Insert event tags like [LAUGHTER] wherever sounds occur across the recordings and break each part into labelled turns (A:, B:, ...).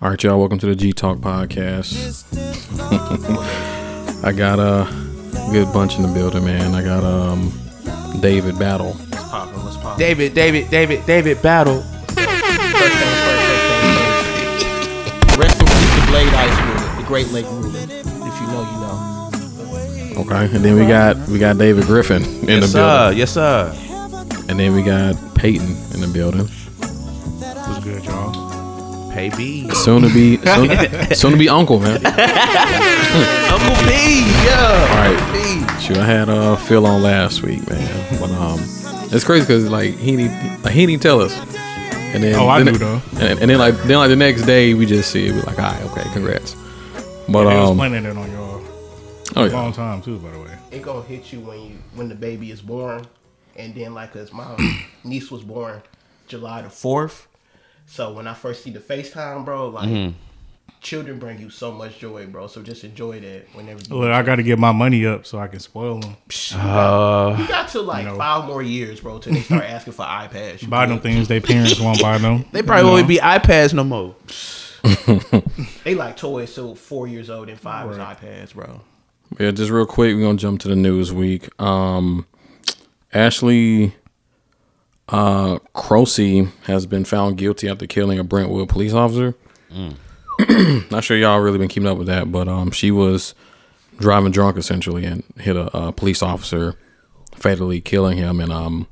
A: All right, y'all. Welcome to the G Talk podcast. [LAUGHS] I got a good bunch in the building, man. I got um David Battle.
B: David, David, David, David Battle.
C: Rest in peace to Blade Ice Ruler, the Great Lake Ruler. If you know, you know.
A: Okay, and then we got we got David Griffin in
B: Yes,
A: the building,
B: sir. Yes, sir.
A: and then we got Peyton in the building.
B: Pay B.
A: Soon to be soon,
B: [LAUGHS]
A: soon to be uncle, man. All
B: Uncle P. Yeah.
A: right,
B: P.
A: shoot. I had uh Phil on last week, man. But um, it's crazy because like he didn't like, he didn't tell us. And then,
D: Oh, I
A: then,
D: knew, though.
A: And, and then like then like the next day we just see it. We're like, all right, okay, congrats. But
D: They was
A: um,
D: planning it on y'all
A: oh
D: a
A: yeah.
D: long time too, by the way.
C: It gonna hit you when you when the baby is born, and then like cause my [COUGHS] niece was born July the fourth. So when I first see the FaceTime, bro, like children bring you so much joy, bro. So just enjoy that whenever you.
D: Look, I got to get my money up so I can spoil them.
C: you got to like five more years, bro, till
D: [LAUGHS]
C: they start asking for iPads. You
D: Buy them things they parents won't buy them.
B: They probably won't be iPads no more.
C: They like toys till four years old and five is iPads, bro.
A: Yeah, just real quick, we're gonna jump to the news week. Um Ashley uh Croce has been found guilty after killing a Brentwood police officer. [CLEARS THROAT] Not sure y'all really been keeping up with that, but um she was driving drunk essentially and hit a, uh police officer, fatally killing him and um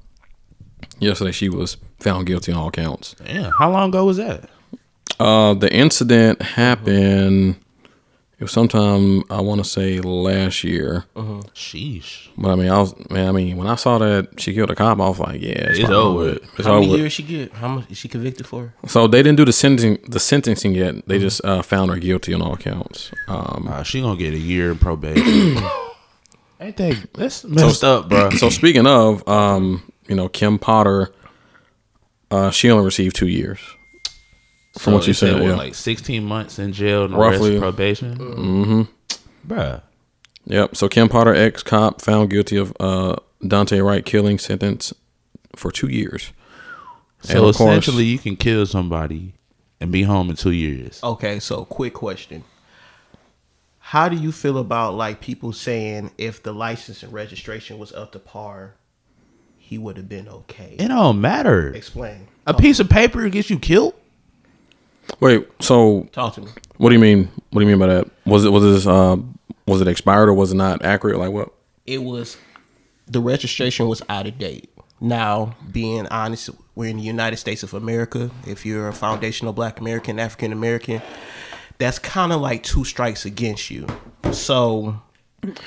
A: yesterday she was found guilty on all counts.
B: Yeah. How long ago was that?
A: Uh, the incident happened. It was sometime I want to say last year,
B: Sheesh.
A: but I mean I was man. I mean when I saw that she killed a cop, I was like, yeah, it's, probably
B: over
A: with.
B: with.
A: It's over. with.
C: she get? How much is she convicted for?
A: So they didn't do the sentencing. The sentencing yet.
B: Mm-hmm.
A: They just uh, found her guilty on all counts. Um,
B: Uh, she gonna get a year
A: [COUGHS]
B: in probation. Ain't they? That's messed up, bro.
A: so speaking of, um, you know, Kim Potter, uh, she only received two years from what you said. yeah,
B: like 16 months in jail and
A: Roughly.
B: arrest probation. Mm-hmm. Bruh.
A: Yep. So Kim Potter, ex cop, found guilty of uh, Dante Wright killing sentence for two years.
B: So
A: of course-
B: essentially, you can kill somebody and be home in two years.
C: Okay, so quick question. How do you feel about like people saying if the license and registration was up to par, he would have been okay?
B: It don't matter.
C: Explain.
B: A piece of paper gets you killed.
A: Wait. So
C: Talk to me.
A: what do you mean? What do you mean by that? Was it was this uh, was it expired or was it not accurate? Like what?
C: It was the registration was out of date. Now, being honest, we're in the United States of America. If you're a foundational black American, African American, that's kind of like two strikes against you. So,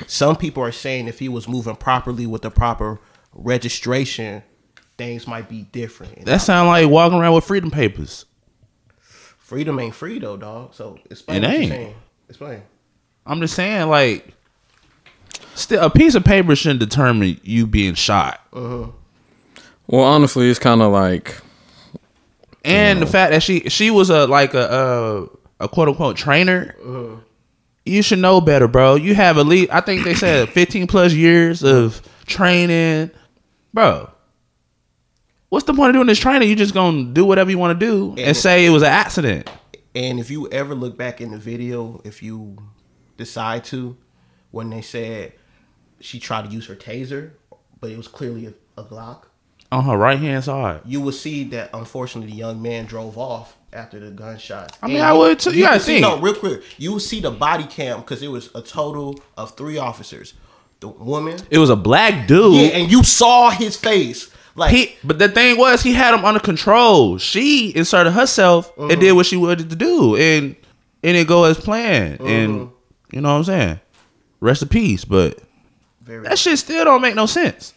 C: some people are saying if he was moving properly with the proper registration, things might be different. And
B: That sound like walking around with freedom papers.
C: freedom ain't free though, dog. So, explain.
B: It
C: what
B: ain't.
C: You're saying. Explain.
B: I'm just saying, like, still a piece of paper shouldn't determine you being shot.
A: Well, honestly, it's kind of like
B: And the fact that she she was a like a a, a quote unquote trainer. You should know better, bro. You have at least I think they [COUGHS] said 15 plus years of training, bro. What's the point of doing this training? You just gonna do whatever you want to do and say it was an accident.
C: And if you ever look back in the video, if you decide to, when they said she tried to use her taser, but it was clearly a, a Glock,
B: On her right hand side.
C: you will see that unfortunately the young man drove off after the gunshot.
B: I mean, I would too. You gotta
C: can see- No,
B: think.
C: real quick, you will see the body cam because it was a total of three officers, the woman,
B: It was a black dude.
C: yeah, and you saw his face. Like
B: He, but the thing was, he had him under control. She inserted herself and
C: Uh-huh.
B: did what she wanted to do, and
C: Uh-huh.
B: it didn't go as planned. And you know what I'm saying? Rest in peace. But
C: Very.
B: That shit still don't make no sense.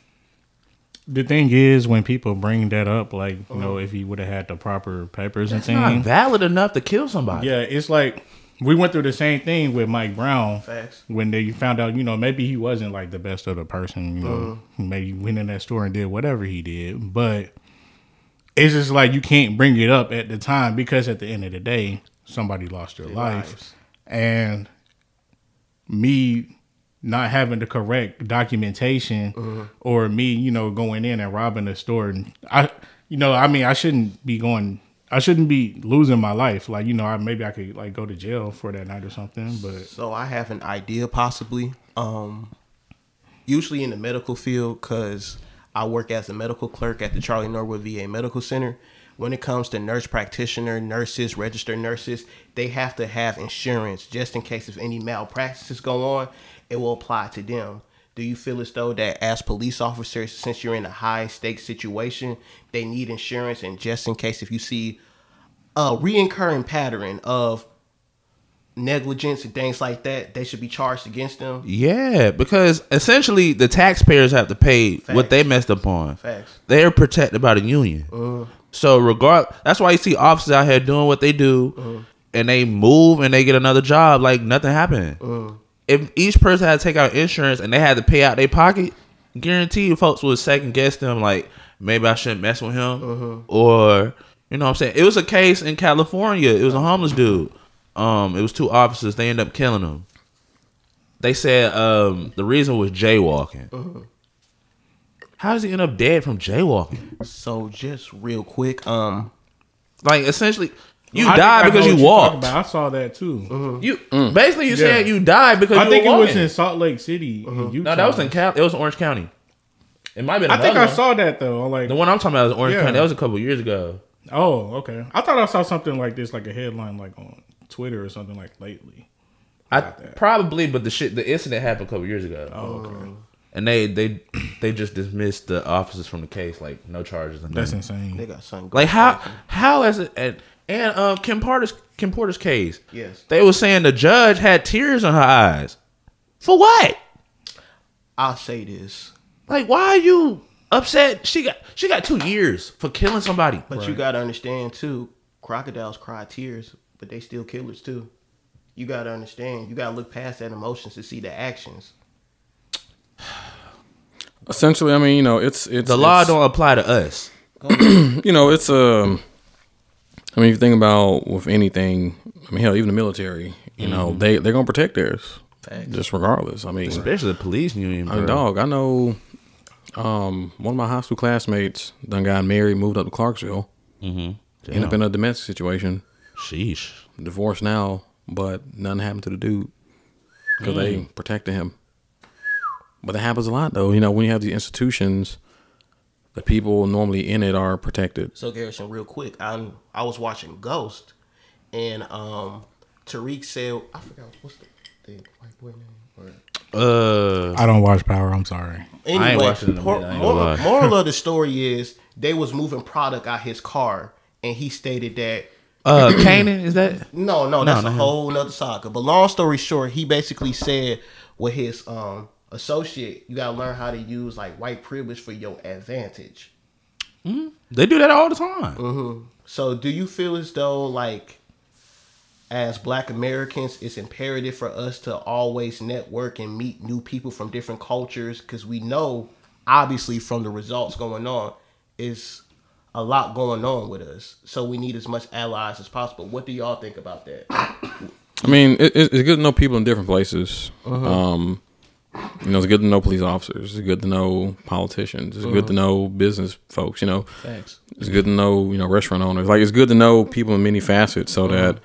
D: The thing is, when people bring that up, like, you know, if you would have had the proper peppers
B: It's
D: and
B: not
D: things.
B: valid enough to kill somebody.
D: Yeah, it's like we went through the same thing with Mike Brown
C: Facts.
D: when they found out, you know, maybe he wasn't like the best of the person, you
C: Uh-huh.
D: know, maybe went in that store and did whatever he did, but it's just like you can't bring it up at the time because at the end of the day, somebody lost their, life,
C: lives.
D: and me not having the correct documentation
C: Uh-huh.
D: or me, you know, going in and robbing a store and I you know, I mean, I shouldn't be going I shouldn't be losing my life. Like, you know, I maybe I could like go to jail for that night or something, but
C: So I have an idea, possibly. Um, usually in the medical field, because I work as a medical clerk at the Charlie Norwood VA Medical Center. When it comes to nurse practitioner, nurses, registered nurses, they have to have insurance just in case if any malpractices go on, it will apply to them. Do you feel as though that as police officers, since you're in a high stake situation, they need insurance and just in case if you see a reoccurring pattern of negligence and things like that, they should be charged against them.
B: Yeah, because essentially the taxpayers have to pay
C: Facts.
B: what they messed up on.
C: Facts.
B: They're protected by the union. So regard that's why you see officers out here doing what they do and they move and they get another job like nothing happened. If each person had to take out insurance and they had to pay out their pocket, guaranteed folks would second guess them like maybe I shouldn't mess with him or you know what I'm saying? It was a case in California. It was a homeless dude. Um it was two officers, they ended up killing him they said um, the reason was jaywalking. How does he end up dead from jaywalking?
C: So just real quick, um,
B: Like essentially, you
D: I think I
B: died
D: know
B: because
D: what
B: you
D: you're talking
B: walked.
D: about. I saw that too.
B: You basically you said
D: Yeah.
B: you died because
D: I
B: you
D: think it
B: were
D: was
B: walking.
D: in Salt Lake City. in Utah.
B: no, that was in Cal. It was Orange County. It might have been.
D: I think
B: another
D: I
B: one.
D: saw that though. I'm Like,
B: the one I'm talking about is Orange
D: Yeah.
B: County. That was a couple years ago.
D: oh, okay. I thought I saw something like this, like a headline, like on Twitter or something like lately.
B: I
D: that.
B: probably, but the shit, the incident happened a couple years ago,
D: Oh, okay.
B: and they they [CLEARS THROAT] they just dismissed the officers from the case, like no charges. And
D: That's
B: nothing.
D: insane.
C: they got something.
B: Like how how is it and and um Kim Porter's Kim Porter's case.
C: Yes.
B: They were saying the judge had tears in her eyes. For what?
C: I'll say this,
B: Like why are you upset? She got she got two years for killing somebody.
C: but you gotta understand too. Crocodiles cry tears, but they still killers too. You gotta understand. You gotta look past that emotions to see the actions.
A: Essentially, I mean, you know, it's it's
B: The law
A: it's-
B: don't apply to us.
A: you know, it's um I mean, if you think about with anything, I mean, hell, even the military, you know,
B: Mm-hmm.
A: they they're gonna protect theirs,
C: Facts.
A: just regardless. I mean,
B: Especially the police union.
A: I mean,
B: bro.
A: dog, I know. Um, one of my high school classmates done got married, moved up to Clarksville, mm-hmm. ended up in a domestic situation,
B: Sheesh.
A: divorced now, but nothing happened to the dude because they protected him. But that happens a lot, though. You know, when you have these institutions, the people normally in it are protected.
C: So Garrison, real quick, I I was watching Ghost, and um, Tariq said I forgot what's the thing white boy name. Or,
B: Uh
D: I don't watch Power. I'm sorry.
C: Anyway,
B: watching them,
C: por-
B: I ain't gonna
C: moral,
B: lie.
C: moral
B: [LAUGHS]
C: of the story is they was moving product out his car, and he stated that
B: uh [CLEARS THROAT] Canaan, is that
C: no, no, that's a whole nother saga. But long story short, he basically said with his um associate, you gotta learn how to use like white privilege for your advantage.
B: they do that all the time.
C: So do you feel as though like as black Americans, it's imperative for us to always network and meet new people from different cultures because we know obviously from the results going on is a lot going on with us. So we need as much allies as possible. What do y'all think about that?
A: I mean, it, it- it's good to know people in different places. Um, you know, it's good to know police officers. It's good to know politicians. It's good to know business folks. You know,
C: Thanks.
A: it's good to know you know restaurant owners. Like, it's good to know people in many facets, so that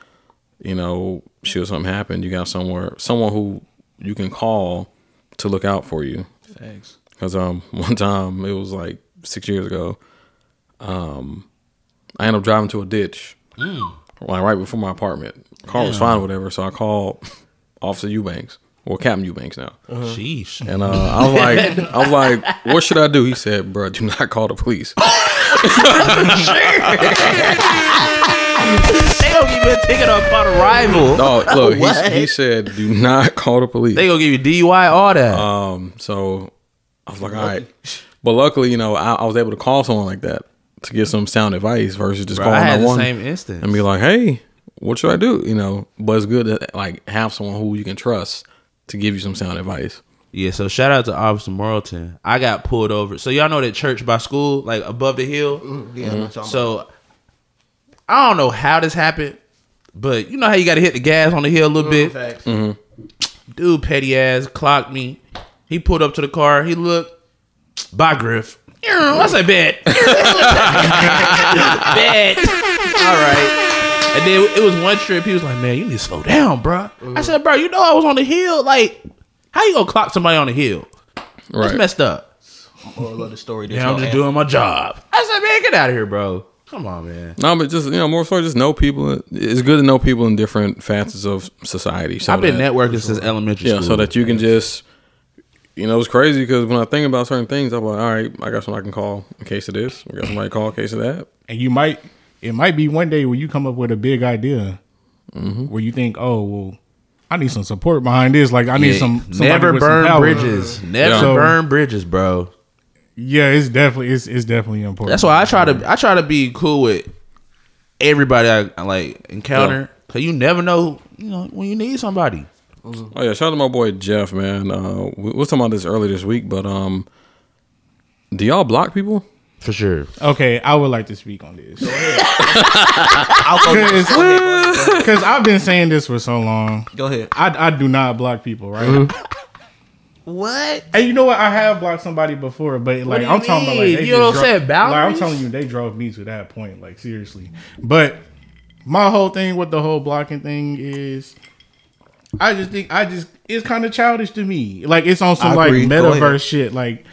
A: you know, should something happen, you got somewhere someone who you can call to look out for you.
C: Thanks.
A: Because um, [LAUGHS] one time it was like six years ago, um, I ended up driving to a ditch, like right before my apartment. Car was fine, whatever. So I called [LAUGHS] Officer Eubanks, or Captain Eubanks now,
B: Sheesh.
A: and uh, I was like, I was like, what should I do? He
B: [LAUGHS]
A: said, "Bruh, do not call the police."
B: they don't give you a ticket upon arrival.
A: Oh, look,
C: What?
A: he, he said, do not call the police.
B: They gonna give you DUI, all that.
A: Um, so I was like, all
B: [LAUGHS]
A: right. But luckily, you know, I, I was able to call someone like that to get some sound advice versus just
B: I
A: calling
B: had
A: that
B: the
A: one
B: same instance.
A: and be like, hey, what should I do? You know, but it's good to like have someone who you can trust to give you some sound advice.
B: yeah, so shout out to Officer Moralton. I got pulled over. So y'all know that church by school, like above the hill.
A: Mm-hmm.
C: Yeah, I'm talking about-
B: So I don't know how this happened, but you know how you got to hit the gas on the hill a little bit.
C: Facts.
A: Mm-hmm.
B: Dude, petty ass clocked me. He pulled up to the car. He looked. Bye, Griff. I said, bet. [LAUGHS] bet. All right. And then it was one trip. He was like, man, you need to slow down, bro. I said, bro, you know I was on the hill. Like, how you gonna clock somebody on the hill? That's
A: Right.
B: messed up.
C: Moral of the story. there's
B: Yeah,
C: no
B: I'm just
C: answer.
B: doing my job. I said, man, get out of here, bro. Come on, man.
A: no, but just you know, more so just know people. It's good to know people in different facets of society. So
B: I've been
A: that-
B: networking since elementary
A: Yeah,
B: school.
A: so that you can just, you know, it's crazy because when I think about certain things, I'm like, all right, I got somebody I can call in case of this. I got somebody to call in case of that.
D: and you might it might be one day where you come up with a big idea
B: Mm-hmm.
D: where you think, oh well, I need some support behind this. Like I need
B: Yeah,
D: some somebody
B: never
D: with some
B: burn
D: power.
B: bridges. Never
A: Yeah.
B: burn bridges, bro.
D: Yeah, it's definitely it's it's definitely important.
B: That's why I try to I try to be cool with everybody I, I, like encounter. Cause you never know, you know, when you need somebody.
A: Oh yeah, shout out to my boy Jeff, man. Uh, we, we was talking about this earlier this week, but um, do y'all block people?
B: For sure.
D: Okay, I would like to speak on this
C: I'll go.
D: because I've been saying this for so long.
C: Go ahead.
D: I, I do not block people, right?
B: Mm-hmm.
C: What?
D: And you know what? I have blocked somebody before, but like
B: do you
D: I'm talking about
B: mean?
D: like they
B: You don't
D: just dro-
B: set
D: Like
B: boundaries?
D: I'm telling you, they drove me to that point. Like seriously, but my whole thing with the whole blocking thing is, I just think I just it's kind of childish to me. Like it's on some
C: I
D: like
C: agree. Go ahead.
D: metaverse shit. Like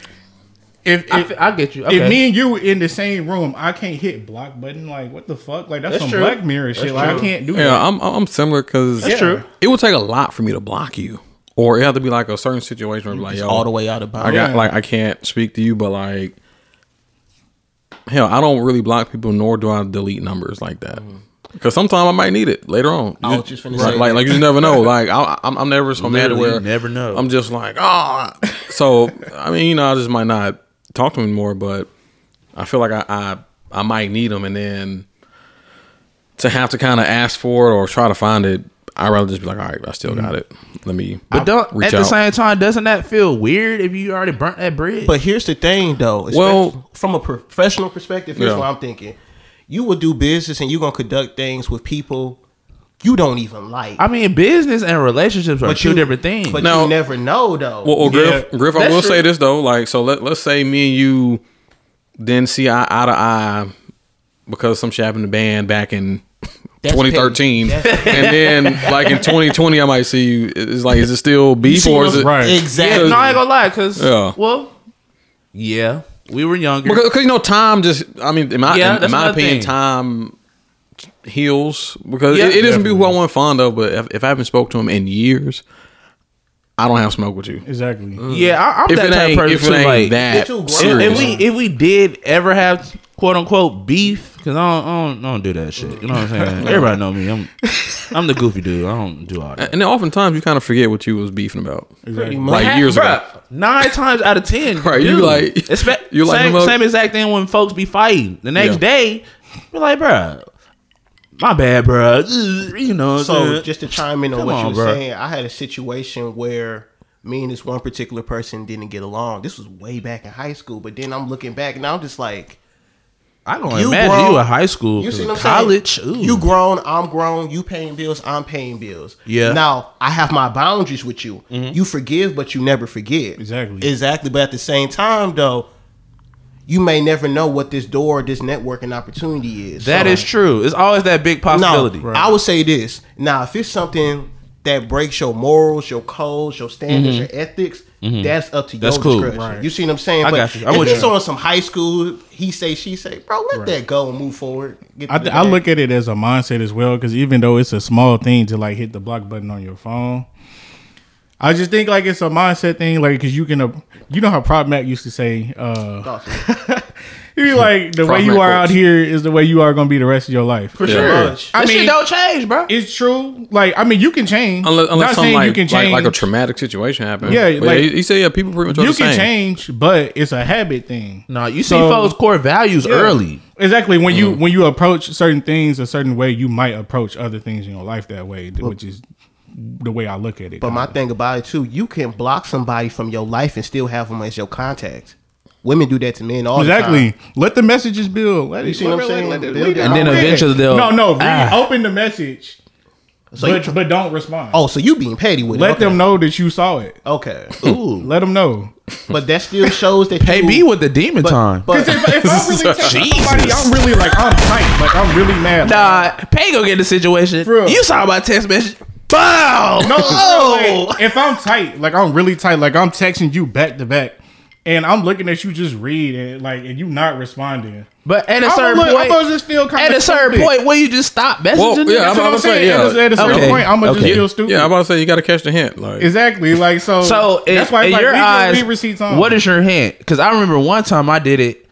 D: if
B: I,
D: if,
B: fe- I get you. Okay.
D: if me and you in the same room, I can't hit block button. Like what the fuck? Like that's,
B: That's
D: some
B: true.
D: Black Mirror shit. Like I can't do that.
A: Yeah, I'm I'm similar because
D: That's true.
A: It would take a lot for me to block you, or it had to be like a certain situation where I'd be like, yo,
C: All the way out of
A: I
C: bounds.
A: got
D: Yeah.
A: like I can't speak to you, but like, hell, I don't really block people, nor do I delete numbers like that.
B: Mm.
A: Because sometimes I might need it later on.
C: I
A: You
C: was just finna
A: like,
C: say
A: like,
C: that.
A: like you just never know. Like I, I'm, I'm never so mad to
B: Literally,
A: where
B: you never know.
A: I'm just like ah. So I mean, you know, I just might not talk to him anymore, but I feel like I, I, I might need them, and then to have to kind of ask for it or try to find it, I'd rather just be like, all right, I still got it. Let me.
B: Mm. but don't
A: reach
B: at the
A: out.
B: same time, doesn't that feel weird if you already burnt that bridge?
C: But here's the thing, though. especially
A: Well-
C: from a professional perspective, here's
A: Yeah.
C: what I'm thinking. You will do business and you're gonna conduct things with people you don't even like.
B: I mean business and relationships are
C: But
B: two
C: you-
B: different things.
C: But
A: Now-
C: you never know, though.
A: Well, well, Griff,
D: Yeah,
A: Griff, I
B: that's
A: will
B: true.
A: say this though. Like, so let let's say me and you then see eye, eye to eye because some shit happened to band back in
C: That's
A: 2013,
C: petty.
A: and then like in 2020, I might see you. It's like, is it still beef
C: See
A: or
C: what's
A: is it
D: right.
B: yeah,
C: exactly.
B: no, I ain't gonna lie, cause
A: Yeah.
B: well, yeah, we were younger.
A: Because, because you know, time just. I mean, in my
B: Yeah,
A: in,
B: that's
A: my
B: another
A: opinion,
B: thing.
A: time heals because
B: Yeah.
A: it, it isn't people who I want fond of. But if, if I haven't spoke to them in years, I don't have smoke with you.
D: Exactly.
B: yeah, I, I'm
A: If
B: that
A: it
B: type of
A: ain't,
B: person
A: if it
B: too.
A: ain't
B: like
A: that
C: Get you grown.
A: serious.
B: If we if we did ever have quote unquote beef, because I don't, I don't I don't do that shit. You know
A: [LAUGHS]
B: what I'm saying? Everybody know me. I'm I'm the goofy dude. I don't do all that.
A: And then oftentimes you kind of forget what you was beefing about.
C: Pretty much.
A: Like years ago.
B: Bruh, nine times out of ten,
A: [LAUGHS] Right, you
B: dude,
A: like-
B: Expe-
A: you like
B: same,
A: remote-
B: same exact thing when folks be fighting the next
A: Yeah.
B: day. You're like, bruh, my bad, bruh. [LAUGHS] You know, what I'm
C: So
B: saying?
C: just to chime in on
B: Come
C: what
B: on,
C: you were
B: bro.
C: saying, I had a situation where me and this one particular person didn't get along. This was way back in high school, but then I'm looking back and I'm just like,
B: I don't
C: you
B: imagine
C: grown-
B: you in high school,
C: you see what I'm
B: college.
C: saying?
B: ooh.
C: You grown, I'm grown. You paying bills, I'm paying bills.
B: Yeah. Mm-hmm.
C: Now I have my boundaries with you. You forgive, but you never forget.
D: Exactly.
C: Exactly. But at the same time, though, you may never know what this door, this networking opportunity is.
B: That
C: So-
B: is true. It's always that big
C: No,
B: possibility.
C: I would say this. Now, if it's something that breaks your morals, your codes, your standards, your ethics, that's up to
B: Mm-hmm. That's
C: your
B: cool.
C: discretion.
D: Right.
C: You see what I'm saying?
B: I
C: but
B: got you. I'm
C: if
B: with
C: it's
B: you.
C: on some high school, he say, she say, bro, let that go and move forward. Get
D: I,
C: to the
D: I
C: bag.
D: look at it as a mindset as well because even though it's a small thing to like hit the block button on your phone, I just think like it's a mindset thing. Like because you can, uh, you know how Prop Mac used to say, uh,
C: Awesome.
D: he You're like the way
A: Frogman
D: you are out
A: quotes.
D: here is the way you are gonna be the rest of your life.
B: For sure.
A: Yeah.
B: This
D: I
B: shit
D: mean-
B: don't change, bro.
D: It's true. Like I mean, you can change.
A: Unless,
D: Not
A: unless something
D: saying
A: like,
D: you can
A: like
D: change.
A: like a traumatic situation happened.
D: Yeah,
A: But
D: like-
A: he, he said yeah, people pretty much are
D: you
A: the same.
D: can change, but it's a habit thing.
B: No, you
D: So-
B: see folks' core values
D: Yeah.
B: early. Mm.
D: Exactly. When you when you approach certain things a certain way, you might approach other things in your life that way, th- which is the way I look at it.
C: But my
D: kinda.
C: thing about it too, you can block somebody from your life and still have them as your contact. Women do that to men all the
D: exactly.
C: time.
D: Let the messages build. Let it,
C: see what
D: let-
C: I'm
D: let-
C: saying?
D: let it-
C: Build
D: leave
C: it.
D: it
C: And
B: then
D: out there.
B: eventually they'll-
D: no no re-
B: Ah.
D: open the message,
C: So you
D: but
C: tr-
D: but don't respond.
C: oh, so you being petty with
D: let
C: it? Okay.
D: them know that you saw it.
B: [LAUGHS]
C: Okay, ooh,
D: Let them know.
C: but that still shows that
B: Pay
C: you,
B: B with the demon time.
D: [LAUGHS]
C: But,
D: 'Cause if,
B: [LAUGHS]
D: if I'm really texting somebody, I'm really like I'm tight. Like I'm really mad.
B: Nah, Pay gonna get the situation.
D: For real.
B: You saw my text message. Bow.
D: No,
B: Oh!
D: like, if I'm tight, like I'm really tight, like I'm texting you back to back, and I'm looking at you just read and like and you not responding.
B: But at a
D: I'm
B: certain
D: gonna look- I'm
B: point,
D: gonna just feel kinda
B: at a certain
D: stupid.
B: point, will you just stop messaging?
A: Well,
B: niggas?
A: yeah, I'm
D: That's what
A: about
D: I'm
A: to say,
D: saying.
A: yeah.
D: At a, at a certain
B: Okay.
D: point, I'm gonna
B: Okay.
D: just feel stupid.
A: Yeah, I'm about to say you got to catch the hint. Like
D: exactly. Like so.
B: So in,
D: that's why
B: in
D: it's like
B: your
D: leave
B: eyes,
D: leave receipts on.
B: what is your hint? Because I remember one time I did it.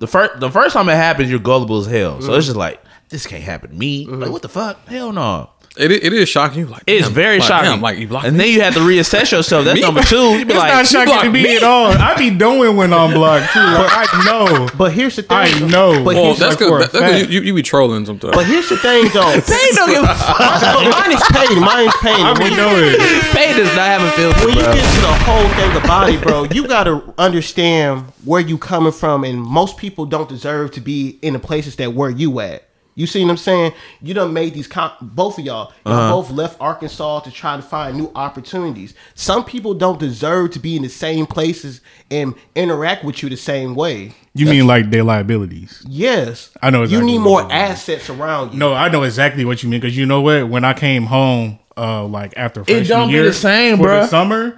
B: The first the first time it happens, you're gullible as hell. So it's just like this can't happen to me.
D: Mm-hmm.
B: Like what the fuck? Hell no.
A: it, i- it is shocking. You like
B: It's
A: damn,
B: very
A: like,
B: shocking.
A: damn, like you blocked
B: and then you have to reassess yourself. [LAUGHS] That's
A: Me?
B: number two. You be
D: It's
B: like,
D: not
B: you
D: shocking
A: blocked
D: to me,
A: me?
D: at all. I be doing when I'm blocked too. Like, I
B: [LAUGHS]
D: know.
C: but here's the thing.
D: I know.
C: But,
A: Well,
C: here's,
A: that's
D: like for a
A: because that,
D: fact.
A: you, you, you be trolling sometimes.
C: but here's the thing, though.
B: Pay don't give a fuck.
C: But [LAUGHS] mine is petty. Mine is petty.
D: I
C: When
D: be
C: you-
D: knowing.
B: [LAUGHS] Pay does not have
C: when
B: a filter.
C: you
B: bro.
C: get to the whole thing about it, bro, you gotta understand where you coming from, and most people don't deserve to be in the places that where you at. You see what I'm saying? You done made these comp- both of y'all, y'all both left Arkansas to try to find new opportunities. Some people don't deserve to be in the same places and interact with you the same way.
D: You mean like their liabilities?
C: Yes,
D: I know exactly
C: you need
D: what
C: more
D: you mean.
C: assets around you.
D: No, I know exactly what you mean because you know what? When I came home, uh, like after freshman
B: don't be
D: year,
B: the same,
D: for the
B: bruh.
D: summer.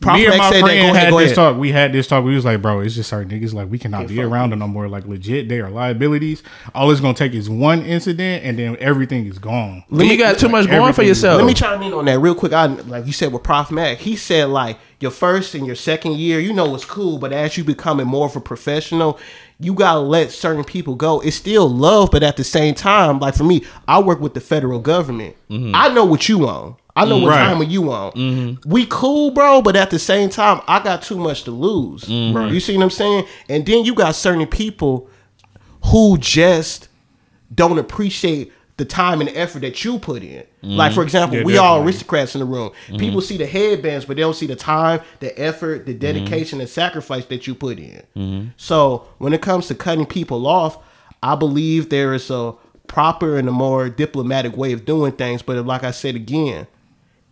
C: Prof
D: me and
C: Mac
D: my
C: said that.
D: friend
C: Go ahead,
D: had
C: go
D: this
C: ahead.
D: talk. We had this talk. We was like, bro, it's just certain niggas like we cannot be around them no more. Like legit, they are liabilities. All it's gonna take is one incident, and then everything is gone.
B: When you got too much going for
D: everything.
B: yourself.
C: Let me chime in on that real quick. I like you said with Prof Mac, he said like your first and your second year, you know, it's cool, but as you becoming more of a professional, you gotta let certain people go. It's still love, but at the same time, like for me, I work with the federal government. I know what you on. I know what
D: Right.
C: time of you on. We cool, bro, but at the same time, I got too much to lose. You see what I'm saying? And then you got certain people who just don't appreciate the time and effort that you put in. Like for example,
D: Mm-hmm. Yeah,
C: we all
D: definitely. Mm-hmm.
C: aristocrats in the room. People see the headbands, but they don't see the time, the effort,
D: Mm-hmm.
C: the dedication, and sacrifice that you put in. So when it comes to cutting people off, I believe there is a proper and a more diplomatic way of doing things. But like I said again,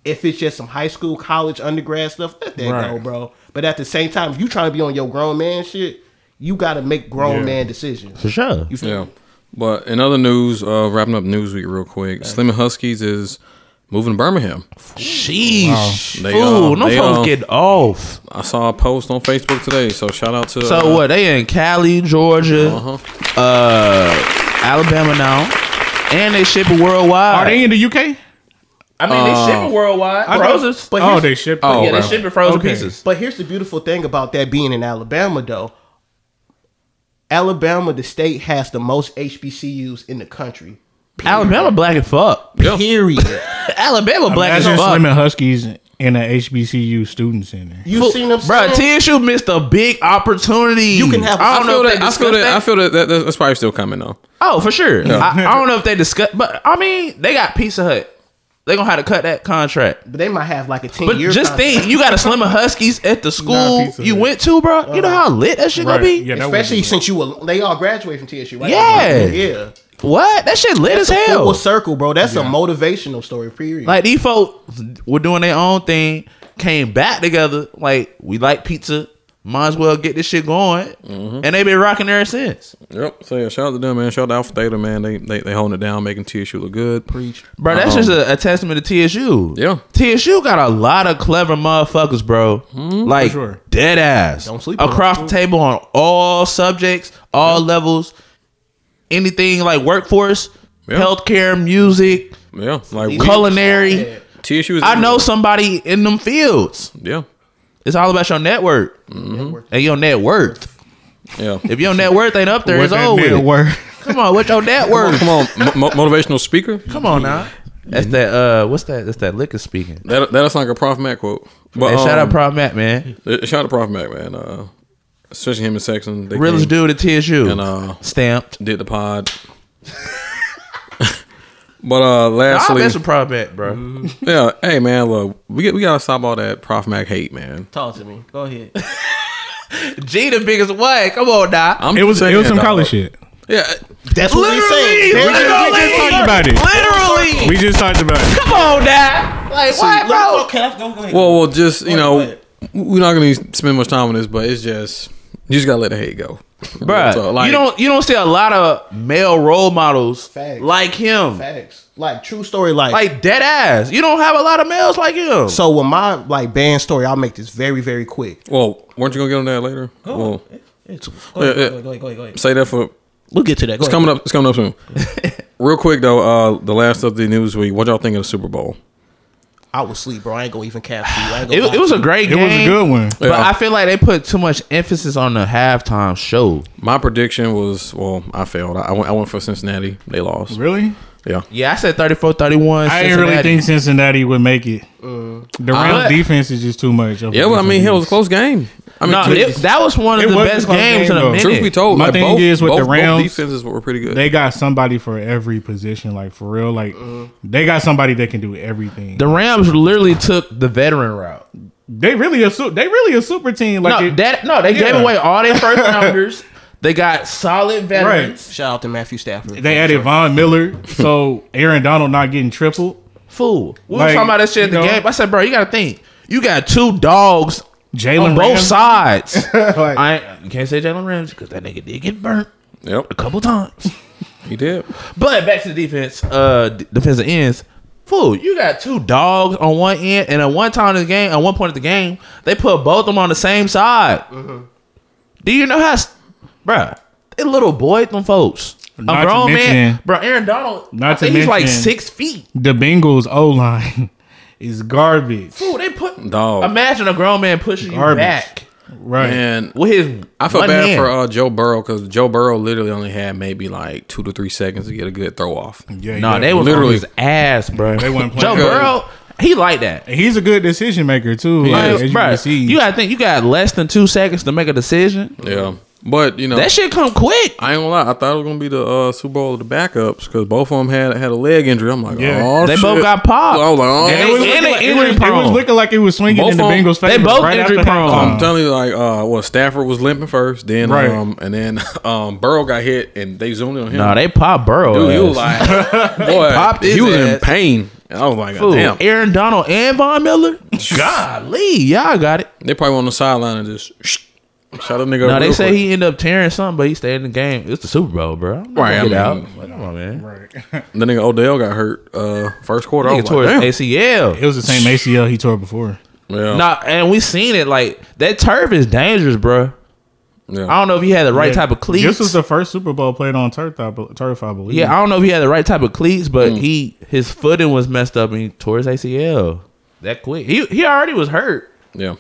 C: if it's just some high school, college, undergrad stuff, let that
D: Right.
C: go, bro. But at the same time, if you trying to be on your grown man shit, you got to make grown
D: Yeah.
C: man decisions.
B: For sure.
C: You feel
A: yeah. But in other news, uh, wrapping up Newsweek real quick. Slim and Huskies is moving to Birmingham.
B: Sheesh.
A: They,
B: Fool,
A: uh,
B: no
A: they,
B: folks
A: uh,
B: getting off.
A: I saw a post on Facebook today, so shout out to
B: So
A: uh,
B: what? They in Cali, Georgia, uh Alabama now, and they shipping worldwide.
D: Are they in the UK?
B: I mean, they shipping worldwide.
D: I know-
B: Frozen,
C: But
D: oh,
C: here's-
D: they ship.
A: Oh,
D: it.
B: yeah, they
A: bro.
B: shipping frozen
D: Okay.
B: pieces.
C: But here's the beautiful thing about that being in Alabama, though. Alabama, the state, has the most HBCUs in the country.
B: Alabama black and fuck.
A: Yeah.
D: [LAUGHS]
C: Period.
B: Alabama black as
D: Imagine
B: fuck.
D: Slim and Huskies in an HBCU student center.
C: You seen them,
B: Bro, TSU missed a big opportunity.
C: You can have-
B: I
A: I
B: don't know
A: feel
B: if they
A: that. I
B: discussed
A: feel that. I
B: that.
A: feel that, that. That's probably still coming though.
B: Oh, for sure. I, I don't know if they discussed, but I mean, they got Pizza Hut. They gonna have to cut that contract.
C: But they might have like a ten
B: But
C: year.
B: just think, you got a Slimmer Huskies
D: [LAUGHS]
B: at the school
D: Pizza
B: you
D: Hut.
B: went to, bro. You know how lit that shit
D: Right.
B: gonna be?
D: Yeah, that
C: especially
D: was-
C: since you were, they all graduate from TSU, right?
B: Yeah.
C: yeah.
B: What? That shit lit as hell.
C: Full circle, bro. That's a motivational story. Period.
B: Like these folks were doing their own thing, came back together. Like we like pizza, might as well get this shit going,
D: Mm-hmm.
B: and they been rocking ever since.
A: Yep. So yeah, shout out to them, man. Shout out to Alpha Theta, man. They they they holding it down, making TSU look good. Preach.
B: Bro, that's just a, a testament to
A: Uh-huh.
B: TSU.
A: Yeah.
B: TSU got a lot of clever motherfuckers, bro.
A: Hmm?
B: like
D: sure.
B: dead ass.
C: Don't sleep on
B: across
C: it.
B: the table on all subjects, all levels, anything like workforce,
A: Yeah.
B: healthcare, music,
A: Yeah. Like we,
B: culinary.
A: TSU is.
B: I know somebody in them fields.
A: Yeah. Mm-hmm.
B: It's all about your network and your net worth.
A: Yeah.
B: If your net worth ain't up there, it's
D: that
B: over.
D: man
B: with.
D: were.
B: Come on, what's your net worth?
A: Come on, mo- motivational speaker.
B: Come on now. That's that. Uh, what's that? That's that liquor speaking.
A: That that sounds like a Prof Mac quote. But
B: Hey, shout out
A: um,
B: Prof Matt, man.
A: Uh, Shout out to Prof Mac, man. Uh, especially him and Sexton. They
B: Realest
A: came,
B: dude at TSU.
A: And, uh,
B: Stamped.
A: did the pod. [LAUGHS] but uh,
B: I
A: lastly,
B: bet some Prof Matt, bro.
A: yeah, hey man, look, we get, we gotta stop all that Prof Mac hate, man.
C: Talk to me. Go ahead.
B: G the biggest way. Come on, now.
A: I'm
D: It was
A: saying,
D: it was some
A: dog.
D: college shit.
A: Yeah,
C: That's what we
B: Literally,
C: say.
D: We just,
B: literally,
D: we just talked about it.
B: literally.
D: We just talked about it.
B: Come on, now. Like what, bro?
A: Well, well, just you know,
C: ahead.
A: we're not gonna spend much time on this, but it's just you just gotta let the hate go,
B: Bruh,
A: So, like,
B: you don't you don't see a lot of male role models
C: Facts.
B: like him,
C: Facts. Like true story. Like,
B: like dead ass. You don't have a lot of males like him.
C: so with my like band story, I'll make this very very quick.
A: Well, weren't you gonna get on that later? well,
C: go, ahead,
A: yeah.
C: go ahead, go ahead, go ahead, go ahead.
A: say that for
C: We'll get to that. Go
A: it's coming up. It's coming up
C: [LAUGHS]
A: soon. Real quick though, uh, the last of the news week. What y'all think of the Super Bowl?
C: I was sleep, bro. I ain't gonna even cap you. I ain't gonna
B: it,
C: lie
B: it was
C: to
B: a
C: you.
B: great
D: It
B: game.
D: was a good one.
B: But
A: Yeah.
B: I feel like they put too much emphasis on the halftime show.
A: My prediction was well, I failed. I, I went. I went for Cincinnati. They lost.
D: Really?
A: Yeah.
B: Yeah, I said 34 31.
D: I didn't really think Cincinnati would make it. The
B: I-
D: Rams defense is just too much.
A: Yeah. Well, I mean, it was a close game. I mean,
B: Nah,
A: truth,
B: it- that was one of
D: It
B: the
D: was a
B: best
D: close
B: games
D: game,
B: in a
D: though.
B: minute.
A: truth be told,
D: My
A: like,
D: thing
A: both,
D: is with the
A: both, both
D: Rams,
A: defenses were pretty good.
D: They got somebody for every position, like for real. Like they got somebody that can do everything.
B: the Rams literally took the veteran route.
D: they really a su- they really a super team. Like
B: no,
D: it-
B: that, no, they gave
D: Yeah.
B: away all their
D: [LAUGHS]
B: first rounders. They got solid veterans.
C: shout out to Matthew Stafford.
D: they added Von Miller, so Aaron Donald not getting tripled.
B: Fool. We were
D: Like,
B: talking about that shit at the
D: you know-
B: game. I said, bro, you got to think. You got two dogs on
D: Jalen
B: both
D: Ramsey. [LAUGHS]
B: sides.
D: Like,
B: I ain't- you can't say Jalen Ramsey because that nigga did get burnt
A: Yep.
B: a couple times.
A: He did.
B: But back to the defense, uh, d- defensive ends. Fool, you got two dogs on one end, and at one time in the game, at one point of the game, they put both of them on the same side.
D: Mm-hmm.
B: Do you know how, s- bruh? They little boy, them folks.
D: Not
B: a
D: to
B: grown man,
D: mention-
B: bro. Aaron Donald,
D: Not
B: I
D: to
B: think he's like
D: mention-
B: six feet.
D: the Bengals O line [LAUGHS] is garbage.
B: Fool, they put.
A: Dog.
B: Imagine a grown man pushing you
D: Garbage.
B: back
D: Right.
A: And
B: with his.
A: I felt
B: one
A: bad
B: hand.
A: for uh, Joe Burrow because Joe Burrow literally only had maybe like two to three seconds to get a good throw off.
D: Yeah,
B: No,
D: yeah.
B: they was literally
A: Literally.
B: his ass, bro. They
D: wasn't
B: Joe
D: playing.
B: Burrow, he like that.
D: And he's a good decision maker too. Like,
B: Like,
D: as you
B: bruh,
D: can see,
B: you gotta think you got less than two seconds to make a decision.
A: Yeah. But you know,
B: That shit come quick.
A: I ain't gonna lie. I thought it was gonna be the uh, Super Bowl of the backups because both of them had had a leg injury. I'm like,
D: Yeah.
A: oh,
B: They
A: shit.
B: both got popped.
A: I was like, oh,
B: And
D: it was,
B: and
D: looking
B: they
D: like, it,
B: injury
D: was, it was
B: prone.
D: looking like it was swinging
A: Both
D: in the
A: of 'em-
D: Bengals'
B: they
D: favor.
B: both
D: right
B: injury
D: after
B: prone.
D: halftime.
A: I'm telling you, like, uh, well, Stafford was limping first, then,
D: Um, Right.
A: um, and then, [LAUGHS] um, Burrow got hit, and they zoomed in on him.
B: No, they pop Burrow.
A: Dude, he
B: ass.
A: was
B: [LAUGHS]
A: like, boy,
B: popped his
A: he was
B: ass.
A: in pain. And I was like,
B: Ooh,
A: damn.
B: Aaron Donald and
A: [LAUGHS]
B: Von Miller. Golly, y'all got it.
A: They probably on the sideline and just shh, shot a nigga.
B: No, they
A: real
B: say
A: quick.
B: he ended up tearing something, but he stayed in the game. It's the Super Bowl, bro. I'm not
A: Right,
B: gonna get
A: I mean,
B: out. Like, come on, man.
A: the nigga Odell got hurt uh, first quarter. I
B: Nigga
A: was
B: tore
A: like, damn.
B: his ACL.
D: It was the same ACL he tore before.
A: Yeah,
B: Nah, and we seen it. Like that turf is dangerous, bro.
A: yeah.
B: I don't know if he had the right
D: Yeah.
B: type of cleats.
D: This was the first Super Bowl played on turf, I, be- turf, I believe.
B: yeah, I don't know if he had the right type of cleats, but he his footing was messed up and he tore his ACL that quick. He he already was hurt.
A: yeah.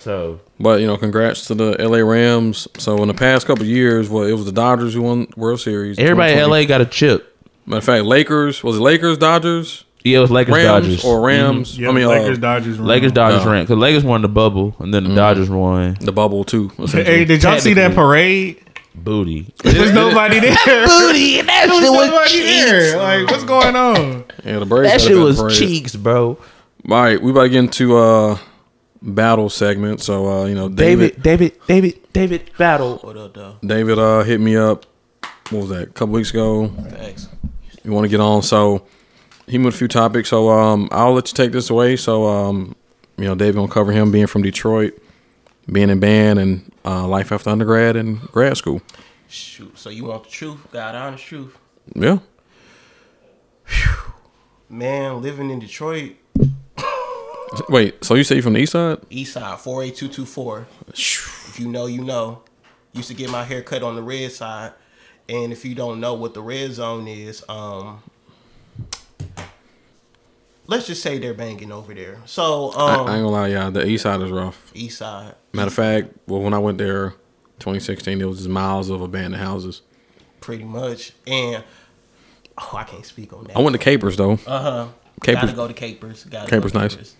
B: So
A: But you know, congrats to the LA Rams. So in the past couple years, well, it was the Dodgers who won World Series.
B: everybody in
A: 2020.
B: LA got a chip.
A: Matter of fact, Lakers was it Lakers, Dodgers,
B: Yeah, it was Lakers
A: Rams,
B: Dodgers
A: or Rams?
D: Mm-hmm. Yeah,
A: I mean,
D: Lakers,
A: uh,
D: Dodgers, Rams.
B: Lakers Dodgers
A: No.
B: ran because Lakers won the bubble and then the Dodgers won
A: the bubble
D: [LAUGHS]
A: too.
D: Hey,
A: essentially.
D: did y'all see that parade?
B: booty.
D: There's nobody
B: [LAUGHS]
D: there. There's
B: booty, and that
D: nobody there. Like, what's going on?
A: yeah, the Braves.
B: That
A: had a
B: shit
A: bad
B: was
A: parade.
B: cheeks, bro.
A: All right, we about to get into uh battle segment. So uh, you know, David
B: David, David, David, David, battle.
C: What up, though?
A: David uh hit me up. What was that? A couple weeks ago.
C: Facts.
A: You want to get on? So he moved a few topics. So um, I'll let you take this away. So um, you know, Dave gonna cover him being from Detroit, being in band, and uh, life after undergrad and grad school.
C: Shoot. So you want the truth? God honest truth.
A: Yeah,
C: Man, living in Detroit,
A: Wait, so you say you from the east side?
C: East Side, 48224. If you know, you know. Used to get my hair cut on the red side. And if you don't know what the red zone is, um, let's just say they're banging over there. So,
A: I, I
C: um,
A: ain't gonna lie, yeah, the east side is rough.
C: East Side.
A: Matter of fact, well, when I went there, 2016, it was just miles of abandoned houses.
C: pretty much. And oh, I can't speak on that.
A: I went to Capers though.
C: Uh huh.
A: Capers-
C: Gotta go to Capers. Gotta
A: Capers
C: go to
A: nice.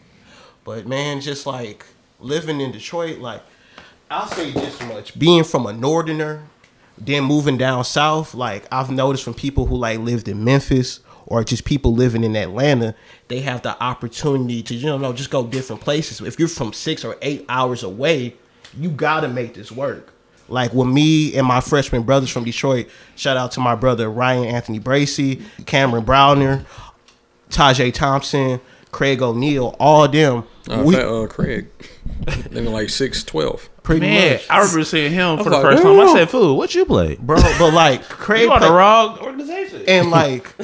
C: But man, just like living in Detroit, like I'll say this much: being from a northerner, then moving down south, like I've noticed from people who like lived in Memphis or just people living in Atlanta, they have the opportunity to you know just go different places. If you're from six or eight hours away, you gotta make this work. Like with me and my freshman brothers from Detroit, shout out to my brother Ryan Anthony Bracy, Cameron Browner, Tajay Thompson, Craig O'Neal, all them.
A: Uh,
C: we
A: fat, uh, Craig, nigga like six twelve.
C: pretty
B: Man,
C: much,
B: I remember seeing him for the
A: like,
B: first time. I
A: "Ooh."
B: said, "Fool, what you play?
C: bro. But like Craig,
B: [LAUGHS] You on the
C: play-
B: wrong organization."
C: and like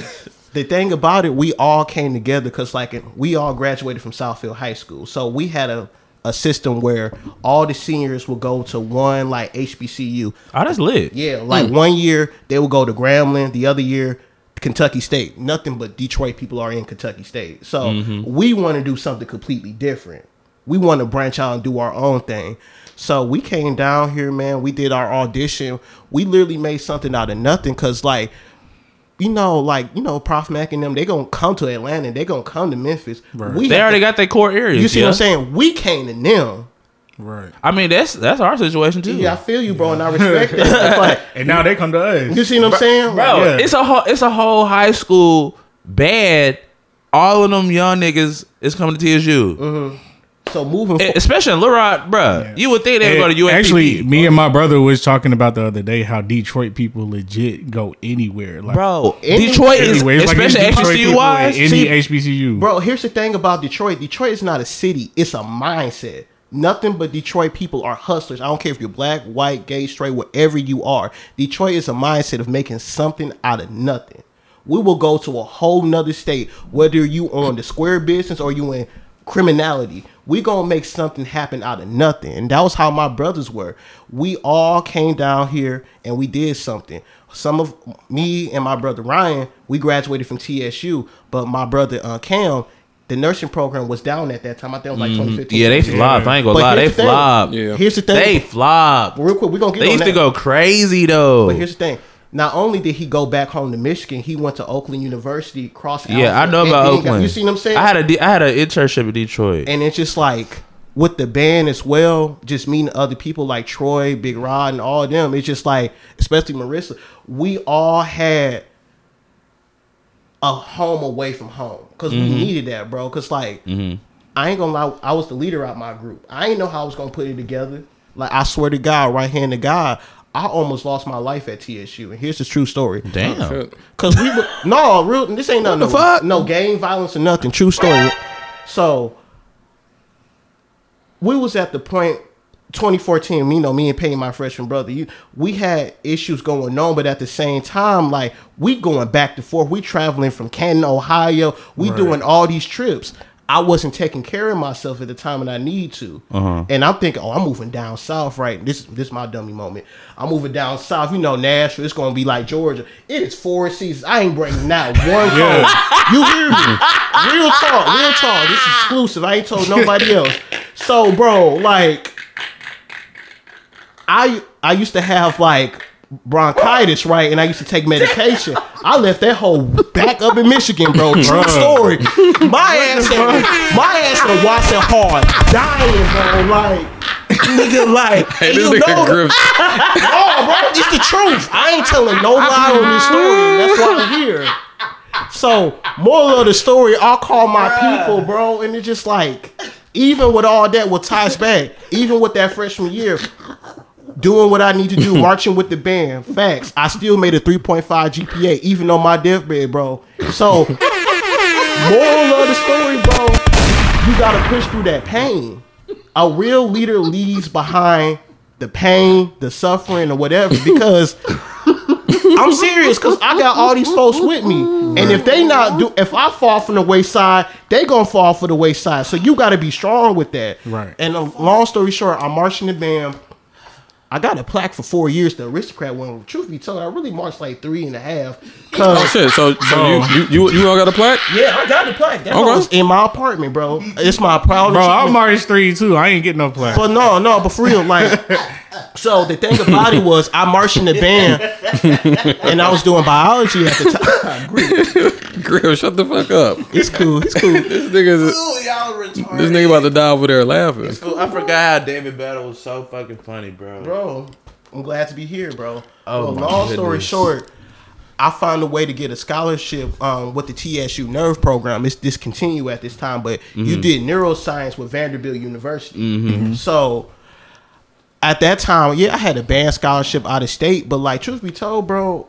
C: the thing about it, we all came together because like we all graduated from Southfield High School, so we had a a system where all the seniors would go to one like HBCU.
B: oh, that's lit.
C: Yeah, like
B: Hmm.
C: one year they would go to Grambling, the other year Kentucky State. Nothing but Detroit people are in Kentucky State. So
B: Mm-hmm.
C: we want to do something completely different. We want to branch out and do our own thing. So we came down here, man. We did our audition. We literally made something out of nothing because, like, you know, like you know, Prof Mac and them, they gonna come to Atlanta. They gonna come to Memphis. We
B: They
C: had
B: already
C: to-
B: got their core areas.
C: You see
B: yeah.
C: what I'm saying? We came to them.
D: Right.
B: I mean, that's that's our situation too.
C: Yeah, I feel you, bro, and I respect that. It's like,
D: And now they come to us.
C: you see what I'm saying, Like,
B: Bro,
D: Yeah.
B: Oh, it's a whole it's a whole high school band. All of them young niggas is coming to TSU,
C: Mm-hmm. So moving,
B: E- especially in Little Rock, bruh. You would think they would go to
D: And
B: UNP.
D: Actually, me and my brother was talking about the other day how Detroit people legit go anywhere. Like,
B: bro,
C: Any-
B: Detroit is
D: anywhere. It's
B: especially
D: any Detroit
B: HBCU
D: people at
B: wise.
D: Any
C: see,
D: HBCU.
C: Bro, here's the thing about Detroit. Detroit is not a city, it's a mindset. Nothing but Detroit people are hustlers. I don't care if you're black, white, gay, straight, whatever you are. Detroit is a mindset of making something out of nothing. We will go to a whole nother state, whether you on the square business or you in criminality. We gonna make something happen out of nothing. And that was how my brothers were. We all came down here and we did something. Some of me and my brother Ryan, we graduated from TSU, but my brother uh, Cam, the nursing program was down at that time. I think it was like 2015.
B: Mm-hmm. Yeah, they flopped. I ain't gonna
C: But
B: lie, they
C: here's the thing.
B: flopped.
A: Yeah.
C: Here's the thing.
B: They flopped.
C: Real quick, we gonna get
B: They
C: on
B: used to
C: that.
B: go crazy though.
C: But here's the thing. Not only did he go back home to Michigan, he went to Oakland University, cross.
B: Yeah, I
C: Alpha,
B: know
C: and
B: about
C: then got-
B: Oakland.
C: you seen what I'm saying?
B: I had a D- I had an internship in Detroit.
C: and it's just like with the band as well, just meeting other people like Troy, Big Rod, and all of them. It's just like, especially Marissa, we all had a home away from home because
B: Mm-hmm.
C: we needed that, bro. Because like, I ain't gonna lie, I was the leader out my group. I ain't know how I was gonna put it together. Like, I swear to God, right hand to God, I almost lost my life at TSU, and here's the true story.
B: Damn.
A: Shit.
C: [LAUGHS] Cause we
B: [LAUGHS]
C: were no real. This ain't nothing.
B: the fuck?
C: No gang violence or nothing. True story. So we was at the point 2014. You know, me and Payne, my freshman brother. You, we had issues going on, but at the same time, like we going back and forth. We traveling from Canton, Ohio. We doing all these trips. I wasn't taking care of myself at the time, and I need to. And I'm thinking, oh, I'm moving down south, right? This this is my dummy moment. I'm moving down south. You know, Nashville. It's gonna be like Georgia. It is four seasons. I ain't bringing not one coat. You hear me? Real talk, real talk. This is exclusive. I ain't told nobody else. So, bro, like, I I used to have like bronchitis, right? And I used to take medication. I left that whole back up in Michigan, bro. True
D: Bruh.
C: story. My ass, had- my ass in Watson hard, dying, bro. Like. Nigga, like,
A: Hey,
C: and
A: this
C: you know
A: nigga
C: the-
A: grips.
C: Oh, bro, it's the truth. I ain't telling no lie on this story. and That's why I'm here. So, moral of the story, I'll call my people, bro, and it's just like, even with all that, what ties back, even with that freshman year, doing what I need to do, marching with the band, facts, I still made a 3.5 GPA, even on my deathbed, bro. So, moral of the story, bro, you gotta push through that pain a real leader leaves behind the pain, the suffering, or whatever. Because I'm serious, because I got all these folks with me, and if they not do, if I fall from the wayside, they gonna fall for the wayside. So you got to be strong with that.
D: Right.
C: And uh, long story short, I'm marching the band. I got a plaque for four years. The aristocrat one. Truth be told, I really marched like three and a half. Cause
A: Oh, Shit. So, so you you you, you all got a plaque?
C: yeah, I got the plaque. That
A: Okay.
C: was in my apartment, bro. It's my proud.
D: Bro,
C: achievement.
D: I'm March 3 too. I ain't getting no plaque.
C: But no, no, but for real, like So the thing about it was, I marched in the band, and I was doing biology at the time.
A: Grill, shut the fuck up.
C: [LAUGHS] It's cool. It's cool.
A: This nigga's
B: y'all retarded.
A: this nigga about to die over there laughing.
B: I forgot how David Battle was so fucking funny, bro.
C: bro. I'm glad to be here, bro.
B: Oh,
C: Well,
B: my
C: long story
B: goodness.
C: short, I found a way to get a scholarship um, with the TSU Nerve Program. It's discontinued at this time, but you
B: Mm-hmm.
C: did neuroscience with Vanderbilt University. So at that time, yeah, I had a band scholarship out of state, but like truth be told, bro,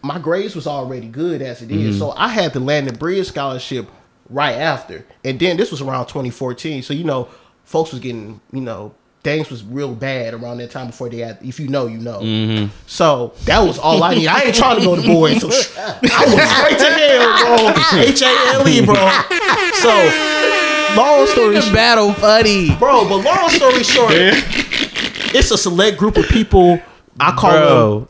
C: my grades was already good as it is, So I had the Landon Bridge scholarship right after. And then this was around 2014. So, you know, folks was getting, you know, things was real bad around that time before they had, if you know, you know. So that was all I needed. I ain't trying to go to boys. So I was straight to hell, bro. H A L E, bro. So long story short,
B: Battle funny.
C: bro, but long story short, it's a select group of people. I call them
B: Bro,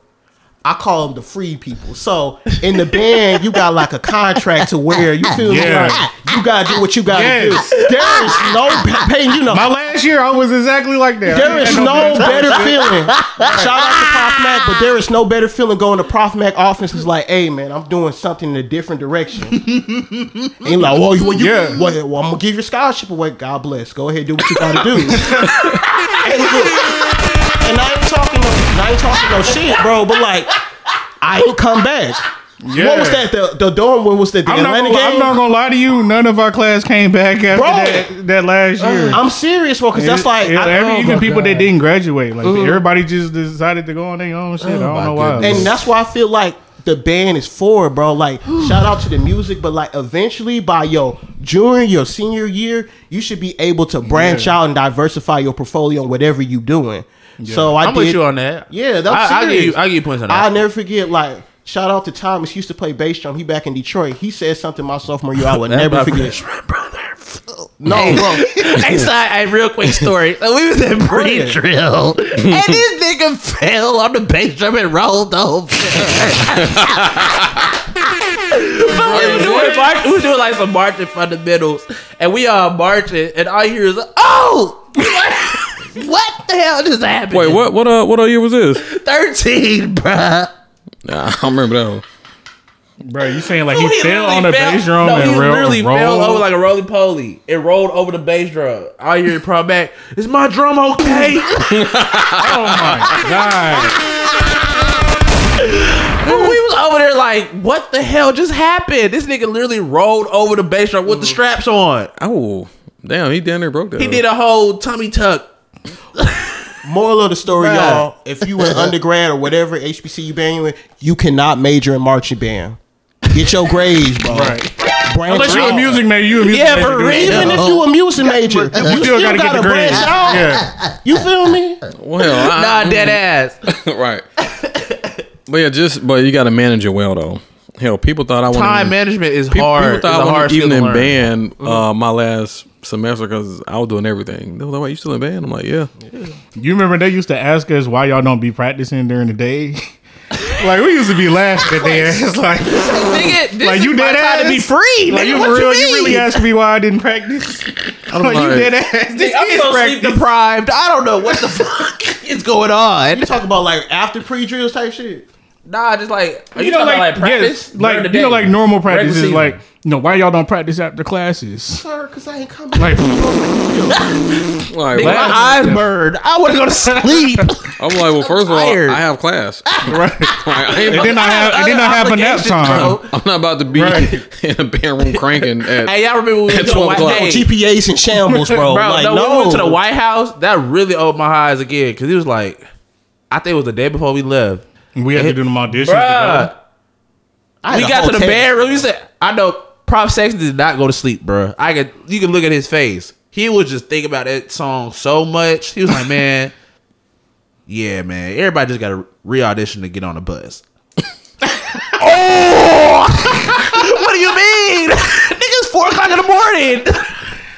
C: I call them the free people. So in the band, you got like a contract to where you feel
D: Yeah.
C: like you gotta do what you gotta
D: Yes.
C: do. There is no pain, you know.
D: My last year, I was exactly like that.
C: there
D: I
C: is
D: had
C: no
D: better- [LAUGHS]
C: better feeling. Shout out to Prof Mac, but there is no better feeling going to Prof Mac office is like, hey man, I'm doing something in a
D: [LAUGHS]
C: different direction. and you're like, well, you, well, you,
D: Yeah.
C: well, well, I'm gonna give your scholarship away. God bless. Go ahead, do what you
D: [LAUGHS]
C: gotta do. and look, and I ain't talking no, and I ain't talking no shit, bro. But like, I ain't come back.
D: Yeah.
C: What was that? The the dorm? What was that? The
D: I'm not,
C: Atlanta
D: gonna, I'm
C: game?
D: not gonna lie to you. None of our class came back after
C: Bro. Uh,
D: that, that last year.
C: I'm serious, bro, because that's
D: It-
C: like
D: it-
C: I- Mm-hmm.
D: every-
C: oh,
D: even
C: my
D: people
C: God.
D: that didn't graduate, like everybody just decided to go on their own shit. I
B: my
D: don't know why.
C: Oh And that's why I feel like the band is for, bro.
B: [GASPS]
C: Like, shout out to the music, but like eventually by your junior, your senior year, you should be able to branch out and diversify your portfolio on whatever you doing. So I
B: I'm
C: did,
B: with you on that.
C: Yeah, that's
B: I, I give you,
C: serious.
B: I give you points on
C: I'll
B: that.
C: never forget, like, shout out to Thomas. He used to play bass drum. He back in Detroit. He said something my sophomore year I
B: [LAUGHS]
C: would
B: That's
C: never
B: my
C: forget.
B: freshman brother.
C: No, bro.
B: [LAUGHS] hey, so I, I- real quick story. So we was in pre-drill, and this nigga fell on the bass drum and [LAUGHS] rolled over. but we were doing march, we were doing like some marching fundamentals, and we all marching, and all you hear is oh. [LAUGHS] What the hell just happened?
A: Wait, what? What? Uh, what uh, year was this?
B: Thirteen, bruh.
A: Nah, [LAUGHS] I don't remember that one.
D: Bro, you saying like he
B: He
D: fell on the
B: literally
D: bass drum
B: fell- no,
D: and
B: he
D: real
B: literally
D: roll?
B: fell over like a roly poly. It rolled over the bass drum. I hear pro back. Is my drum okay?
D: oh my god!
B: Bro, we was over there like, what the hell just happened? This nigga literally rolled over the bass drum with the straps on.
A: Oh, damn, he down there broke that.
B: He did a whole tummy tuck.
C: Moral of the story,
B: Bruh.
C: y'all. If you in undergrad or whatever HBCU band you in, you cannot major in marching band. Get your grades, bro.
D: Right. [LAUGHS]
C: Branch
D: Unless you a
C: [LAUGHS] out.
D: music man, you a music
B: Yeah,
D: major,
B: for
D: dude.
B: real.
C: Even if you a music major, you
D: You still gotta get the grades.
C: branch out.
D: Yeah,
C: You feel me?
A: Well, I,
B: [LAUGHS] Nah, dead
A: [LAUGHS]
B: ass.
A: right. but yeah, just but you got to manage it well though. Hell, people thought I wanted
B: Time management is
A: People,
B: hard.
A: people thought
B: It's a
A: I
B: hard
A: was
B: skill
A: even
B: to
A: in
B: learn. Mm-hmm.
A: band uh, my last semester because I was doing everything. They was like, "Wait, you still in band?" I'm like, "Yeah."
D: you remember they used to ask us why y'all don't be practicing during the day. [LAUGHS] like we used to be laughing at their ass.
B: [LAUGHS]
D: Like,
B: Nigga, this
D: Like,
B: is
D: you
B: my
D: dead
B: time to
D: ass?
B: be free.
D: like
B: nigga,
D: you
B: what
D: for real?
B: you,
D: You,
B: mean?
D: really asked me why I didn't practice.
B: [LAUGHS]
D: I'm like, you
A: like-
D: dead ass. This
B: I'm
D: is
B: so sleep
D: practice.
B: deprived. I don't know what the fuck [LAUGHS] is going on.
C: You talk about like after pre drills type shit.
B: Nah, just like are you, talking about like practice,
D: yes, like
B: During the
D: you know,
B: day?
D: like normal practice
B: Regular
D: is
B: season.
D: like, you know, why y'all don't practice after classes?
C: Sir, cause I ain't coming.
D: Like, [LAUGHS]
A: I'm like,
B: my
A: "What?"
B: eyes burned. I want to go to
C: [LAUGHS]
B: sleep.
A: I'm like, "Well, first of all,
B: tired.
A: I have class.
D: right?
A: Like, I ain't,
D: It
B: [LAUGHS]
D: did not have, it did not have a nap
B: Obligations,
D: time.
B: bro.
A: I'm not about to be [LAUGHS]
D: Right.
A: in a band room cranking at
B: Hey, y'all remember
C: [LAUGHS]
B: when we
A: At
B: went to the
A: 12
B: White
A: o'clock.
B: House?
C: GPAs and shambles, bro.
B: Bro,
C: like,
B: no,
C: no,
B: when we went to the White House, that really opened my eyes again because it was like, I think it was the day before we left.
D: We had to do them auditions.
B: Bruh,
D: together.
C: I had
B: we
C: a
B: got to
C: whole
B: the
C: tape.
B: band room. You said, I know Prof Sexton did not go to sleep, bro. I could, you could look at his face. He was just thinking about that song so much. He
C: [LAUGHS]
B: was like, man, yeah, man, everybody just got to re audition to get on
C: [LAUGHS]
B: the bus. oh, [LAUGHS] what do you mean? [LAUGHS] Niggas four o'clock in the morning.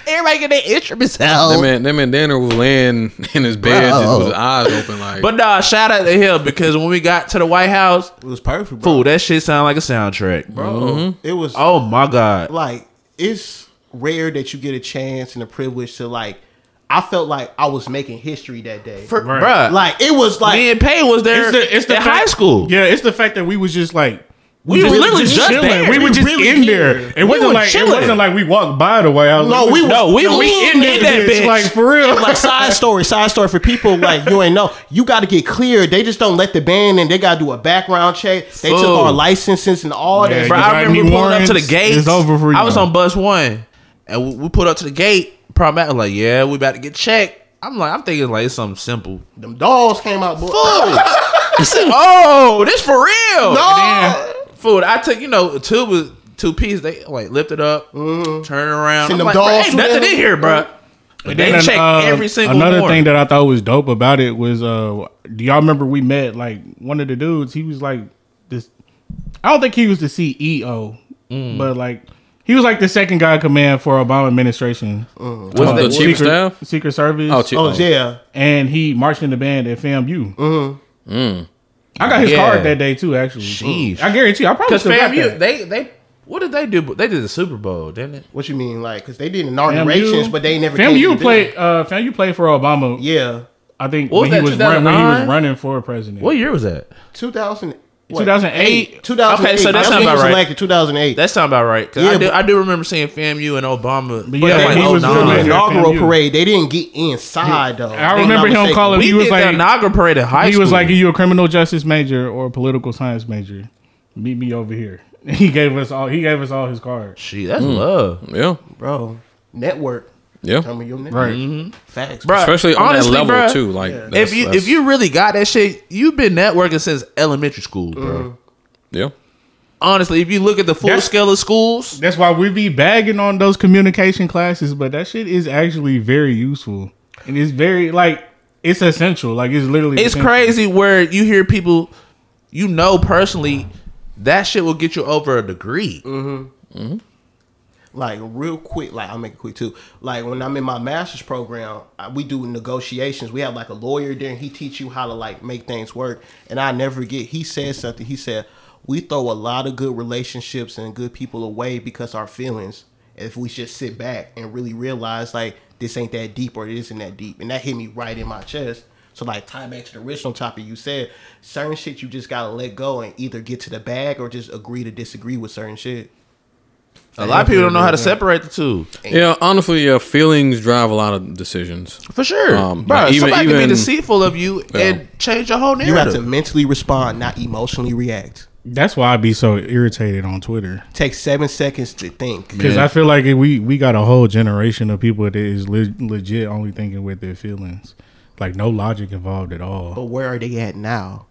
B: Everybody get their instruments out.
A: That man, that man Danner was laying in his bed just
B: Bro.
A: with his eyes open, like.
B: oh. But nah, shout out to him because when we got to the White House,
C: It was perfect, bro.
B: fool, that shit sounded like a soundtrack, bro.
D: Mm-hmm.
C: It was
B: Oh my god,
C: like it's rare that you get a chance and a privilege to like I felt like I was making history that day.
B: For,
D: Right.
B: Bruh, like,
C: like it was like
B: Uh, me and [LAUGHS] Pay was there
D: It's the- it's the
B: at
D: fact-
B: high school.
D: Yeah, it's the fact that we was just like
B: We was literally just there.
D: We were just
C: really
D: in
C: here.
D: there. It wasn't
B: were
D: like
B: chilling.
D: it wasn't like we walked by the way. I was
C: No,
D: like, [LAUGHS]
C: we
D: "Look
C: was-
B: No, we,
C: No,
B: we
C: we
B: in,
C: in
D: at
C: that
B: that
D: this,"
B: bitch.
D: like for real.
C: like
B: [LAUGHS]
C: side story, side story for people like you ain't know. You got to get clear. They just don't let the band in. They got to do a background check. They took
B: Fool.
C: our licenses and all
D: Yeah,
C: that.
D: you
B: Bro,
C: shit.
D: got
B: I remember
D: any
B: pulling up to the
D: warrants?
B: gate.
D: It's over for
B: I
D: you.
B: was on bus one, and we, we pulled up to the gate. Problematic, like, yeah, we about to get checked. I'm like, I'm thinking like it's
D: [LAUGHS]
B: something simple.
C: Them dolls came out. Boy. [LAUGHS]
B: Food. I said, oh, this for real.
C: No.
B: Food. I took, you know, two was two piece. They like lift it up,
D: Mm-hmm.
B: turn it around.
C: Seen
B: I'm
C: them
B: like, bro,
C: dolls
B: ain't nothing
C: swim.
B: in here, bro. But they
D: [LAUGHS] And,
B: check
D: uh,
B: every single
D: Another
B: one.
D: thing that I thought was dope about it was, uh, do y'all remember we met like one of the dudes? He was like this. I don't think he was the CEO,
B: Mm.
D: but like he was like the second guy in command for Obama administration.
B: Uh. Oh,
A: Was the chief of
D: Secret-
A: staff?
D: Secret Service?
A: Oh, chief.
C: Oh yeah,
D: and he marched in the band at FAMU. Mm-hmm. I got his
B: Yeah.
D: card that day too. Actually,
B: Sheesh.
D: I guarantee. you, I probably
B: Because
D: still got
B: Mm-hmm. FAMU,
D: that.
B: they they what did they do? They did the Super Bowl, didn't it?
C: what you mean? Like, cause they did inaugurations, but they never. came to the
D: FAMU
C: business.
D: played. Uh, FAMU played for Obama.
C: Yeah,
D: I think
B: What was
D: when he was
B: that,
D: run, when he was
B: 2009?
D: running for president.
B: What year was that?
C: two thousand.
D: 2008.
C: 2008.
B: Okay, so that's
C: when
B: not
C: he
B: about
C: was
B: right.
C: elected 2008.
B: That sound about right. 'Cause
C: Yeah,
B: I, do,
C: but-
B: I do remember seeing FAMU and Obama.
D: But
B: But yeah,
D: yeah,
B: like,
D: he
B: oh,
D: was
B: nah.
D: really-
C: the inaugural
D: FAMU.
C: parade, they didn't get inside though.
D: I
C: If I'm
D: remember
C: not
D: him
C: mistaken.
D: calling
B: We
D: He was
B: did the
D: like-
B: inaugural parade at high
D: he
B: school.
D: was like, "Are you a criminal justice major or a political science major? Meet me over here." [LAUGHS] He gave us all. He gave us all his cards.
B: "She, that's love,
A: Yeah,
C: bro. Network,
A: yeah.
C: tell me your network.
D: Right.
C: Facts,
B: bro."
A: Especially on
B: honestly,
A: that level
B: bruh,
A: too. Like
B: if you if you really got that shit, you've been networking since elementary school, bro.
A: yeah.
B: Honestly, if you look at the full
D: Mm-hmm. That's-
B: scale of schools,
D: That's why we be bagging on those communication classes, but that shit is actually very useful and it's very like it's essential. Like it's literally
B: it's
D: essential.
B: crazy where you hear people you know personally. That shit will get you over a degree.
C: like real quick like i'll make it quick too like when i'm in my master's program I, we do negotiations we have like a lawyer there and he teach you how to like make things work and i never forget he said something he said we throw a lot of good relationships and good people away because our feelings if we just sit back and really realize like this ain't that deep or it isn't that deep and that hit me right in my chest so like tie back to the original topic you said certain shit you just gotta let go and either get to the bag or just agree to disagree with certain shit
B: A lot of people don't know how to separate the two.
A: Yeah, honestly, yeah, feelings drive a lot of decisions.
B: For sure,
A: Um,
B: bro.
A: like, even-
B: somebody can
A: even-
B: be deceitful of you and change your whole
C: You
B: narrative.
C: have to mentally respond, not emotionally react.
D: That's why I be so irritated on Twitter
C: Take seven seconds to think.
D: because I feel like we we got a whole generation of people that is le- legit only thinking with their feelings, like no logic involved at all.
C: But where are they at now?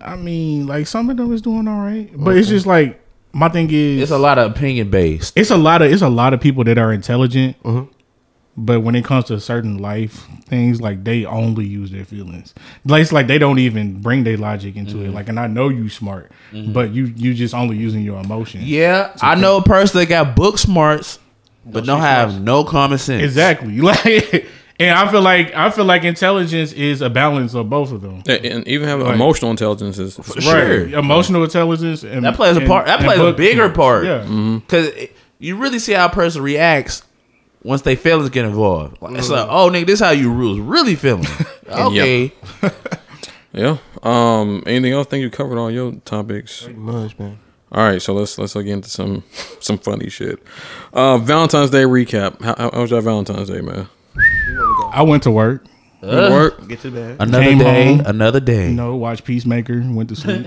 D: I mean, like some of them is doing all right, but it's just like my thing is
B: It's a lot of opinion based.
D: It's a lot of it's a lot of people that are intelligent,
B: Mm-hmm.
D: but when it comes to certain life things, like they only use their feelings. Like it's like they don't even bring their logic into
B: Mm-hmm.
D: it. Like, and I know you smart, but you you just only using your emotion.
B: Yeah, I know a person that got book smarts, but don't have no common sense.
D: exactly. [LAUGHS] Like, and I feel like I feel like intelligence is a balance of both of them.
A: Yeah, And even having emotional intelligence is
B: Sure.
D: Emotional intelligence and
B: That plays a
D: and-
B: part. That
D: and
B: plays a
D: book-
B: bigger part. Mm.
D: Yeah.
A: Mm-hmm.
B: because you really see how a person reacts once they feelings get involved. Like, It's like, oh nigga, this how you rules really feeling.
A: [LAUGHS]
B: okay,
A: Yeah. Um. Anything else? think you covered all your topics.
C: Much, man.
A: All right. So let's let's get into some [LAUGHS] some funny shit. Uh, Valentine's Day recap. How, how, how was your Valentine's Day, man?
D: I went to work.
A: You work.
C: Get to the bag.
B: another
D: Came
B: day,
D: home.
B: another day.
D: You know, watched Peacemaker. Went to
B: [LAUGHS]
D: sleep.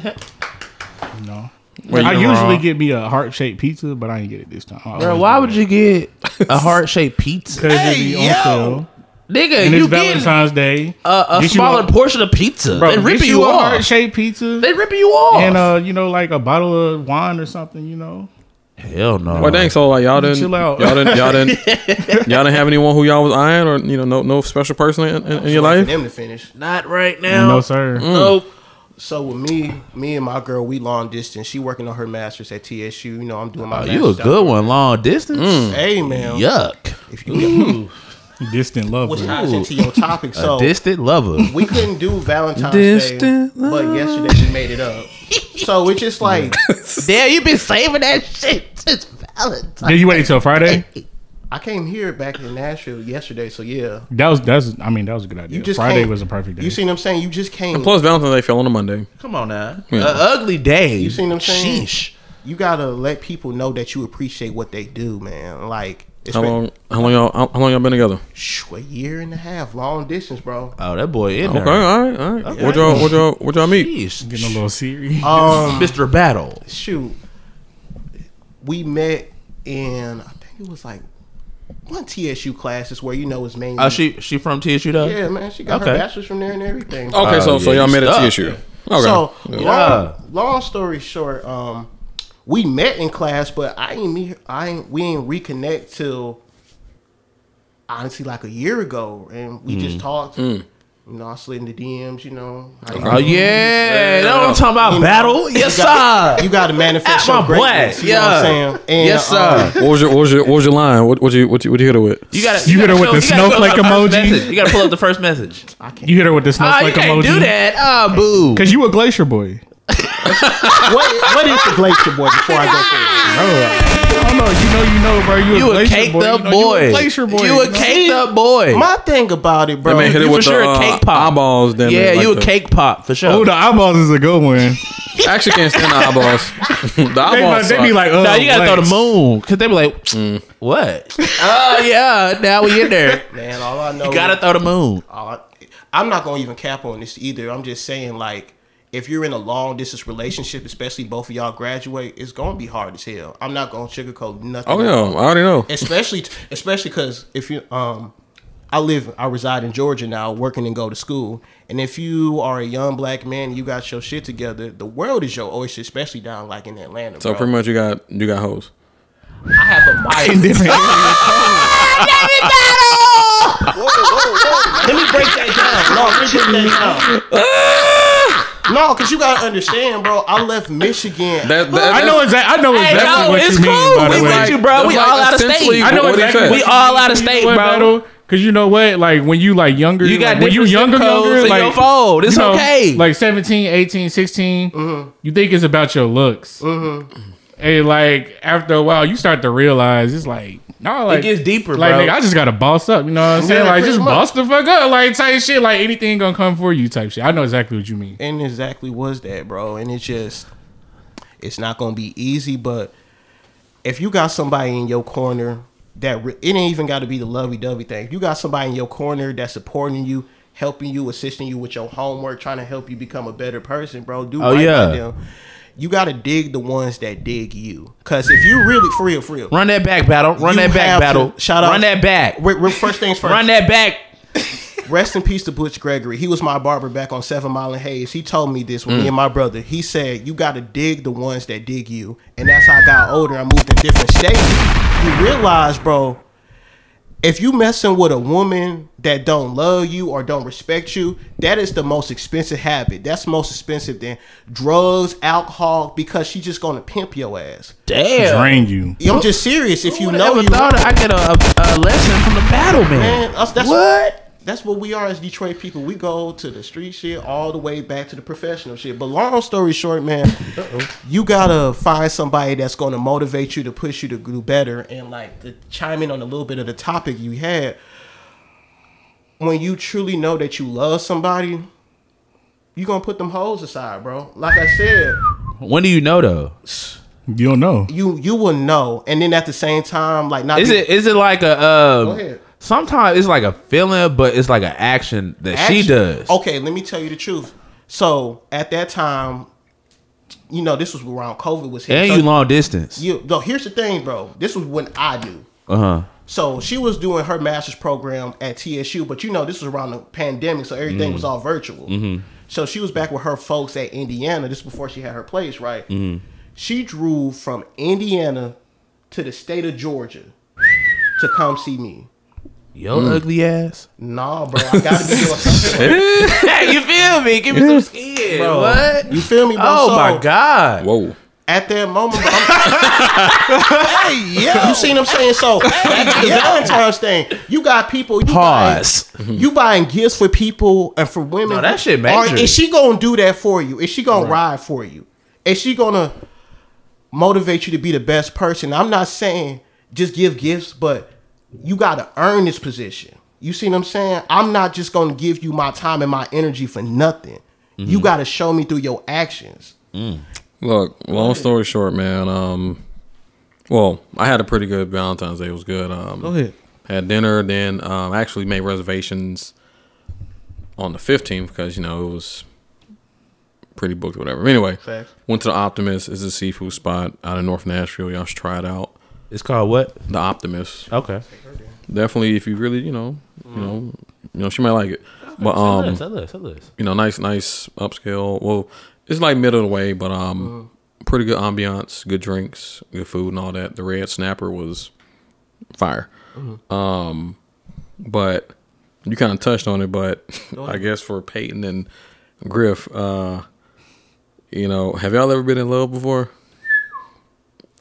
D: no.
A: Wait,
D: I
A: you
D: usually
A: wrong.
D: get me a heart shaped pizza, but I ain't get it this time.
B: Bro, why would you get a heart shaped pizza,
D: Because it be on sale.
B: nigga?
D: And
B: You
D: it's
B: getting
D: Valentine's Day.
B: a, a
D: Get you
B: smaller
D: a-
B: portion of pizza?
D: Bro,
B: they
D: get
B: ripping
D: you,
B: you
D: a
B: off.
D: heart shaped pizza.
B: They ripping you off.
D: and uh, you know, like a bottle of wine or something. You know,
B: Hell no.
A: Well, dang. So like y'all didn't
D: Chill
A: y'all
D: out.
A: didn't y'all didn't
D: [LAUGHS]
A: y'all didn't have anyone who y'all was eyeing or you know no no special person in, in, in your
C: Wait for
A: life.
C: them to finish.
B: Not right now. Mm.
D: no sir.
B: Nope.
C: So with me, me and my girl, we long distance. She working on her masters at TSU. You know, I'm doing my.
B: Oh,
C: master's
B: you a
C: out
B: good
C: there.
B: one, long distance.
C: Hey man.
B: Yuck.
C: If you
D: Distant
C: which
D: lover.
C: ties into your topic, so
B: a distant lover.
C: we couldn't do Valentine's Day,
A: Distant
C: but yesterday we made it up. So it's just like
B: Damn, you been saving that shit since Valentine's.
D: Did you wait till Friday?
C: I came here back in Nashville yesterday, so yeah.
D: That was that's. I mean, that was a good idea.
C: You just
D: Friday
C: came-
D: was a perfect day.
C: You seen what I'm saying? You just came.
A: Plus, Valentine's Day fell on a Monday.
B: Come on now.
D: Uh,
A: Yeah.
B: A ugly day.
C: You seen what I'm saying?
B: Sheesh.
C: You gotta let people know that you appreciate what they do, man. Like it's
A: How
C: been
A: long? How long y'all? How, how long y'all been together?
C: shh, a year and a half, long distance, bro.
B: Oh, that boy in
A: Okay,
B: there.
A: all right, all right. Where'd y'all? Where'd y'all? Where'd y'all meet?
D: Getting a
B: Sheesh.
D: little serious.
B: Uh,
C: Um,
B: Mr. Battle.
C: [LAUGHS] shoot, we met in I think it was like one TSU classes where you know it's mainly.
B: Oh, she she from TSU though.
C: yeah, man, she got her
B: Okay.
C: bachelor's from there and everything.
A: Okay, so
B: yeah,
A: so y'all
B: you
A: met at
B: stuck.
A: TSU. Okay.
C: So
B: Yeah.
C: long, long story short, um, we met in class, but I ain't meet, I ain't, we ain't reconnect till honestly like a year ago, and
B: Mm.
C: we just talked. You know, I slid in the DMs. You know, how you
B: Oh yeah, that what I'm talking about.
C: You know,
B: Battle. Yes,
C: you got,
B: sir.
C: You got to manifest
B: At
C: your
B: Ah, my black,
C: greatness. You know what I'm saying? And,
B: Yes, sir. [LAUGHS]
C: um,
A: what was your what was your what was your line? What what you what you what you hit it with?
B: You got
D: You hit her with the snowflake emoji.
B: You got to pull up the first [LAUGHS] message.
D: [LAUGHS] you hit her with the
B: Ah,
D: snowflake
B: you can't
D: emoji.
B: do that. Ah, boo.
D: Cause you a glacier boy.
C: what, what is the glacier boy? Before I go forward.
D: Bro, I don't know. You know, you know, bro. You,
B: You a
D: glacier
B: caked
D: boy.
B: up
D: you know, You
B: boy.
D: a glacier boy.
B: You a
D: know?
B: caked up boy.
C: My thing about it, bro.
A: That man hit it
C: you-
A: with
B: for sure
A: the
B: a
A: uh,
B: cake pop.
A: eyeballs. Damn
B: Yeah,
A: it, like
B: you a
A: the-
B: cake pop for sure.
D: Oh, the eyeballs is a good one.
A: I actually can't
D: [LAUGHS]
A: stand the eyeballs. the
D: They,
A: eyeballs.
D: they be
A: suck.
D: like, oh,
B: Nah, you gotta throw the moon because they be like, "Mm, "What? Oh yeah, now we in there.
C: Man, all I know.
B: You gotta throw the [LAUGHS] moon."
C: Uh, I'm not gonna even cap on this either. I'm just saying, like, if you're in a long distance relationship, especially both of y'all graduate, it's gonna be hard as hell. I'm not gonna sugarcoat nothing.
A: oh yeah, I already know.
C: Especially, especially because if you, um, I live, I reside in Georgia now, working and go to school. And if you are a young black man, you got your shit together. The world is your oyster, especially down like in Atlanta.
A: So
C: bro.
A: pretty much you got you got hoes.
C: I have a
D: In
C: mic.
D: different areas.
C: whoa, whoa, whoa. Let me break that down. No, let me break
A: [LAUGHS]
C: that
A: Ah!
C: down. No, cause you gotta understand, bro. I left Michigan.
A: That, that,
D: I know exactly. I know
B: Hey,
D: exactly
B: no,
D: what
B: it's
D: you mean.
B: cool.
D: By the
B: We
D: way,
B: with you, bro. We all out of state.
D: I know
A: what
D: exactly.
A: he
D: what
B: We
D: you
A: said.
B: all
D: mean,
B: out of state,
D: what,
B: bro.
D: Cause you know what, like when you like younger,
B: You got
D: like, when you
B: different
D: younger,
B: zip codes
D: younger,
B: in
D: like
B: your phone. It's
D: you know,
B: okay.
D: Like 17, 18, 16,
B: Mm-hmm.
D: you think it's about your looks, and like after a while, you start to realize it's like no, like
B: gets deeper,
D: Like
B: bro.
D: nigga, I just gotta boss up. You know what I'm saying? like
C: pretty
D: just
C: much.
D: boss the fuck up, like type shit. Like anything gonna come for you, type shit. I know exactly what you mean.
C: and exactly was that, bro. And it's just, it's not gonna be easy. But if you got somebody in your corner that re- it ain't even got to be the lovey-dovey thing. If you got somebody in your corner that's supporting you, helping you, assisting you with your homework, trying to help you become a better person, bro. Do
B: Oh,
C: right
B: yeah.
C: by them. You gotta dig the ones that dig you, cause if you really for real, for real,
B: Run that back, battle. Run
C: you
B: that back,
C: have to-
B: battle.
C: shout out,
B: Run that back.
C: We're, we're first
B: [LAUGHS]
C: things first.
B: Run that back.
C: Rest in peace to Butch Gregory. He was my barber back on Seven Mile and Hayes. He told me this with me and my brother. He said, You got to dig the ones that dig you. And that's how I got older. I moved in different states. You realize, bro, if you messing with a woman that don't love you or don't respect you, that is the most expensive habit. That's most expensive than drugs, alcohol, because she's just going to pimp your ass.
B: Damn.
D: [LAUGHS] Drain you.
C: I'm just serious. If you
B: Who
C: know
B: ever
C: you.
B: thought I get a, a, a lesson from the battle, man?
C: Man, us- that's
B: What?
C: That's what we are as Detroit people. We go to the street shit all the way back to the professional shit. But long story short, man, you gotta find somebody that's gonna motivate you to push you to do better. And like to chime in on a little bit of the topic you had, when you truly know that you love somebody, you gonna put them hoes aside, bro. Like I said,
B: When do you know though?
D: You don't know.
C: you you will know. And then at the same time, like not
B: Is
C: be-
B: it is it like a
C: Go
B: um?
C: ahead.
B: Sometimes it's like a feeling, but it's like an action that she
C: Actually-
B: does.
C: Okay, let me tell you the truth. So at that time, you know, this was around COVID was here.
B: And
C: so
B: you long distance.
C: you- no, here's the thing, bro. This was when I do.
B: Uh huh.
C: So she was doing her master's program at TSU, but you know, this was around the pandemic, so everything was
B: Mm-hmm.
C: all virtual. So she was back with her folks at Indiana. This was before she had her place, right?
B: Mm-hmm.
C: She drew from Indiana to the state of Georgia to come see me.
B: Yo, ugly ass.
C: Nah, bro, I gotta be doing something.
B: [LAUGHS] you feel me? Give me some skin.
C: Bro,
B: What?
C: You feel me, bro?
B: Oh
C: So-
B: my god.
A: Whoa.
C: at that moment. But
B: [LAUGHS]
C: I'm, hey, yeah, you seen what I'm saying? So back to the Valentine's thing. You got people. You
B: Pause.
C: Buying, you buying gifts for people and for women.
B: No, that shit
C: Or
B: major.
C: Is she gonna do that for you? Is she gonna ride for you? Is she gonna motivate you to be the best person? I'm not saying just give gifts, but you got to earn this position. You see what I'm saying? I'm not just going to give you my time and my energy for nothing. You
B: Mm-hmm.
C: got to show me through your actions.
A: Look, long story short, man. Um, well, I had a pretty good Valentine's Day. It was good. Um, Go
B: ahead.
A: Had dinner, then um, I actually made reservations on the fifteenth because you know it was pretty booked, or whatever. Anyway,
C: Facts.
A: went to the Optimist. It's a seafood spot out in North Nashville. Y'all should try it out.
B: It's called what?
A: The Optimist.
B: Okay.
A: Definitely, if you really, you know, you know, you know, she might like it. But um,
B: tell us, tell us.
A: you know, nice, nice upscale. Well, it's like middle of the way, but um, pretty good ambiance, good drinks, good food, and all that. The red snapper was fire. Um, but you kind of touched on it, but [LAUGHS] I guess for Peyton and Griff, uh, you know, have y'all ever been in love before?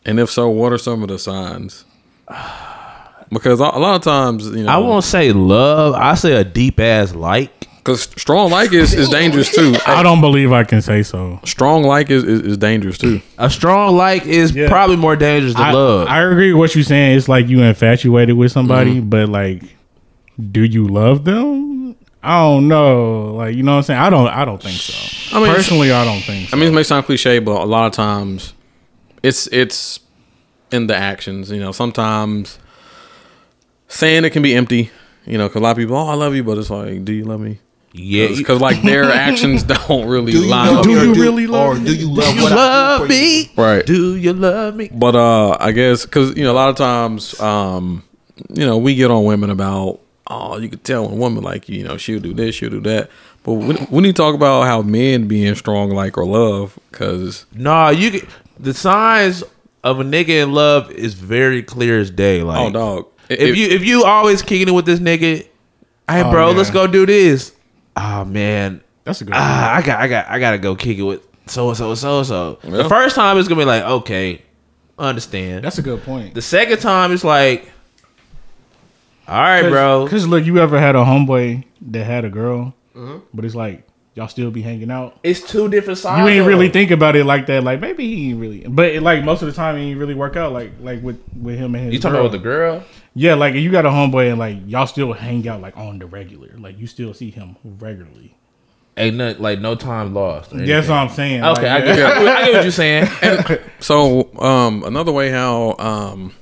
A: And if so, what are some of the signs? [SIGHS] Because a a lot of times, you know,
B: I won't say love. I say a deep ass like.
A: because strong like is, is dangerous too.
D: I don't believe I can say so.
A: strong like is, is, is dangerous too.
B: A strong like is
D: Yeah.
B: probably more dangerous than
D: I,
B: love.
D: I agree with what you're saying. It's like you infatuated with somebody,
B: Mm-hmm.
D: but like, do you love them? I don't know. Like, you know what I'm saying? I don't. I don't think so.
A: I mean,
D: Personally, I don't think.
A: I
D: so.
A: mean, it may sound cliche, but a lot of times, it's it's in the actions. You know, sometimes saying it can be empty. You know, 'cause a lot of people, oh, I love you, but it's like, do you love me?
B: yeah. you-
A: because like their actions don't really
C: Do you,
A: line
C: love
A: up.
C: me or
D: you really love
C: Or
D: me?
C: do you love
B: you
C: what I do
B: love
C: for you?
B: me?
A: Right.
B: Do you love me?
A: But uh, I guess because you know a lot of times, um, you know, we get on women about oh, you could tell when a woman like you, you know, she'll do this, she'll do that. But when, when you talk about how men being strong like or love, because
B: Nah, you. Can, the signs of a nigga in love is very clear as day. Like,
A: oh dog,
B: if you if you always kicking it with this nigga, hey
D: Oh,
B: bro,
D: yeah.
B: let's go do this. Ah man,
D: That's a good.
B: ah, I got I got I gotta go kick it with so and so so and so.
A: Yeah.
B: The first time it's gonna be like okay, understand.
D: That's a good point.
B: the second time it's like, all right, bro.
D: Because look, you ever had a homeboy that had a girl,
B: Mm-hmm.
D: but it's like y'all still be hanging out.
B: It's two different sides.
D: You ain't
B: of
D: really
B: it.
D: think about it like that. Like maybe he ain't really, but it, like most of the time he ain't really work out. Like like with with him and his.
B: You talking
D: girl.
B: about with the girl?
D: Yeah, like you got a homeboy and like y'all still hang out like on the regular. Like you still see him regularly.
B: Ain't no, like no time lost. or
D: Yeah, That's
B: anything.
D: what I'm saying.
B: Okay, I
D: Like,
B: get, I, get, I get what you're
D: [LAUGHS]
B: saying.
A: So um, another way how um,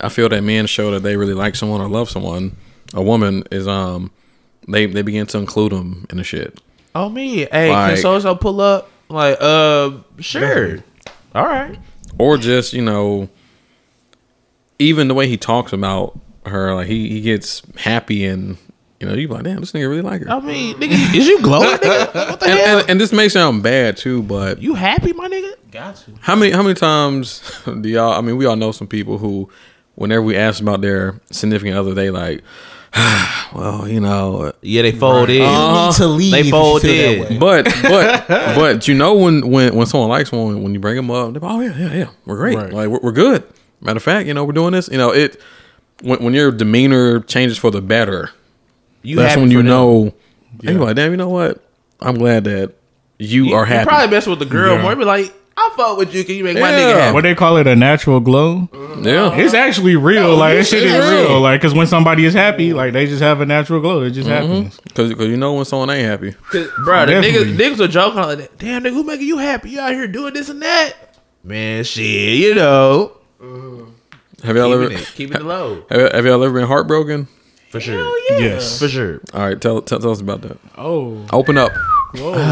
A: I feel that men show that they really like someone or love someone, a woman is um, they they begin to include them in the shit.
B: oh me, hey,
A: Like-
B: can so so pull up? Like, uh, sure. All right.
A: or just you know even the way he talks about her like he, he gets happy and you know you be like damn this nigga really like her
B: I mean, nigga, is you glowing? Nigga? What the
A: and,
B: Oh, hell?
A: and, and this may sound bad too but
B: You happy, my nigga?
C: Got to.
A: how many how many times [LAUGHS] do y'all i mean we all know some people who whenever we ask about their significant other they like [SIGHS] well you know
B: Yeah, they fold in.
C: You need to leave.
B: They
C: if you
B: fold
C: feel that way.
B: in.
A: but but but you know when when when someone likes one when you bring them up they're like, oh yeah yeah yeah we're great
D: Right.
A: like we're, we're good matter of fact you know we're doing this you know it when, when your demeanor changes for the better
B: You
A: that's
B: happy
A: when you
B: for them.
A: know and you're like damn you know what i'm glad that you, are happy
B: You probably messing with the girl
D: Yeah.
B: more. You Be like, I fuck with you. Can you make my
A: Yeah.
B: nigga happy?
D: What they call it a natural glow.
B: Uh-huh.
A: yeah
D: It's actually real.
B: Oh,
D: like this shit
A: it's
D: is real.
A: real.
D: Like because when somebody is happy, like they just have a natural glow. It just
A: Mm-hmm.
D: happens.
A: because you know when someone ain't happy
B: Bro, the niggas,
D: Definitely.
B: niggas are joking like that. Damn, nigga, who making you happy? You out here doing this and that? Man, shit, you know.
A: have y'all
B: Keeping
A: ever
B: it, keeping it low.
A: have, have y'all ever been heartbroken
B: For sure.
D: Yes.
B: For sure.
A: all right tell, tell tell us about that
D: Oh.
A: open up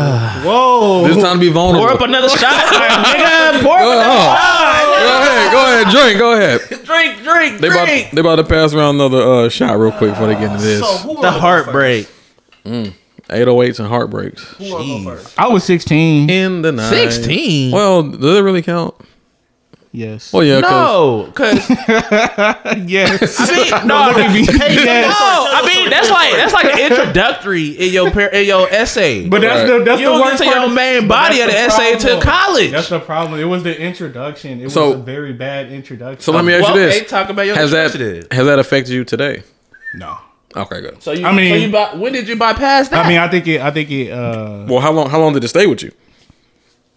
D: Whoa.
A: this time to be vulnerable
B: [LAUGHS] Pour up another shot. nigga, pour
A: Go
B: up
A: ahead, go ahead, go ahead, drink, go ahead.
B: another Drink, drink,
A: They about,
B: drink.
A: they about to pass around another uh, shot real quick before they get into this.
C: So who
B: The
C: wanna go
B: heartbreak.
A: 808s and heartbreaks.
C: first? Who wanna go first?
D: I was 16.
A: In the night.
B: 16?
A: Well, does it really count?
D: Yes.
A: Well, yeah. 'cause-
B: No, because
A: [LAUGHS]
D: [LAUGHS] yes.
B: I mean, no,
D: yes.
B: no, I mean that's like that's like an introductory in your par- in your essay.
D: But that's
A: Right.
D: the that's
B: you
D: the
B: don't
D: worst
B: get to your
D: part.
B: main
D: But
B: body of the
D: that's
B: essay
D: problem.
B: until college.
D: That's the problem. It was the introduction. It was
A: So-
D: a very bad introduction.
A: So let me ask
B: well,
A: you this.
B: they talk about your
A: has that
B: introduction.
A: has that affected you today?
D: No.
A: Okay, good.
B: So you,
D: I mean-
B: so you by, when did you bypass that?
D: I mean, I think it. I think it. Uh,
A: Well, how long how long did it stay with you?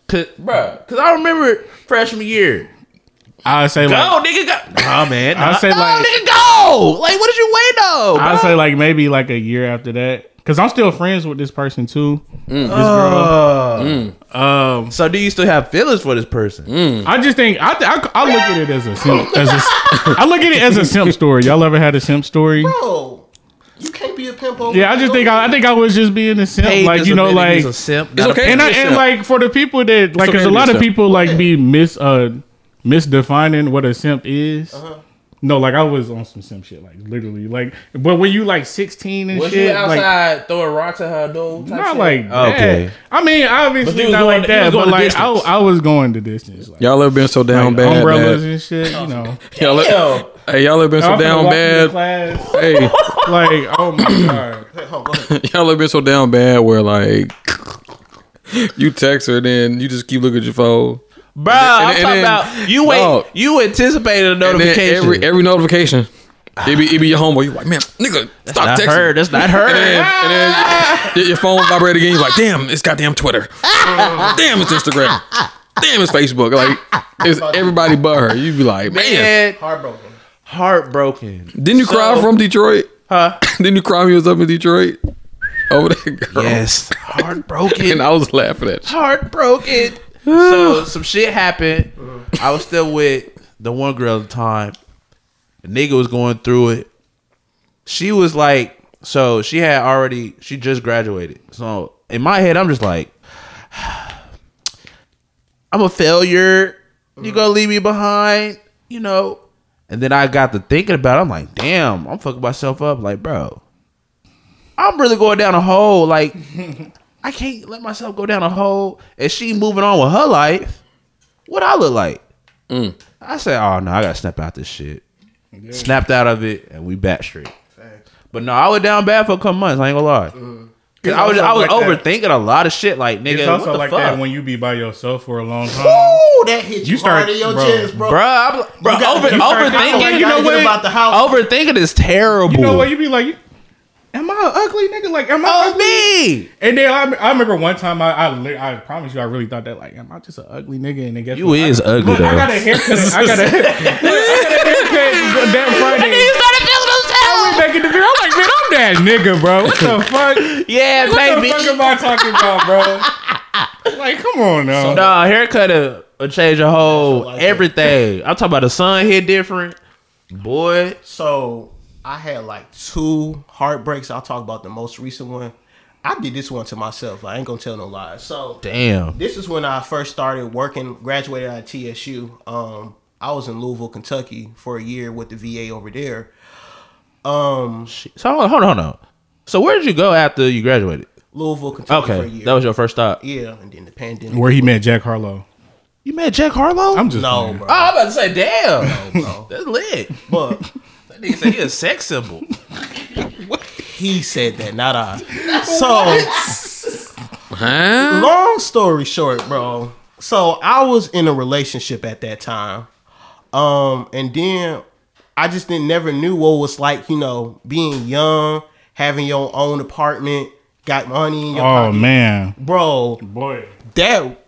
B: Cause, bro, cause I remember freshman year.
D: I say
B: Go,
D: like.
B: nigga, go. Nah, man.
D: I
B: Nah.
D: say
B: Go,
D: like-
B: nigga, know? Like, what did you wait on?
D: I'd
B: bro?
D: say like maybe like a year after that, because I'm still friends with this person too. This
B: Uh.
D: girl. Um,
B: so, do you still have feelings for this person?
A: Mm.
D: I just think I, th- I I look at it as a simp, as a I look at it as a simp story. Y'all ever had a simp story?
C: Oh, you can't be a pimp over.
D: Yeah, I just think I, I think I was just being a simp,
B: Paid
D: like
B: as
D: you
B: a
D: know,
B: man,
D: like
B: he's a simp,
A: It's
B: not a
A: okay.
B: pimp.
D: and I,
A: Yourself.
D: and like for the people that like
A: okay
D: there's a
A: to
D: lot of
A: yourself.
D: people like be mis uh misdefining what a simp is.
B: Uh-huh.
D: No, like I was on some simp shit, like literally, like but when you like 16 and
B: Was
D: shit,
B: you
D: like
B: outside throwing rocks at her door? type
D: not
B: shit?
D: like that.
B: Oh, Okay.
D: I mean,
A: But
D: obviously
A: you was
D: not
A: going-
D: like
A: you was going
D: that, but
A: the
D: like I,
A: distance.
D: I was going the distance, like,
A: Y'all ever been so down
D: like,
A: bad?
D: umbrellas
A: that-
D: and shit, you know.
A: y'all, ever- hey, y'all ever been so
D: I'm finna
A: down
D: walk into
A: bad?
D: class,
A: Hey,
D: like
B: [COUGHS]
D: oh my god.
A: y'all ever been so down bad where like [LAUGHS] you text her and then you just keep looking at your phone.
B: Bro,
A: and-
B: I'm
A: and
B: talking
A: then-
B: about you wait.
A: dog.
B: you anticipated a
A: And then
B: notification.
A: every every notification, it be it be your homeboy. You like, man, nigga, stop
B: not
A: texting.
B: her. That's not
A: And
B: her.
A: then, and then your- your [LAUGHS] phone vibrate again. You're like, damn, it's goddamn [LAUGHS] Twitter. damn, it's Instagram. Damn, it's Facebook. Like, it's everybody but her. You'd be like, man.
B: Man,
C: heartbroken.
B: heartbroken.
A: Didn't you cry
B: So-
A: from Detroit?
B: Huh?
A: [LAUGHS] Didn't you cry when you was up in Detroit? Over that girl. [LAUGHS]
B: Yes,
A: And
B: heartbroken.
A: I was laughing at you.
B: heartbroken. so some shit happened. I was still with the one girl at the time. The nigga was going through it. She was like, so she had already, she just graduated. So in my head, I'm just like, I'm a failure. You
D: Mm.
B: gonna leave me behind, you know? And then I got to thinking about. It. I'm like, damn, I'm fucking myself up. Like, bro, I'm really going down a
D: [LAUGHS]
B: hole. Like, I can't let myself go down a hole. And she moving on with her life. What I look like?
D: Mm.
B: I said, oh no, I gotta snap out this shit. Snapped out of it, and we back straight. But no, I was down bad for a couple months. I ain't gonna lie. 'Cause I was
D: Mm. It's
B: I
D: also
B: was
D: like
B: overthinking a lot of shit. Like nigga,
D: It's
B: what
D: also
B: the
D: like
B: fuck?
D: that when you be by yourself for a long time.
C: Ooh, that hit you,
D: You start-
C: hard in your
D: bro.
C: chest, bro.
B: Bruh, I'm, like- bruh,
C: gotta-
B: over,
C: you gotta-
B: overthinking.
D: like,
B: you
D: you
B: know
D: know
C: get
D: what?
C: About the house.
B: Overthinking is terrible.
D: You know what? You be like, am I ugly, nigga? Like, am I
B: oh
D: ugly?
B: me,
D: And then I, I remember one time I, I li- I promise you I really thought that like am I just an ugly nigga and then guess
B: you
D: what?
B: is ugly
D: Look,
B: though.
D: I got a haircut. I got a, [LAUGHS] look, I got a haircut that Friday.
B: started
D: Back in the video, I'm like, man, I'm that nigga, bro. What
C: [LAUGHS]
D: the fuck?
B: Yeah,
D: What the
B: baby.
D: fuck am I talking about, bro? Like, come on now.
B: No, haircut will, will change your whole everything. I'm talking about the sun hit different. Boy,
C: So I had like two heartbreaks. I'll talk about the most recent one. I did this one to myself. I ain't gonna tell no lies. So
B: damn.
C: this is when I first started working, graduated out of TSU. Um, I was in Louisville, Kentucky for a year with the VA over there. Um,
B: So hold on, hold on, hold on. So where did you go after you graduated?
C: Louisville, Kentucky for a
B: Okay,
C: year.
B: that was your first stop.
C: yeah, and then the pandemic.
D: Where he met Jack Harlow.
B: You met Jack Harlow?
D: I'm just
C: no,
D: playing.
C: bro.
D: [LAUGHS]
B: oh, I'm about to say, damn.
C: no.
B: That's lit.
C: But
B: That nigga said he a sex symbol.
C: he said that, not I. So.
A: Huh?
C: long story short, bro. So I was in a relationship at that time. Um, and then I just didn't never knew what it was like, you know, being young, having your own apartment, got money in your
D: Oh
C: pocket.
D: man,
C: Bro,
D: boy.
C: that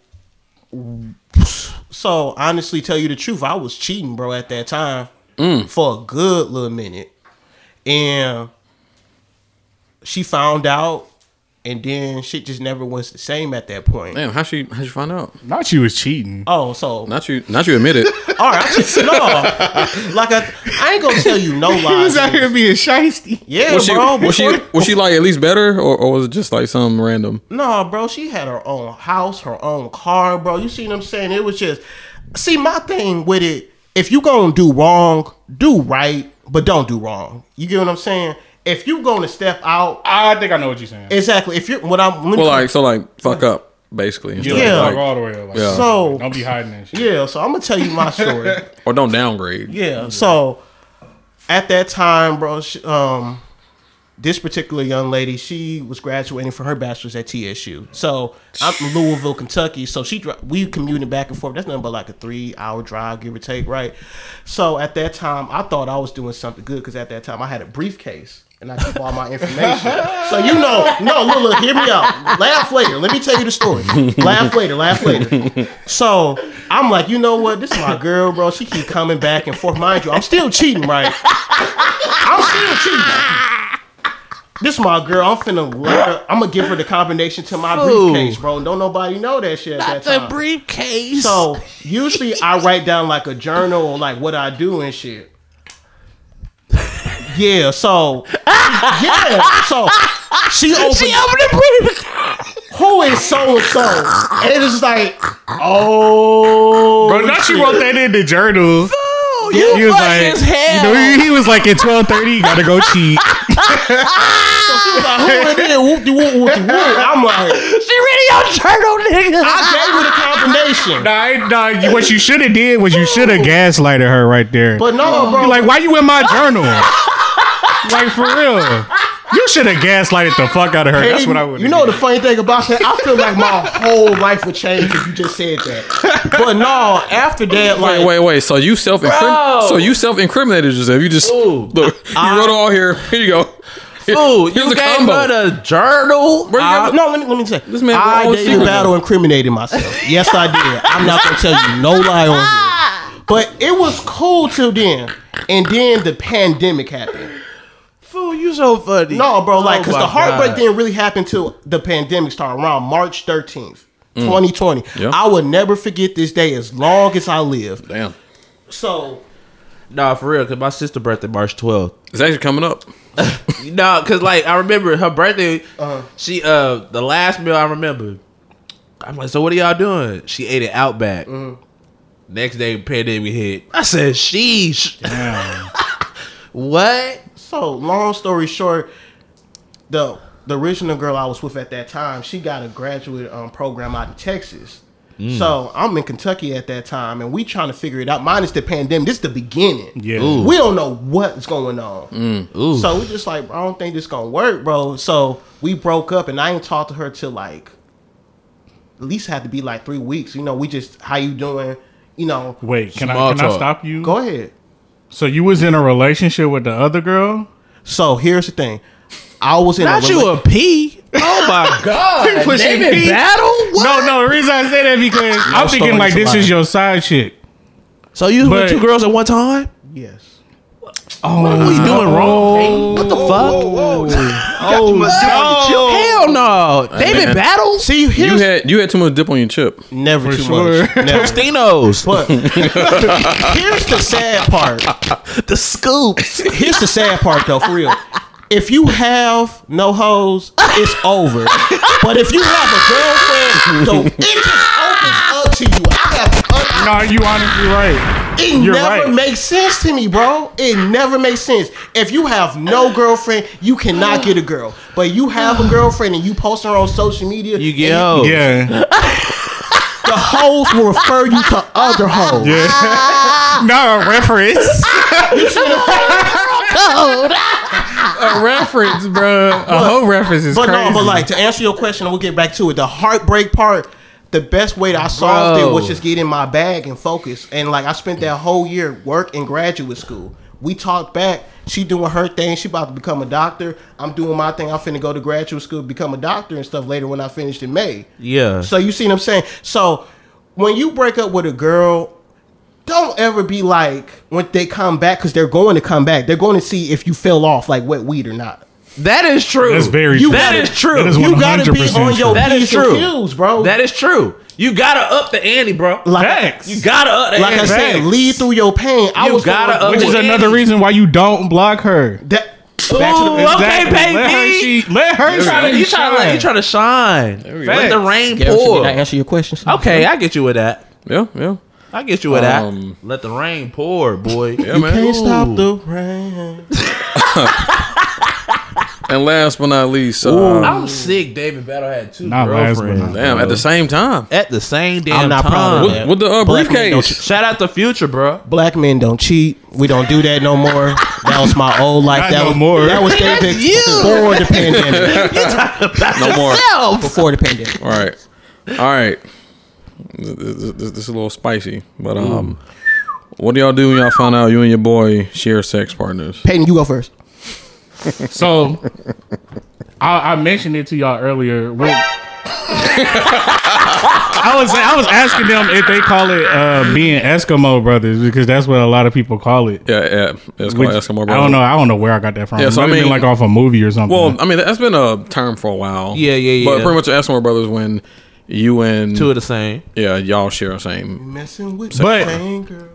C: so honestly tell you the truth i was cheating bro at that time
D: Mm.
C: for a good little minute and she found out and then shit just never was the same at that point
A: Damn, how she how she find out?
D: Not you was cheating.
C: oh so
A: Not you not you admit [LAUGHS] it.
C: all right I just,
D: [LAUGHS]
C: no like I, I ain't gonna tell you no
D: He was
C: lies
D: out here being shisty.
C: yeah
A: Was she
C: bro
A: was she
C: before-
A: was she like at least better or, or was it just like some random?
C: No, bro, she had her own house, her own car, bro. You see what I'm saying? It was just see my thing with it. If you gonna do wrong, do right, but don't do wrong. You get what I'm saying? If you gonna step out,
D: I think I know what you're saying.
C: exactly. If you're what I'm, let me-
A: Well, like so like fuck up basically. and stuff,
C: Yeah.
D: Like,
A: like,
D: all the way up. Like,
A: Yeah.
C: So-
D: don't be hiding that shit.
C: yeah. So I'm gonna tell you
A: [LAUGHS]
C: my story.
A: or don't downgrade.
C: yeah. So at that time, bro, she, um, this particular young lady, she was graduating from her bachelor's at TSU. So I'm from Louisville, Kentucky. So she dri- we commuted back and forth. That's nothing but like a three hour drive, give or take, right? So at that time, I thought I was doing something good because at that time I had a briefcase. And I keep all my information. so you know, no, look, look, hear me out. Laugh later. Let me tell you the story. laugh later, laugh later. So I'm like, you know what? This is my girl, bro. She keep coming back and forth. Mind you, I'm still cheating, right? I'm still cheating. This my girl. I'm finna. Let her, I'm gonna give her the combination to my
B: Fool.
C: briefcase, bro. Don't nobody know that shit at that time.
B: briefcase.
C: so usually I write down like a journal or like what I do and shit. Yeah. So yeah. So she opened.
B: the briefcase.
C: who is so and so? And it's just like, oh,
D: Bro, now she wrote that in the journal.
B: You
D: He was
B: funny
D: like,
B: as hell.
D: you know, he- he was like at twelve thirty, gotta go cheat.
C: who it is? Whoop de whoop whoop de whoop. I'm like,
B: she read your journal, nigga.
C: I gave her the combination.
D: Nah, nah, you- what you should have did was you should have gaslighted her right there.
C: But no, bro.
D: You like, why you in my journal? like for real. You should have gaslighted the fuck out of her. That's
C: Hey,
D: what I would
C: You know the funny thing about that? I feel like my
D: [LAUGHS]
C: whole life would change if you just said that. But no, after that, like
A: Wait, wait, wait. So you self
B: Bro.
A: so you self incriminated yourself. You just
B: Ooh.
A: [LAUGHS] look. You wrote it all here. Here you go. Here- [LAUGHS]
B: Ooh,
A: here's
B: you
A: a
B: gave
A: combo.
B: her the journal.
A: Bro, you
C: I-
A: got-
C: no, let me, let me say.
A: This man wrote all
C: I
A: his
C: dated
A: secrets
C: battle incriminated myself. Yes, I did. I'm not gonna tell you no lie on here. But it was cool till then, and then the pandemic happened.
B: Fool, you so funny.
C: No, bro, like
B: Oh
C: because
B: my
C: the heartbreak
B: God.
C: didn't really happen till the pandemic started around March 13th, 2020.
A: Mm. Yeah.
C: I will never forget this day as long as I live.
A: Damn,
C: So
B: Nah, for real, because my sister birthday March 12th.
A: it's actually coming up.
B: No, because like I remember her birthday. She uh the last meal I remember. I'm like, so what are y'all doing? She ate it Outback. Next day, pandemic hit. I said, sheesh. [LAUGHS] what?
C: So long story short, the the original girl I was with at that time, she got a graduate um, program out in Texas.
B: Mm.
C: So I'm in Kentucky at that time, and we trying to figure it out. Minus the pandemic, this is the beginning.
D: Yeah. Ooh.
C: we don't know what's going on.
B: Ooh.
C: So we just like, I don't think this gonna work, bro. So we broke up, and I ain't talked to her till like at least had to be like three weeks. You know, we just how you doing? You know,
D: Wait, can I
B: Small
D: can I
B: talk.
D: stop you?
C: go ahead.
D: So you was in a relationship with the other girl?
C: So here's the thing, I was in
B: Not
C: a
B: you uh,
C: rela-
B: a pee. Oh my [LAUGHS] God.
D: pushing
B: David
D: pee?
B: Battle? What?
D: No, no. The reason I say that because I'm thinking
C: story
D: like
C: to
D: this
C: lie.
D: is your side chick.
B: So you
D: But-
B: with two girls at one time?
C: yes.
D: Oh,
B: What are we doing wrong? What the fuck? Hell no. David
A: man.
C: Oh.
B: Battle? See,
C: See,
A: You
C: here's
A: had you had too much dip on your chip.
C: Never too
D: sure. [LAUGHS]
C: much. Never.
B: Dino's. [LAUGHS]
C: But here's the sad part.
B: The scoops.
C: Here's the sad part, though, for real. If you have no hoes, it's over. But if you have a girlfriend, though, it just opens up to you. I have
D: No, you honestly right.
C: it
D: You're
C: never
D: right.
C: makes sense to me, bro. It never makes sense. If you have no girlfriend, you cannot get a girl. But you have a girlfriend and you post her on social media,
B: You get
C: and
B: hoes.
D: Yeah,
C: the [LAUGHS] hoes will refer you to
D: [LAUGHS]
C: other hoes.
D: yeah.
B: [LAUGHS]
D: no a reference. a reference, bro. A whole reference is
C: But
D: crazy.
C: no, but like to answer your question, and we'll get back to it. The heartbreak part, the best way that I solved
B: Bro.
C: it was just get in my bag and focus. And like I spent that whole year work in graduate school. We talked back. She doing her thing. She about to become a doctor. I'm doing my thing. I'm finna go to graduate school, become a doctor and stuff later when I finished in May.
B: Yeah.
C: So you see what I'm saying? So when you break up with a girl, don't ever be like when they come back because they're going to come back. They're going to see if you fell off like wet weed or not.
B: That is true.
D: That's very
B: you,
D: true.
B: That is true.
D: That is
C: You gotta be
D: 100%
C: on your
D: true.
B: That is
C: P's and
B: true.
C: Q's, bro.
B: that is true. You gotta up the ante, bro.
C: like,
D: Facts.
B: you gotta up the
C: like I
B: ante.
C: said,
D: Facts.
C: lead through your pain. I
B: You
C: was
B: gotta
C: going-
B: up-
D: Which is another reason why you don't block her.
C: that.
B: Ooh, okay, baby.
D: Let her, she, let her try to
B: you trying to, you trying to shine.
A: go.
B: Let the rain
C: Did I
B: pour.
C: answer your questions?
B: Okay, I get you with that.
A: Yeah, yeah.
B: I get you with
A: Um,
B: that. Let the rain pour, boy.
A: Yeah, man.
C: Can't stop
B: Ooh.
C: the rain.
A: And last but not least, uh,
B: I'm sick. David Battle had two
D: Not last, but
B: girlfriends
D: not-
A: damn, at the same time.
B: at the same damn
C: I'm not
B: time.
C: proud of that.
A: With the uh,
C: Black men don't
A: briefcase.
B: Shout out to Future, bro.
C: Black men don't cheat. We don't do that no more. That renounce my old life.
D: Not
C: That
D: no
C: was
D: more.
C: That was David before the
A: No
C: pandemic.
A: more.
C: Before the pandemic.
A: All right, all right. This, this- this- this is a little spicy, but um, what do y'all do when y'all find out you and your boy share sex partners?
C: Peyton, you go first.
D: So I, I mentioned it to y'all earlier. What- [LAUGHS] I was I was asking them if they call it uh, being Eskimo brothers because that's what a lot of people call it.
A: Yeah, yeah. It's called
D: Which-
A: Eskimo
D: I
A: brother.
D: don't know. I don't know where I got that from.
A: Yeah,
D: Yeah,
A: so
D: so
A: I
D: Might have been
A: mean-
D: like off a movie or something.
A: Well, I mean that's been a term for a while.
B: Yeah, yeah,
A: But
B: yeah.
A: pretty much the Eskimo brothers when you and
B: Two of the same.
A: yeah y'all share the same.
C: Messing with
D: But-
C: girl.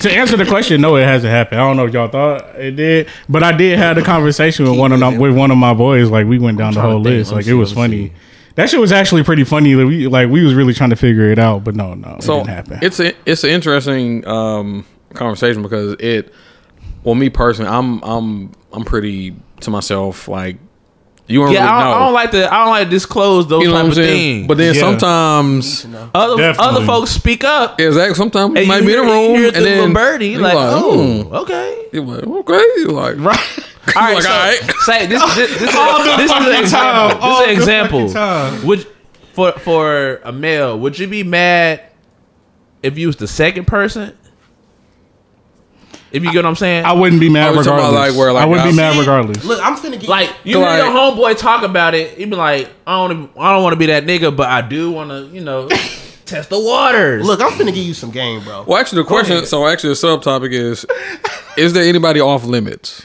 D: to answer the question, no, it hasn't happened. I don't know if y'all thought it did, but I did have the conversation with one of them, with one of my boys. Like we went down the
B: trying to
D: whole
B: think.
D: list.
B: Let's
D: Like
B: see,
D: it was
B: let's
D: funny.
B: see.
D: That shit was actually pretty funny. Like we, like we was really trying to figure it out, but no, no, it
A: So
D: didn't happen.
A: it's a, it's an interesting um, conversation because it. Well, me personally, I'm I'm I'm pretty to myself. Like you don't
B: Yeah, I
A: really
B: don't,
A: know.
B: I don't like to. I don't like to disclose those
A: Oh, you know
B: type
A: what I'm
B: of
A: saying.
B: things.
A: But then
D: Yeah.
A: sometimes,
B: other
D: Definitely.
B: other folks speak up.
A: exactly, sometimes we
B: And
A: might
B: you
A: be in
B: hear-
A: the
B: you
A: room
B: hear
A: and
B: the little
A: then
B: birdie,
A: you
B: like, oh,
A: "Hmm." [LAUGHS]
B: okay.
A: You're like, okay, You're like [LAUGHS] right. All
B: All right,
A: like,
B: [LAUGHS] so,
A: all right.
B: say this. This,
D: [LAUGHS]
B: this, is, a- this is an
D: fucking time.
B: example.
D: All the
B: This is an example.
D: fucking time.
B: Would for for a male, would you be mad if you was the second person? If you get what I'm saying,
D: I wouldn't be
A: Are
D: mad
A: we talking about,
D: regardless.
A: like, where, like,
D: I wouldn't be
A: I-
D: mad regardless.
C: Look, I'm finna get
B: like you
A: Like-
B: hear your homeboy talk about it, you be like, I don't, I don't want to be that nigga, but I do want to,
A: [LAUGHS]
B: you know, test the waters.
C: Look, I'm finna give you some game, bro.
A: Well, actually, the question. So, actually, the subtopic is: Is there anybody off limits?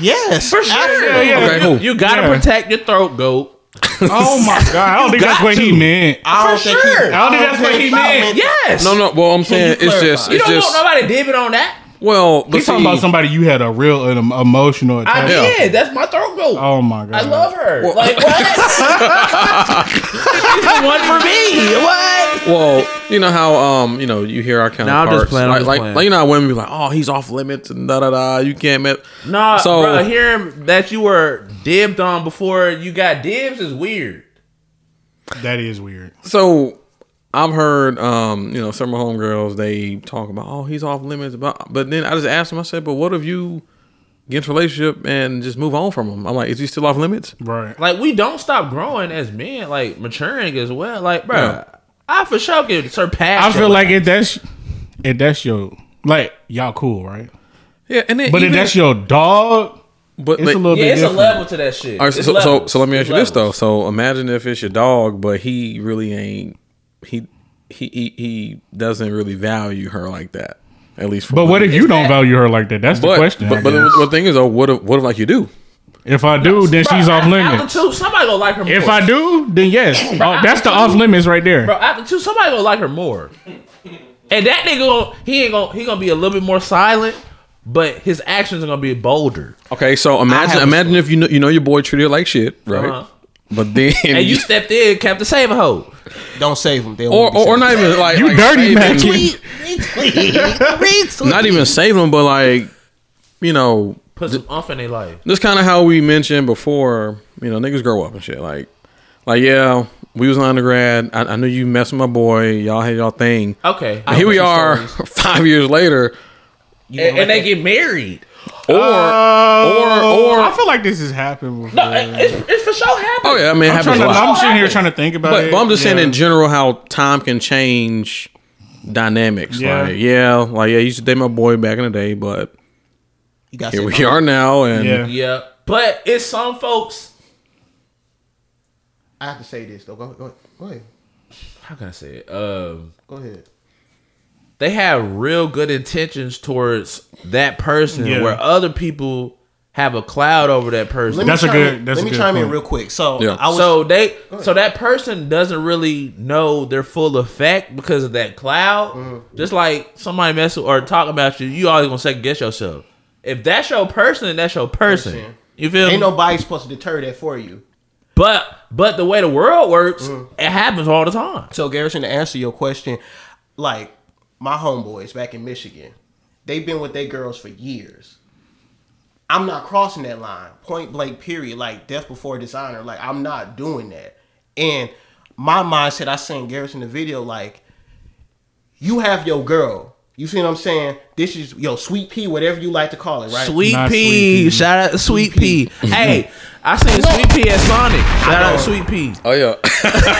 C: Yes.
B: for sure,
D: Yeah, yeah.
A: Okay,
B: you,
A: cool.
B: you gotta
D: Yeah.
B: protect your throat, goat.
D: Oh my god! I don't think that's what he meant. I
C: I don't
B: For
C: think
B: sure.
C: he,
B: I
D: don't think that's what he meant.
B: Yes.
A: No, no. Well, I'm saying
C: you
A: it's just,
C: clarify?
B: You
A: it's
B: don't
A: just.
B: want nobody dipping on that.
A: Well, but
D: He's talking
A: see-
D: about somebody you had a real an em- emotional
B: I
D: attachment.
A: Yeah.
B: did. That's my throat goat.
D: Oh my god!
B: I love her.
A: [LAUGHS]
B: like what? She's the one for me. What?
A: Well, you know how um, you know, you hear our counterparts.
B: Nah, I'm just playing, I'm
A: like,
B: just
A: like,
B: playing.
A: like, you know how women be like, oh, he's off limits and da da da. You can't met.
B: Nah,
A: So-
B: bro. Hearing that you were dibbed on before you got dibs is weird.
D: That is weird.
A: So I've heard um, you know, some of my homegirls they talk about, oh, he's off limits, but but then I just asked them, I said, but what if you get into a relationship and just move on from him? I'm like, is he still off limits?
D: Right.
B: Like we don't stop growing as men, like maturing as well. Like, bro,
A: Yeah.
B: I for sure can
D: I
B: surpass.
D: feel
B: your-
D: like if that's if that's your like y'all cool, right?
A: Yeah, and then
D: But if
A: even-
D: that's your dog,
A: but
D: it's
A: like-
D: a little
B: yeah,
D: bit
B: it's
D: different.
B: a level to that shit.
A: All right, so,
B: It's
A: so, so
B: levels.
A: so let me ask
B: It's
A: you this though.
B: levels.
A: So imagine if it's your dog, but he really ain't he he he, he doesn't really value her like that. At least, for
D: But what
A: me.
D: if you don't value her like that? That's
A: But,
D: the question.
A: but,
D: I
A: but
D: guess.
A: the, the thing is, though, what if, what if like you do?
D: if I do, then
B: Bro,
D: she's off
B: after
D: limits.
B: two, somebody gonna like her. More.
D: If I do, then yes. Oh, that's the
B: two-
D: off limits right there.
B: Bro, after two, somebody gonna like her more. And that nigga, gonna, he ain't gonna he gonna be a little bit more silent, but his actions are gonna be bolder.
A: Okay, so imagine
C: have a
A: imagine if you know you know your boy treated her like shit, right?
B: Uh-huh.
A: But then [LAUGHS]
B: And you stepped in, kept the save a hoe.
C: Don't save him. They
A: or, or or not even like
D: You
A: like
D: dirty,
A: saving-
D: Mac.
A: Not even save them, but like you know,
B: Put some off in their life.
A: That's kind of how we mentioned before. You know, niggas grow up and shit. Like, like yeah, we was in undergrad. I, I knew you messed with my boy. Y'all had y'all thing.
B: Okay.
A: And here we are, [LAUGHS] five years later,
B: and, and they get married.
A: or or or.
D: Oh, I feel like this has happened before.
B: No, Uh, it's, it's for sure happening.
A: oh yeah, I mean, it
D: I'm,
A: happens
D: trying
A: a
D: to,
A: lot.
D: I'm sitting here trying to think about
A: But,
D: it.
A: but I'm just saying
D: Yeah.
A: in general how time can change dynamics.
D: Yeah.
A: Like yeah, like yeah, I used to date my boy back in the day, but
C: You got
A: here we are now, and
D: Yeah.
B: Oh, Yeah, but it's some folks.
C: I have to say this though. Go, go, go ahead.
B: How can I say it? Um,
C: Go ahead.
B: they have real good intentions towards that person,
D: Yeah.
B: where other people have a cloud over that person.
C: Let
D: That's a
C: me chime
D: good-
C: In,
D: that's
C: let
D: a
C: me
D: good
C: chime in
D: point.
C: real quick. So
A: Yeah.
C: I was
B: so they so that person doesn't really know their full effect because of that cloud. Just like somebody mess with or talk about you, you always gonna second guess yourself. If that's your person, that's your person.
C: Understand.
B: You feel me?
C: ain't nobody supposed to deter that for you.
B: but but the way the world works, it happens all the time.
C: So Garrison, to answer your question, like my homeboys back in Michigan, they've been with their girls for years. I'm not crossing that line, point blank, period. Like death before dishonor. Like I'm not doing that. And my mindset, I seen Garrison the video, like you have your girl. You see what I'm saying? This is yo sweet pea, whatever you like to call it, right?
B: Sweet
D: Not Sweet Pea.
B: Pea. Shout out to Sweet Pea. [LAUGHS] hey, I seen Sweet Pea at Sonic. Shout out to Sweet Pea.
A: Oh yeah,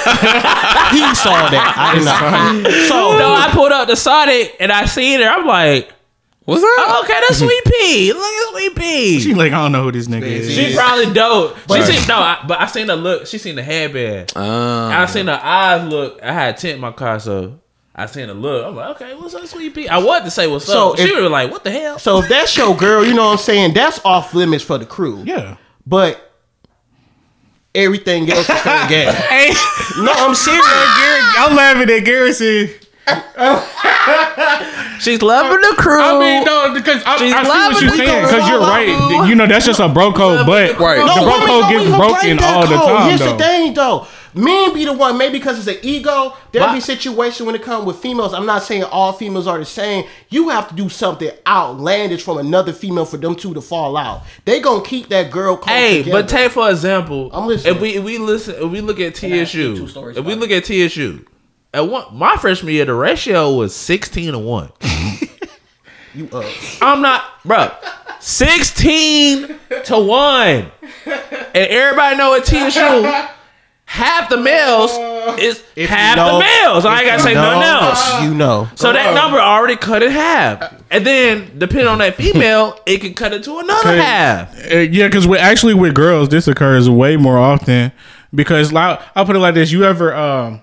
C: He saw that. I did not.
B: So [LAUGHS] no, I pulled up to Sonic and I seen her. I'm like,
A: [LAUGHS] what's that?
B: oh, okay, [LAUGHS] that's Sweet Pea. Look at Sweet Pea.
D: She like I don't know who this nigga is.
B: She probably dope. She seen no, I, but I seen her look. She seen the headband. I seen her eyes look. I had tint in my car, so I seen her look. I'm like, okay, what's up, sweet pea? I wanted to say what's
C: So
B: up. She
C: if-
B: was like, what the hell?
C: So if that's your girl, you know what I'm saying? That's off limits for the crew.
D: yeah.
C: But everything else is fair game.
D: [LAUGHS]
C: no, I'm serious.
D: I'm laughing at Garrison.
B: She's loving the crew.
D: I mean, no, because I, I see what
B: loving
D: you're
B: the
D: saying.
B: girl.
D: Because you're right. You know, that's just a bro code, but
A: Right.
D: the
A: No,
D: bro
C: women
D: code
C: don't
D: gets
C: even break
D: broken
C: that
D: all the
C: code.
D: time,
C: Here's
D: though.
C: the thing, though. Men be the one, maybe because it's an ego. There'll
B: Why-
C: be situations when it comes with females. I'm not saying all females are the same. You have to do something outlandish from another female for them two to fall out. They gonna keep that girl code
B: Hey,
C: together.
B: but take for example,
C: I'm listening.
B: if we if we listen, if we look at
C: ask you
B: TSU,
C: two stories
B: if we
C: about
B: look at TSU, at one my freshman year the ratio was sixteen to one.
C: you up.
B: I'm not, bro. Sixteen to one, and everybody know at TSU, half the males is
C: If
B: half
C: you know-
B: the males. I ain't
C: if
B: gotta
C: you
B: say nothing
C: know,
B: else.
C: You know.
B: So that number already cut in half, and then depending on that female, it can cut it to another
D: Okay.
B: half.
D: Uh, yeah, because with actually with girls, this occurs way more often. Because like, I'll put it like this: you ever um,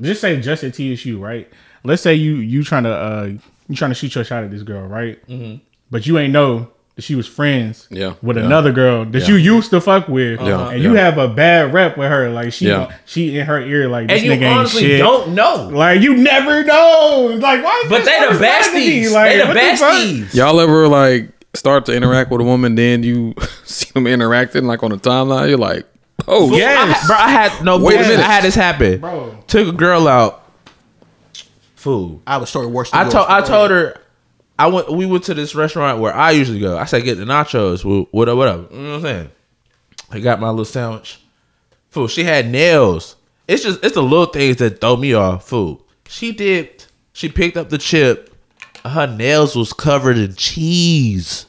D: just say just at TSU, right? Let's say you you trying to uh, you trying to shoot your shot at this girl, right?
B: Mm-hmm.
D: But you ain't know that she was friends
A: Yeah,
D: with
A: yeah.
D: another girl that you used to fuck with,
B: Uh-huh.
A: Yeah,
D: and you
A: yeah.
D: have a bad rep with her. Like she
A: Yeah.
D: she in her ear like this
B: And you
D: nigga ain't
B: honestly
D: shit.
B: don't know.
D: like you never know. Like why? is
B: But
D: this
B: they the
D: always lying to me?
B: besties.
D: Like,
B: they the
D: what fuck?
B: besties.
A: Y'all ever like start to interact with a woman, then you [LAUGHS] see them interacting like on the timeline? You're like, oh yeah,
B: I had- bro, I had no.
A: Wait a
B: bullshit,
A: minute.
B: I had this happen.
D: Bro.
B: Took a girl out. Fool.
C: I was story worse. Than
B: I
C: yours.
B: told I told her. I went. We went to this restaurant where I usually go. I said, get the nachos. wha- Whatever, whatever. You know what I'm saying? I got my little sandwich. Fool. She had nails. It's just it's the little things that throw me off. Fool. She dipped. She picked up the chip. Her nails was covered in cheese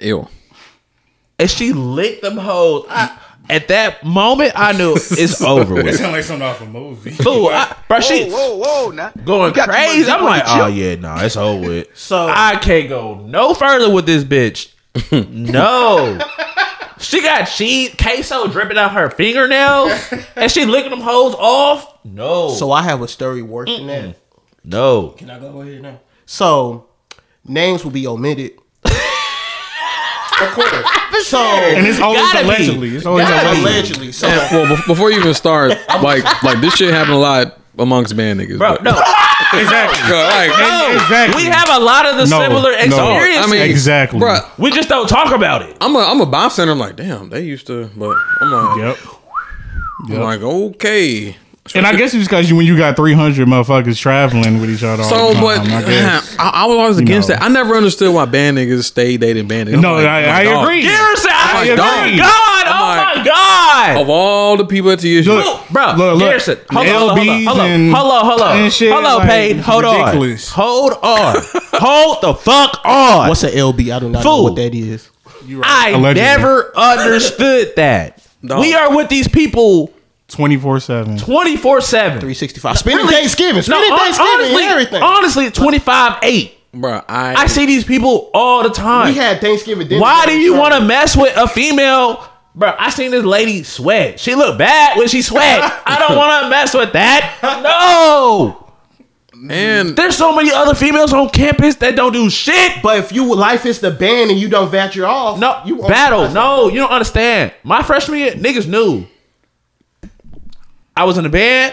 A: ew.
B: and she licked them hoes. I, at that moment, I knew
D: [LAUGHS]
B: it's over with.
D: Sound like something off a movie.
B: Fool, I, bro, she
E: whoa, whoa, now.
B: going
E: got too much
B: crazy.
E: dick
B: I'm
E: on
B: like,
E: the
B: oh
E: chip."
B: yeah, no, it's over with.
C: So-
B: I can't go no further with this
D: [LAUGHS]
B: bitch. no, she got cheese queso dripping out her fingernails,
D: [LAUGHS]
B: and she licking them hoes off. No,
C: So I have a story worse than that.
B: no.
C: Can I go ahead now? So names will be
B: [LAUGHS]
C: omitted. of course.
D: and
C: So
D: it's always
B: Gotta be.
D: allegedly. It's always
B: Gotta
D: allegedly.
C: allegedly, so
A: Well, bef- before you even start, like like this shit happened a lot amongst man niggas.
B: Bro,
A: [LAUGHS] but-
B: no,
D: Exactly.
A: Like,
B: no.
D: Exactly.
B: We have a lot of the
D: No,
B: similar
D: no.
B: experiences.
A: I mean,
D: Exactly.
A: Bro,
B: we just don't talk about it.
A: I'm a I'm a bob center. I'm like, damn, they used to, but I'm like,
D: Yep.
A: I'm like, okay.
D: And I guess it's because you, when you got 300 motherfuckers traveling with each other all
A: So,
D: the time,
A: but
D: I
B: [LAUGHS]
D: guess.
A: [LAUGHS] I, I was always against
D: know.
A: that. I never understood why band niggas stay dating band niggas. I'm
D: No,
A: like,
D: I,
A: I'm like,
D: I
A: dog,
D: agree.
B: Garrison, I,
A: like,
B: oh my
A: dog.
B: god,
A: I'm
B: oh
A: like-
B: my
D: Oh,
B: god.
A: Of all the people at TSU,
D: Look,
B: Bro,
D: Look, look.
B: Garrison, hold on, hold on,
D: LBs
B: hold on,
D: and-
B: hold on, hold on,
D: and shit,
B: hold on,
D: like,
B: Payne, hold
D: ridiculous.
B: on, hold
D: [LAUGHS]
B: on, hold the fuck on.
C: what's an LB? I do not know
B: Fool.
C: what that is.
B: I
D: Allegedly.
B: never understood that.
A: Dog.
B: We are with these people
D: 24 7.
B: twenty four seven.
C: 365. Spending Thanksgiving.
B: No,
C: Spending
B: hon-
C: Thanksgiving
B: honestly, uh,
C: and everything.
B: honestly, twenty five eight.
A: bro, I
B: I see these people all the time.
C: we had Thanksgiving dinner.
B: Why do
C: together,
B: you
C: so-
B: want to mess with a female? Bro, I seen this lady sweat. She look bad when she sweat.
C: [LAUGHS]
B: I don't want to mess with that. No.
A: and
B: There's so many other females on campus that don't do shit. But
C: But if you life is the band and you don't venture off,
B: no,
C: you own-
B: battle. No, you don't understand. My freshman year, niggas knew. I was in the Uh-huh. band.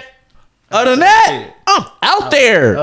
B: Other than that, I'm out there.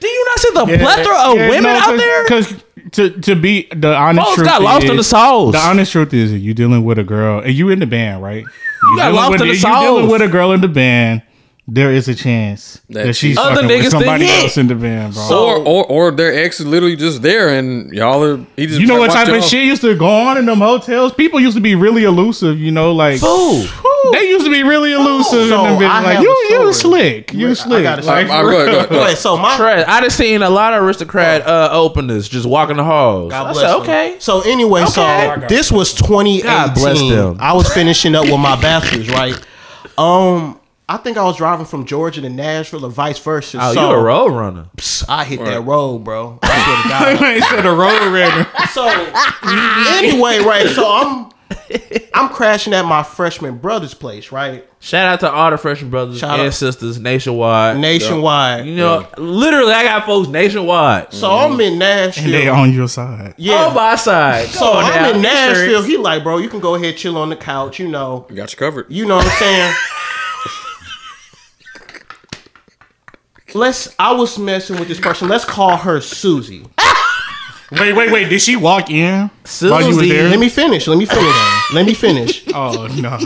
B: Do you not see the plethora of women out there?
D: Because to, to be the honest
B: Folks
D: truth
B: got lost
D: is,
B: in the sauce.
D: The honest truth is you dealing with a girl and you in the band, right? You,
B: got
D: dealing
B: lost
D: with,
B: in the
D: you
B: sauce.
D: dealing with a girl in the band. There is a chance that,
A: That
D: she's
B: Other
D: fucking
B: niggas
D: with
B: to
D: somebody
B: hit.
D: else in the band, bro.
A: or or or their ex is literally just there, and y'all are. He just
D: You know
A: like,
D: what
A: watch
D: type of
A: y'all-
D: shit used to go on in them hotels? People used to be really elusive, you know, like
B: Fool.
D: They used to be really elusive
C: So
D: in them
C: I
D: bitches. Like
C: have
D: you,
C: a
D: you
C: story.
D: slick, you
C: I
D: slick.
C: got a
D: Like,
A: I'm good, good,
C: [LAUGHS]
A: good.
C: Wait, so my
B: Trash. I just seen a lot of aristocrat uh, openers just walking the halls.
C: God
B: I
C: bless
B: said,
C: them.
B: okay.
C: So anyway,
B: Okay.
C: so this was 2018.
B: God bless them.
C: I was finishing up with my bachelor's, right? Um, I think I was driving from Georgia to Nashville or vice versa.
B: Oh,
C: so
B: you a road runner.
C: pss, I hit that road, bro. I swear
D: [LAUGHS]
C: to
D: [LAUGHS]
C: God.
D: they said a road runner.
C: So anyway, right? So I'm I'm crashing at my freshman brother's place, right?
B: Shout out to all the freshman brothers
C: Shout
B: and
C: out.
B: sisters nationwide.
C: Nationwide.
B: You know, literally, I got folks nationwide.
C: So I'm in Nashville.
D: And they on your side.
C: yeah.
B: On Oh my side.
C: so I'm in Nashville. He like, bro, you can go ahead chill on the couch, you know.
A: Got you covered.
C: You know what I'm saying? Let's. I was messing with this person. Let's call her Susie.
D: Wait, wait, wait. Did she walk in while you were
B: Susie.
D: there?
C: Let me finish. Let me finish. let me finish.
D: Oh
C: [LAUGHS]
D: no.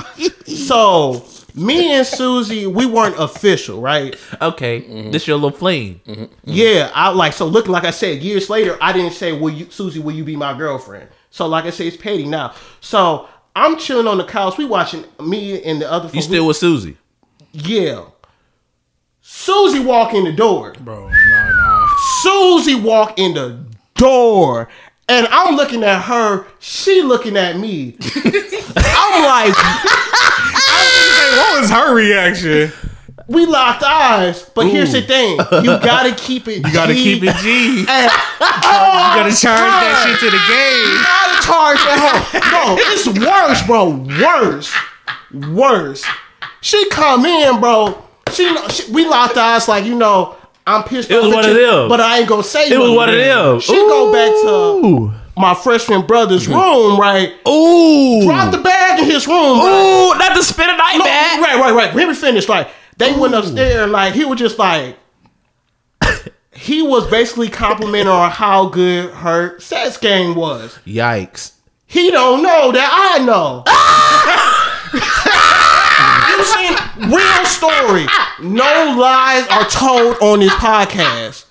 C: So me and Susie, we weren't official, right?
B: Okay, this your little fling.
C: Yeah, I like so. Look, like I said, years later, I didn't say, "Will you, Susie? Will you be my girlfriend?" So, like I said, it's Patty now. So I'm chilling on the couch. We watching me and the other.
B: You
C: folks-
B: still with Susie?
C: Yeah. Susie walk in the door.
D: Bro, no, no.
C: Susie walk in the door, and I'm looking at her. She looking at me. I'm like,
D: What was her reaction?
C: we locked eyes. But here's the thing: you
B: [LAUGHS]
C: gotta keep it. You
D: Gotta keep it G.
C: Oh,
D: Gotta charge that shit to the game.
C: gotta charge that hoe. No, it's worse, bro. Worse, worse. She come in, bro. She, know- she we locked eyes like you know. I'm pissed. It
B: was one of them.
C: but I ain't gonna say
B: It was one of them. Mm-hmm.
C: She go back to my freshman brother's room, right?
B: Ooh,
C: Drop the bag in his room, bro.
B: Ooh, not the spin of night
C: No,
B: bag.
C: right, right, right. Let me finish. Like they went upstairs, like he was just like [COUGHS] he was basically complimenting her on how good her sex game was.
B: Yikes!
C: He don't know that I know. you seen real story. No lies are told on this podcast.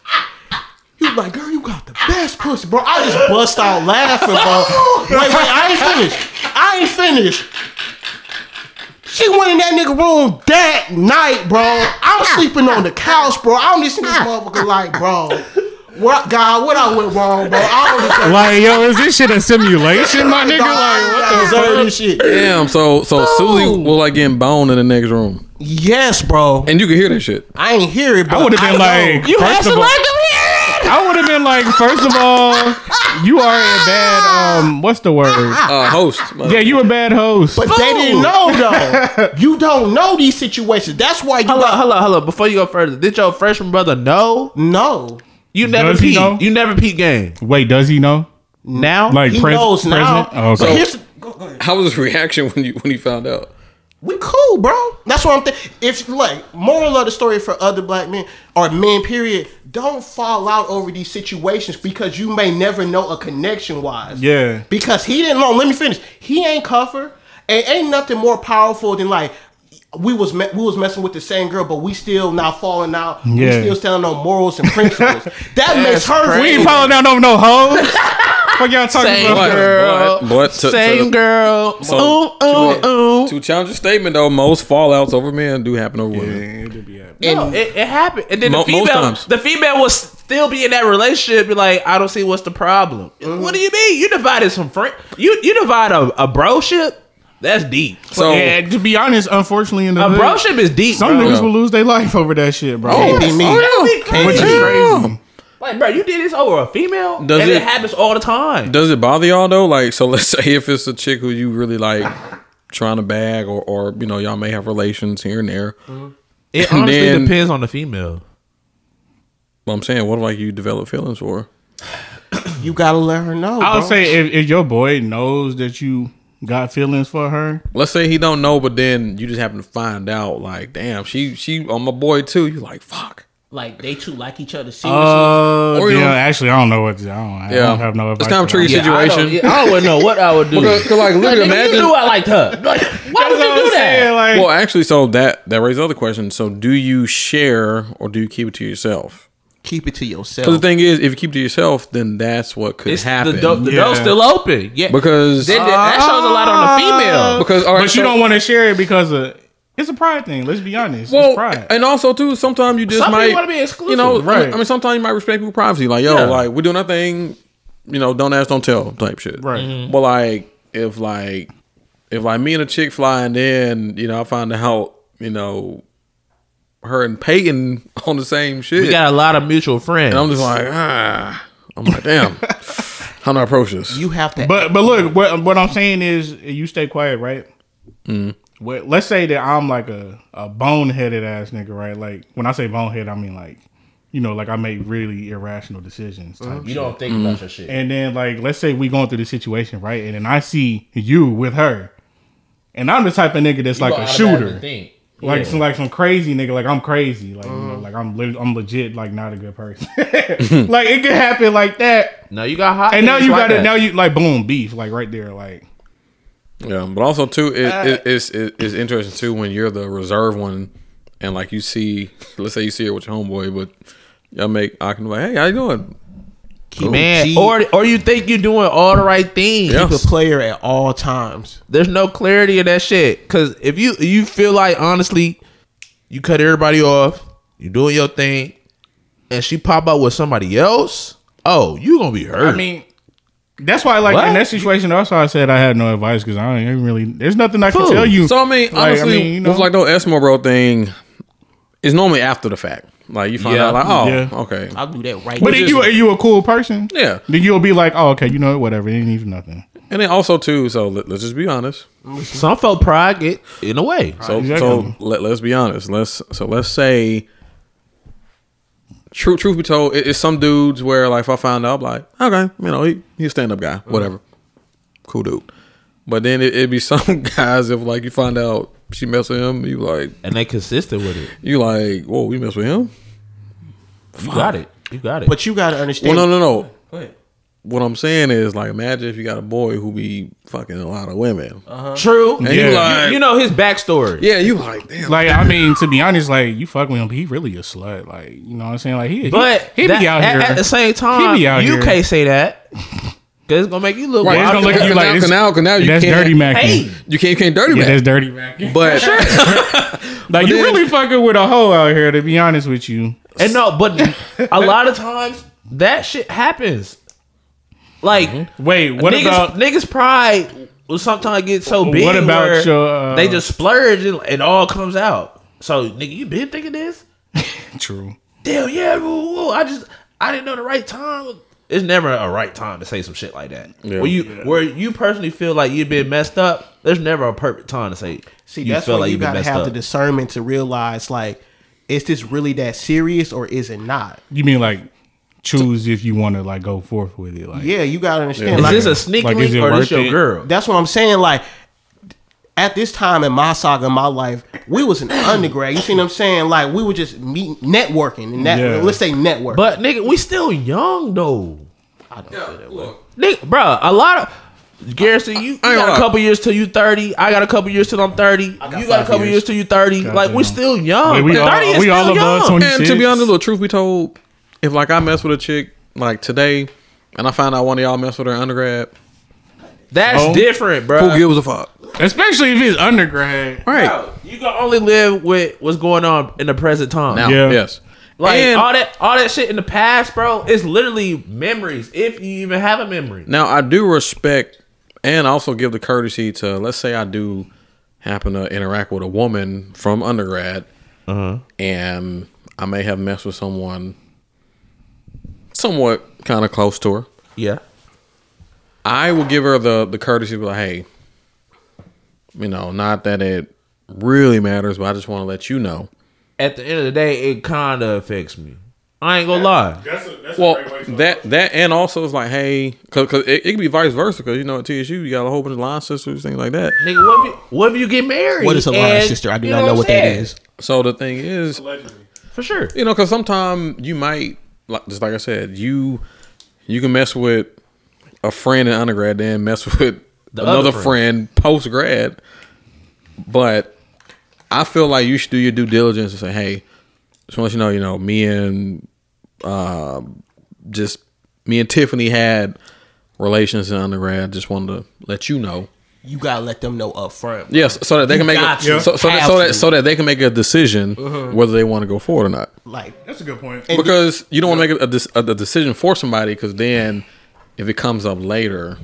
C: He was like, girl, you got the best pussy, bro. I just bust out laughing, bro. Wait, wait, I ain't finished. I ain't finished. She went in that nigga room that night, bro. I'm sleeping on the couch, bro. I don't listen to this motherfucker like, bro. What God, what I went wrong, bro? I don't understand.
D: [LAUGHS] Like, yo, is this shit a simulation, my nigga? Like, what the fuck?
C: Deserve this shit.
A: Damn. So so Susie was like getting boned in the next room,
C: Yes, bro.
A: and you could hear that shit.
C: I ain't hear it, but
D: I would have been
C: know.
D: like, first of all, I would have been like, first of all, you are a bad, um, what's the word?
A: Uh, host.
D: Yeah, you a bad host.
C: But they didn't
D: [LAUGHS]
C: know though. you don't know these situations. That's why you
B: Hello,
C: got
B: hello, hello. Before you go further, did your freshman brother know
C: no.
B: you never
D: Does he
B: peed?
D: know?
B: You never peed game.
D: Wait, does he know?
B: Now,
D: Like,
C: He
D: pres-
C: knows now.
D: president? Oh, okay.
C: But here's the, go- go ahead.
A: How was his reaction when you when he found out?
C: we cool, bro. That's what I'm thinking. If like moral of the story for other black men or men, period, don't fall out over these situations because you may never know a connection wise.
D: Yeah.
C: Because he didn't know. Let me finish. He ain't cover, and ain't nothing more powerful than like we was me- we was messing with the same girl, but we still not falling out. We
D: Yeah.
C: still standing on morals and
D: [LAUGHS]
C: principles. that makes her.
D: We ain't
C: feel-
D: falling down over no hoes. fuck y'all talking
B: same
D: about?
B: girl,
A: But- but to-
B: same
A: to-
B: girl.
A: So,
B: ooh, ooh,
A: to,
B: ooh.
A: to challenge your statement though, most fallouts over men do happen over women.
B: and it, it happened. And then
A: Mo-
B: the female,
A: most times.
B: the female will still be in that relationship. Be like, I don't see what's the problem. What do you mean? You divided some friend. You you divide a, a broship. That's deep.
A: So
D: Yeah, to be honest, unfortunately, in the
B: A
D: hood,
B: broship is deep.
D: some
B: bro. Oh.
D: niggas will lose their life over that shit, bro.
C: Can't be me.
B: That'd be
D: Which is
B: crazy.
D: crazy.
B: Like, bro, you did this over a female,
A: Does
B: and it,
A: it-
B: happens all the time.
A: Does it bother y'all though? Like, so let's [LAUGHS] say if it's a chick who you really like trying to bag, or or you know y'all may have relations here and there.
B: It
A: And
B: honestly
A: then-
B: depends on the female.
A: But I'm saying, what do like you develop feelings for?
C: You gotta let her know.
D: I would
C: bro.
D: say if, if your boy knows that you got feelings for her,
A: Let's say he don't know, but then you just happen to find out. Like, damn, she she on my boy too. You like fuck.
C: like they two like each other seriously.
D: uh,
A: Or you
D: yeah,
A: don't-
D: actually, I don't know what. I don't, I
A: Yeah.
D: don't have no.
A: It's
D: advice
A: kind of
D: for
A: tricky
D: that.
B: I
A: situation.
B: don't, I wouldn't know what I would do.
A: Cause, 'cause, like, look,
B: Nigga, you
A: imagine.
B: knew I liked her. Like, why would
D: That's what
B: you
D: I'm
B: do that?
D: saying, like-
A: Well, actually, so that that raises other questions. So, do you share or do you keep it to yourself?
C: keep it to yourself.
A: Because the thing is, if you keep it to yourself, then that's what could
B: It's
A: happen.
B: the, do- the
D: Yeah.
B: door's still open. Yeah,
A: Because-
B: Then- then that shows a lot on the female.
A: because all right,
D: Ah. but you don't want to share it because of it's a pride thing. Let's be honest. it's pride.
A: Well, and also too, sometimes you just
B: Some people
A: might
B: wanna be exclusive,
A: You know, right? I mean,
D: right.
A: sometimes you might respect people's privacy, like yo,
B: Yeah.
A: like we're doing our thing. You know, don't ask, don't tell type shit.
D: Right.
B: Mm-hmm.
A: But like, if like, if like me and a chick flying in, you know, I find out, you know, her and Peyton [LAUGHS] on the same shit.
B: We got a lot of mutual friends.
A: and I'm just like, ah, I'm like, damn, how do I approach this?
C: you have to.
D: But but look, what what I'm saying is you stay quiet, right? Well, let's say that I'm like a a boneheaded ass nigga, right? Like when I say bonehead, I mean like you know, like I make really irrational decisions. Type shit.
B: don't think about your shit.
D: And then like let's say we going through the situation, right? And then I see you with her, and I'm the type of nigga that's like a shooter. Like some like some crazy nigga, like I'm crazy, like you know, like I'm lit- I'm legit, like not a good person. [LAUGHS] like it could happen like that,
B: No, you got hot.
D: and now
B: niggas
D: you
B: like
D: got it.
B: that.
D: Now you like boom beef, like right there, like
A: Yeah, but also too, it,
D: Uh,
A: it, it's it, it's interesting too when you're the reserve one, and like you see, let's say you see her with your homeboy, but y'all make I can be like, hey, how you doing?
C: keep
B: man,
C: G-
B: or or you think you're doing all the right things.
A: Yeah.
C: keep a player at all times.
B: There's no clarity in that shit. Cause if you you feel like honestly, you cut everybody off, you doing your thing, and she pop up with somebody else. Oh, you gonna be hurt.
D: I mean, that's why, like,
B: What?
D: in that situation, that's why I said I had no advice because I ain't really. There's nothing I can
B: Fool.
D: tell you.
A: So I mean,
D: Like,
A: honestly,
D: I mean, you know.
A: with like the Eskimo bro thing, is normally after the fact. Like you find
B: Yeah.
A: out, like, oh,
D: Yeah.
A: okay,
C: I'll do that right.
D: but
C: now.
D: if you are you a cool person?
A: Yeah.
D: Then you'll be like, oh, okay, you know what? Whatever. It ain't even nothing.
A: and then also too. So let, let's just be honest.
B: some felt pride get in a way.
A: So so
D: Exactly.
A: let, let's be honest. Let's so let's say. True, truth be told, it, it's some dudes where like if I find out, I'm like okay, you know, he, he's a stand up guy, whatever, cool dude. But then it, it'd be [LAUGHS] some guys if like you find out she mess with him, you like
B: and they consistent with it.
A: you like whoa, we mess with him.
B: You got it. You got it.
C: but you gotta
A: Well,
C: understand.
A: no, no, no.
C: Go ahead.
A: What I'm saying is like imagine if you got a boy who be fucking a lot of women.
B: true.
A: And you
D: Yeah.
A: like
B: You know his backstory.
A: yeah, you like damn.
D: Like, I mean, to be honest, like, you fuck with him, he really a slut. Like, you know what I'm saying? Like, he, he-
B: But
D: he,
B: that-
D: be out
B: at,
D: here.
B: at the same time,
D: He be out
B: you
D: here.
B: can't say that because it's gonna make you look.
D: Yeah, it's
B: wild.
D: gonna look at you
A: Now-
D: like
A: now-
D: it's-
A: now, now you
D: that's
A: can't,
D: dirty macking.
B: Hey.
A: You can't, you can't dirty
D: Yeah,
A: mac.
D: that's dirty macking.
A: but
D: like, you
A: then-
D: really fucking with a hoe out here. To be honest with you,
B: And no, but a lot of times that shit happens. Like
D: wait, Mm-hmm. what
B: niggas,
D: about
B: niggas pride will sometimes get so big.
D: what about
B: where
D: your? Uh,
B: they just splurge and it all comes out. So nigga, you been thinking this?
D: true.
B: Damn yeah, woo, woo. I just I didn't know the right time. It's never a right time to say some shit like that.
A: Yeah.
B: Where you where you personally feel like you've been messed up. There's never a perfect time to say.
C: See, that's why you gotta have the discernment to realize, like, is this really that serious or is it not?
D: You mean like choose if you want to like go forth with it? Like,
C: Yeah, you gotta understand.
B: Is
C: Like,
B: this a sneaky
D: Like, is
B: link
D: it
B: or this
D: worth
B: your
D: it?
C: [LAUGHS]
B: girl?
C: that's what I'm saying. Like, at this time in my saga, in my life, we was an undergrad. You see what I'm saying? Like, we were just meeting, networking, and that
D: Yeah.
C: let's say network.
B: But nigga, we still young though.
C: I don't feel that way.
B: Nigga, bro, a lot of Garrison, you, you
A: I ain't
B: got
A: gonna
B: a
A: lie.
B: couple years till you thirty. I got a couple years till I'm thirty. You got
C: got
B: a
C: five
B: couple years.
C: years.
B: till you thirty. like
D: damn.
B: we're still young.
D: Wait, we all-
B: thirty is
D: we
B: still
D: all above
B: young.
D: 20.
A: and to be
D: 26.
A: honest, look, truth be told, if like I mess with a chick like today, and I find out one of y'all mess with her in undergrad,
B: That's
D: Oh.
B: different, bro.
A: who gives a fuck?
D: especially if it's undergrad.
A: Right
B: Bro, you can only live with what's going on in the present time.
A: now,
D: Yeah.
A: yes.
B: Like
A: And-
B: all that, all that shit in the past, bro, is literally memories. If you even have a memory,
A: Now I do respect and also give the courtesy to let's say I do happen to interact with a woman from undergrad and I may have messed with someone somewhat kind of close to her.
B: yeah.
A: I will give her the the courtesy of like, hey, you know, not that it really matters, but I just want to let you know.
B: At the end of the day, it kind of affects me. I ain't gonna lie.
D: That's a, that's
A: Well, that that and also it's like, hey, because it, it could be vice versa. Because you know, at TSU, you got a whole bunch of line sisters, things like that.
B: Nigga, what if you, what if you get married?
C: What is a line
B: and-
C: sister? I do
B: you
C: not know what
B: I'm
C: that
B: saying?
C: is.
A: So the thing is,
B: For sure.
A: you know, because sometimes you might, like, just like I said, you you can mess with a friend in undergrad, then mess [LAUGHS] with
B: other
A: another friend, post grad. But I feel like you should do your due diligence and say, hey, just want to let you know, you know, me and uh, just me and Tiffany had relations in undergrad. Just wanted to let you know.
C: You gotta let them know up front.
A: Yes, so that they can
C: You
A: make a,
C: got to.
A: so, so, that, so
C: Have to. Uh-huh.
A: that so that they can make a decision whether they want to go forward or not.
C: Like
D: That's a good point.
A: Because you don't want to make a, dis- a, a decision for somebody because then if it comes up later,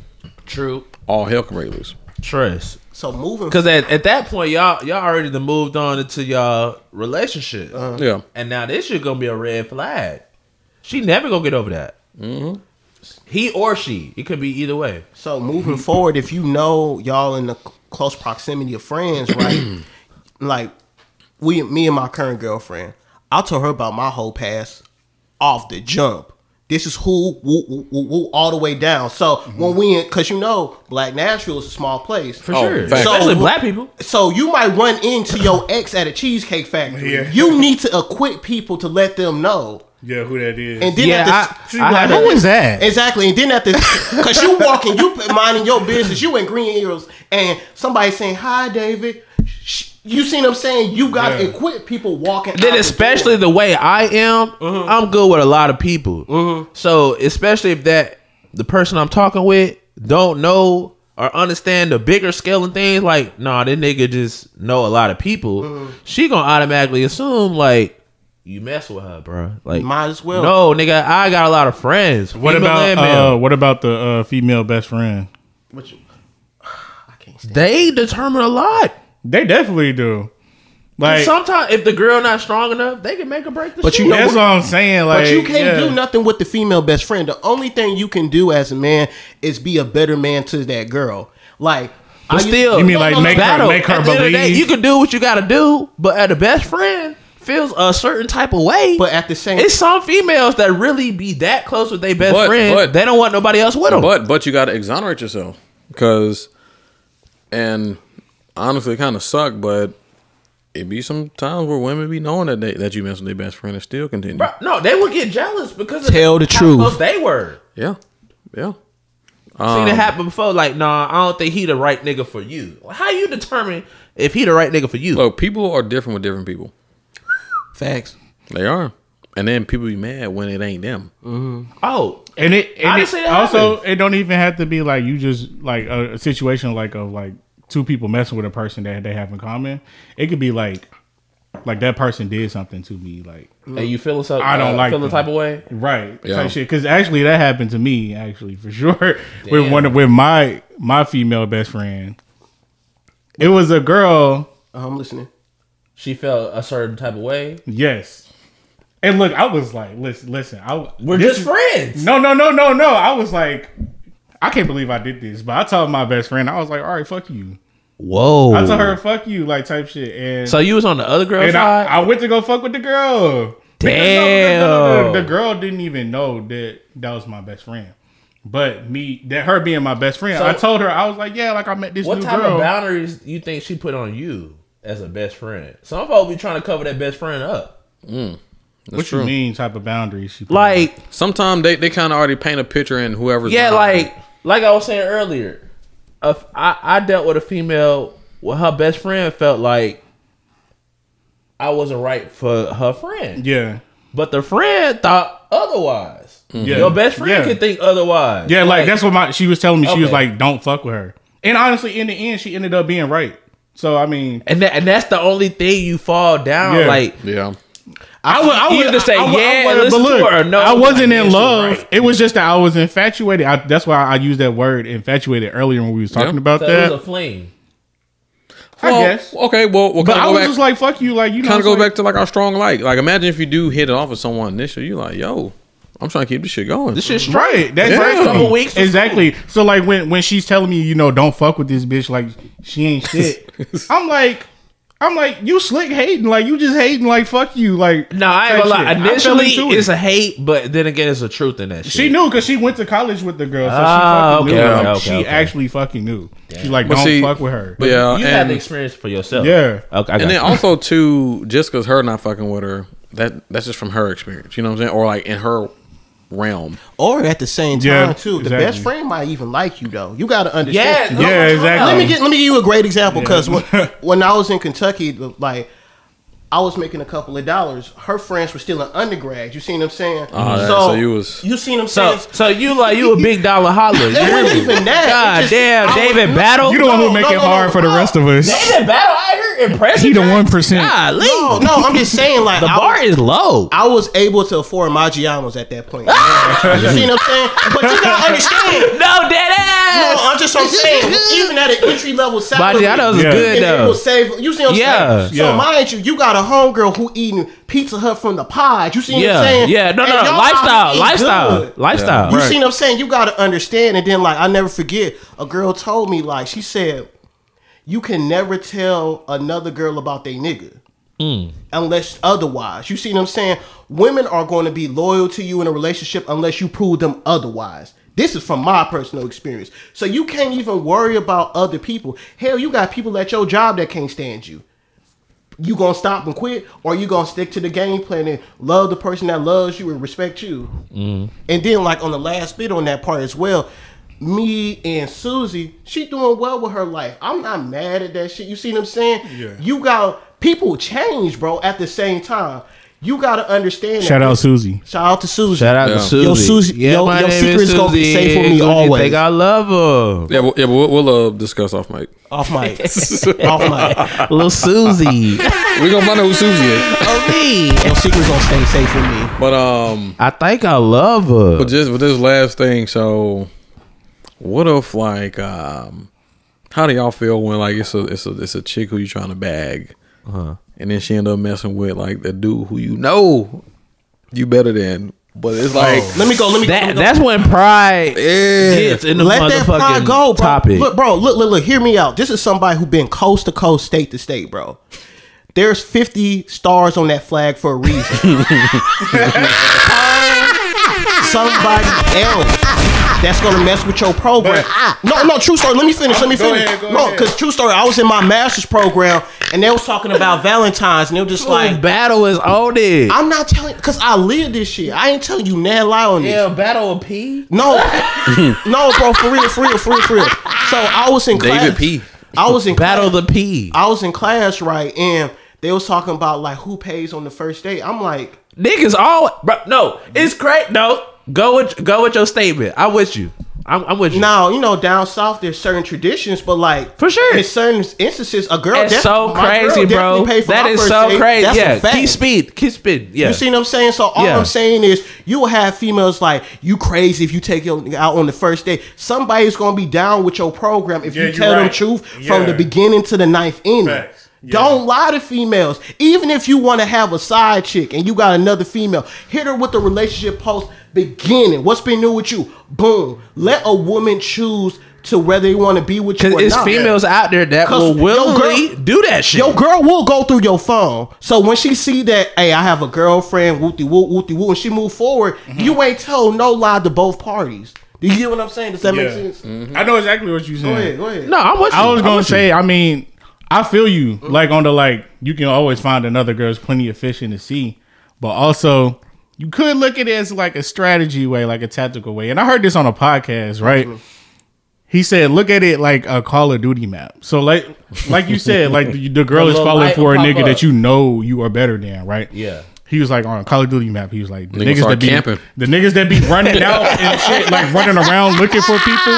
B: True.
A: all hell can break loose.
B: Trust.
C: so moving
B: Cause at, at that point y'all y'all already done moved on into y'all relationship.
A: Yeah,
B: And now this shit gonna be a red flag. She never gonna get over that. Mm-hmm. He or she. It could be either way.
C: So moving forward, if you know y'all in the c- close proximity of friends, right? [CLEARS THROAT] like we, me and my current girlfriend, I told her about my whole past off the jump. This is who, woo, woo, woo, woo, all the way down. So when we, in, cause you know, Black Nashville is a small place.
B: For
A: Oh,
B: sure.
A: facts.
B: Especially
C: So-
B: black people.
C: So you might run into your ex at a cheesecake factory.
D: Yeah.
C: You need to equip people to let them know.
D: Yeah, who that is?
C: And then at the,
B: Yeah,
D: She
B: I
D: like,
B: had
D: who
B: a-
D: is that?
C: Exactly, and then at the because you walking, you minding your business, you in green heels, and somebody saying hi, David. Sh- You seen them saying you got to
D: Yeah.
C: equip people walking. out
B: Then
C: the
B: especially
C: door.
B: the way I am, I'm good with a lot of people. So especially if that the person I'm talking with don't know or understand the bigger scale and things, like nah, this nigga just know a lot of people. She gonna automatically assume like you mess with her, bro. Like
C: Might as well.
B: No, nigga, I got a lot of friends.
D: what
B: female
D: about
B: and male.
D: uh, what about the uh, female best friend?
C: What you- I can't stand.
B: they determine a lot.
D: They definitely do. Like
B: Sometimes if the girl not strong enough, they can make or break the
C: But you
B: shit.
C: know
D: that's
C: what-
D: what I'm saying. Like
C: But you
D: yeah.
C: can't do nothing with the female best friend. The only thing you can do as a man is be a better man to that girl. Like, [LAUGHS]
B: But
C: used-
B: still,
D: You mean like make her-
B: battle.
D: make her
B: At the end of the day,
D: believe?
B: you can do what you got to do, but at the best friend feels a certain type of way.
C: But at the same,
B: it's some females that really be that close with their best
A: But-
B: friend,
A: but-
B: they don't want nobody else
C: Oh.
B: with them.
A: But but you got to exonerate yourself because, and honestly, it kind of suck. But it be some times where women be knowing that they, that you mess with their best friend and still continue.
B: Bruh, no, they would get jealous because of
C: Tell the
B: how
C: truth.
B: close they were.
A: Yeah, yeah.
B: Seen it happen before. Like, nah, I don't think he the right nigga for you. How you determine if he the right nigga for you?
A: Look, people are different with different people.
C: facts.
A: They are, and then people be mad when it ain't them.
B: Oh,
D: And it, and
B: I didn't
D: it
B: say that
D: also it don't even have to be like you just like a, a situation like of like two people messing with a person that they have in common. It could be like like that person did something to me like
B: and you feeling so?
D: I don't
B: uh,
D: like
B: feeling the
D: them.
B: type of way.
D: right
A: Yeah.
D: type shit. Because actually that happened to me actually for [LAUGHS] sure with one of- with my my female best friend. It was a girl.
C: I'm listening.
B: She felt a certain type of way.
D: Yes. And look, I was like, listen, listen. I,
B: We're
D: this
B: just
D: is-
B: friends.
D: No, no, no, no, no. I was like, I can't believe I did this. But I told my best friend, I was like, all right, fuck you.
B: Whoa.
D: I told her, fuck you, like type shit. And,
B: So you was on the other girl's
D: and I,
B: side.
D: I went to go fuck with the girl.
B: Damn.
D: The, the girl didn't even know that that was my best friend. But me, that her being my best friend,
B: So-
D: I told her, I was like, yeah, like I met this
B: what
D: new
B: type
D: girl.
B: of boundaries you think she put on you as a best friend? Some folks be trying to cover that best friend up.
A: That's
D: what
A: true.
D: you mean type of boundaries? She put on?
B: Like,
A: Sometimes they, they kind of already paint a picture in whoever's
B: yeah,
A: behind it.
B: like like I was saying earlier, if I I dealt with a female. Well, her best friend felt like I wasn't right for her friend,
D: yeah.
B: but the friend thought otherwise.
D: Yeah.
B: Your best friend
D: Yeah.
B: could think otherwise.
D: Yeah, like, that's what my she was telling me. She was
B: Okay.
D: like, "Don't fuck with her." And honestly, in the end, she ended up being right. So I mean,
B: and that, and that's the only thing you fall down
D: Yeah.
B: like.
A: yeah.
D: I would, I would
B: either say
D: I would-
B: yeah
D: I would-
B: and listen
D: but
B: to her or no,
D: I wasn't
B: like,
D: in
B: yeah,
D: love.
B: she's right.
D: It was just that I was infatuated. I, that's why I used that word infatuated earlier when we was talking
A: Yeah.
D: about
B: So it
D: that.
B: was a fling.
D: I
A: Well,
D: guess.
A: Okay, well, we'll
D: but
A: kind
D: I
A: of
D: was
A: go back.
D: just like, "Fuck you!" Like you know,
A: kind of
D: it's
A: go
D: like-
A: back to like our strong light. Like, imagine if you do hit it off with someone initially, you like, yo, I'm trying to keep this shit going.
B: This shit's straight.
D: Right, that's
A: Yeah.
D: exactly.
A: Couple
B: weeks was
D: exactly. So like when when she's telling me, you know, don't fuck with this bitch, like she ain't [LAUGHS] shit. I'm like, I'm like, you slick hating, like you just hating, like fuck you, like
B: No, I ain't
D: type
B: gonna lie.
D: shit. I fell
B: Initially,
D: into it.
B: it's a hate, but then again, it's a truth in that shit.
D: She knew because she went to college with the girl, so she
B: Ah,
D: fucking
B: okay,
D: knew. Like,
B: okay,
D: she
B: okay.
D: actually fucking knew. She like
A: But
D: don't
A: see-
D: fuck with her.
A: But yeah,
B: You had
A: and,
B: the experience for yourself.
D: Yeah.
B: Okay. I got
A: and then
B: you.
A: also too, just because her not fucking with her, that that's just from her experience. You know what I'm saying? Or like in her realm.
C: Or at the same time
D: Yeah,
C: too, the
D: exactly.
C: best friend might even like you though. You gotta understand.
B: yeah, no,
D: Yeah,
B: I'm trying.
A: Um, [LAUGHS]
D: exactly.
C: Let me get let me give you a great example because when, when I was in Kentucky, like I was making a couple of dollars. Her friends were still in undergrads. You seen what I'm saying?
A: Ah, so you was-
C: you seen what I'm
B: So,
C: saying?
B: so you like you a big dollar holler. You
C: It
B: hear
C: wasn't
B: me?
C: even that. It
B: God
C: just-
B: damn,
C: I was-
B: David Battle.
D: You the one
C: No,
D: who make
C: no,
D: it
C: no,
D: hard
C: no.
D: for the rest of
C: [LAUGHS]
D: us.
B: David Battle out here impressing.
D: He the
B: guys?
D: one percent.
B: Golly.
C: No, no, I'm just saying like
B: [LAUGHS] The
C: I
B: bar
C: was-
B: is low.
C: I was able to afford Maggiano's at that
B: [LAUGHS]
C: point. you see what I'm saying? But you gotta understand.
B: No dead
C: No,
B: ass.
C: I'm just I'm saying. Even at an entry level salary,
B: Maggiano's is
D: Yeah.
B: good
C: and it
B: though.
C: will save. You see what I'm
B: Yeah.
C: saying? So
D: Yeah.
C: mind you, you got a homegirl who eating Pizza Hut from the pod. You see what
B: Yeah,
C: I'm saying?
B: yeah. No,
C: And
B: no,
C: y'all
B: no.
C: out
B: Lifestyle,
C: here
B: lifestyle,
C: eating good.
B: lifestyle.
C: You see what I'm saying? You gotta understand. And then like I never forget, a girl told me like she said, you can never tell another girl about they nigga. Unless otherwise, you see what I'm saying. Women are going to be loyal to you in a relationship unless you prove them otherwise. This is from my personal experience. So you can't even worry about other people. Hell, you got people at your job that can't stand you you gonna stop and quit, or you gonna stick to the game plan and love the person that loves you and respect you.
B: Mm-hmm.
C: And then, like on the last bit on that part as well, me and Susie, she doing well with her life. I'm not mad at that shit. You see what I'm saying?
D: Yeah.
C: You got people change, bro. At the same time, you gotta understand.
D: Shout
C: that.
D: out Susie.
C: Shout out to Susie.
B: Shout out
A: Yeah.
B: to Susie.
C: Yo, Susie, yo-
B: my
C: your
B: name is
C: secret's gonna be
B: Susie.
C: safe for me
B: Susie
C: always.
B: Think I love her.
A: Yeah, well, yeah, but we'll, we'll uh, discuss off mic.
C: Off
B: [LAUGHS]
C: mic. Off mic. [LAUGHS]
B: Little Susie.
A: We gonna find out who Susie is.
B: oh, me.
C: Your secret's gonna stay safe for me.
A: But um,
B: I think I love her.
A: but just with this last thing, so what if like um, how do y'all feel when like it's a it's a it's a chick who you trying to bag, and then she end up messing with like the dude who you know you better than, but it's like
C: Let me go. Let me. let me
B: that
C: go.
B: that's when pride
A: yeah,
B: gets in the
C: Let that pride
B: motherfucking
C: go, bro.
B: topic.
C: Look, bro, look, look, look. Hear me out. This is somebody who been coast to coast, state to state, bro. There's 50 stars on that flag for a
B: [LAUGHS]
C: reason. somebody else that's gonna mess with your program. No, no, true story. Let me finish. Let me
D: Go
C: finish.
D: ahead, go
C: no,
D: ahead.
C: because true story, I was in my master's program and they was talking about Valentine's and they were just
B: like
C: like,
B: battle is on it.
C: I'm not telling, because I live this shit. I ain't telling you, Nan lie on this.
B: battle of P. [LAUGHS]
C: No, no, bro, for real, for real, for real, for real. So I was in class.
A: David P.
C: I was in
B: Battle
C: class,
B: of the P.
C: I was in class, right, and they was talking about like who pays on the first date. I'm like,
B: Niggas all bro. No, it's great. No, go with go with your statement. I'm with you. I'm, I'm with you.
C: now you know, down south there's certain traditions, but like
B: For sure.
C: in certain instances, a girl
B: That's
C: def- my
B: so
C: girl
B: crazy,
C: definitely
B: bro.
C: paid for
B: That
C: my
B: is
C: first
B: so
C: date.
B: crazy.
C: That's a
B: yeah,
C: fact.
B: keep speed, keep speed. Yeah,
C: You see what I'm saying? So all
B: Yeah.
C: I'm saying is you will have females like you crazy if you take your nigga out on the first day. Somebody's gonna be down with your program if
D: Yeah,
C: you
D: you're
C: tell them
D: right.
C: truth
D: Yeah.
C: from the beginning to the ninth inning.
D: Facts. Yeah.
C: Don't lie to females. Even if you want to have a side chick and you got another female, hit her with the relationship post beginning. What's been new with you? Boom. Let a woman choose to whether they want to be with you
B: because
C: or
B: it's
C: not.
B: females out there that
C: 'Cause
B: will
C: your girl-
B: willingly do that shit.
C: Your girl will go through your phone. So when she see that, hey, I have a girlfriend, wooty woo, wooty woo, and she move forward, you ain't told no lie to both parties. Do you get what I'm saying? Does that make
D: Yeah. Mm-hmm.
C: sense?
A: Mm-hmm.
D: I know exactly what you're saying.
C: Go ahead, go ahead.
B: no, I'm with you.
D: I was
B: I'm
D: gonna
B: with you.
D: say, I mean, I feel you. Like on the like, you can always find another girl. There's plenty of fish in the sea, but also you could look at it as like a strategy way, like a tactical way. And I heard this on a podcast, right? He said, "Look at it like a Call of Duty map." So like, like you said, like the, the girl is
B: little
D: falling
B: light
D: for a
B: will
D: nigga
B: pop up.
D: that you know you are better than, right?
B: Yeah.
D: He was like on a Call of Duty map. He was like, the
A: Niggas
D: niggas,
A: start
D: that be
A: camping.
D: the niggas that be running out and shit, like running around looking for
B: [LAUGHS]
D: people.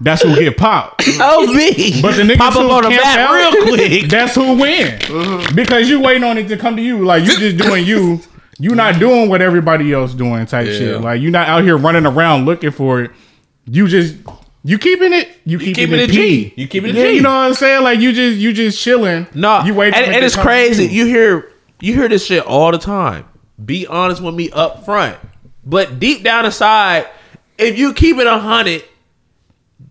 D: That's who get popped.
B: Oh [LAUGHS] me,
D: But the niggas
B: pop up
D: who
B: on the
D: camp
B: map
D: out,
B: real
D: [LAUGHS]
B: quick.
D: That's who win because you waiting on it to come to you. Like you just doing you. You not doing what everybody else doing type
A: Yeah.
D: shit. Like you not out here running around looking for it. You just you keeping it. You, keeping,
B: keeping
D: it
B: it
D: P.
B: G. You keeping it
D: Yeah,
B: G.
D: You know what I'm saying? Like you just you just chilling.
B: No,
D: you
B: you wait,
D: waiting.
B: and,
D: for it
B: and
D: to
B: it's
D: come to
B: crazy. You hear you hear this shit all the time. Be honest with me up front, but deep down inside, if you keep it hundred,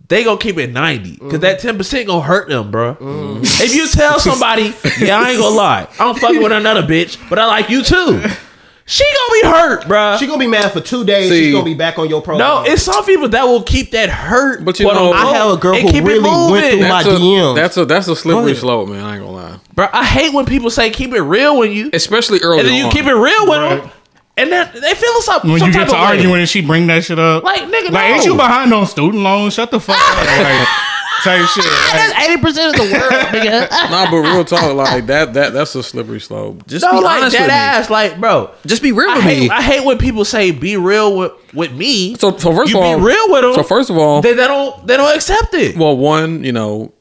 B: they gonna keep it ninety because
C: Mm-hmm.
B: that ten percent gonna hurt them, bro. If you
C: [LAUGHS]
B: tell somebody, yeah, I ain't gonna lie, I'm fucking with another bitch, but I like you too. She gonna be hurt, bro.
C: She gonna be mad for two days.
A: See.
C: She's gonna be back on your program.
B: no, it's some people that will keep that hurt.
A: But you
B: quote
A: know-
B: unquote,
A: I
C: have a girl
B: and
C: who
B: keep it
C: really went
B: moving.
C: through my
A: that's a,
C: DMs.
A: that's a that's a slippery
C: ahead.
A: slope, man. I ain't gonna lie,
B: bro. I hate when people say keep it real when you
A: especially early.
B: and then you
A: on.
B: keep it real with
D: Right.
B: them, and that they feel some
D: When
B: some
D: you
B: type
D: get to
B: of way.
D: arguing and she bring that shit up,
B: Like, nigga,
D: like ain't
B: no.
D: [LAUGHS] you behind on student loans? Shut the fuck up. Like, type shit. Like,
C: Eighty percent of the world, nigga.
A: Nah, but real talk, like that, that, that's a slippery slope. Just
B: No,
A: be
B: like
A: honest with
B: that
A: me.
B: ass, like bro.
A: Just be real
B: I
A: with me.
B: hate, I hate when people say be real with, with me.
A: So, so first
B: you
A: of all,
B: be real with them.
A: So first of all,
B: they, they don't they don't accept it
A: well, one, you know,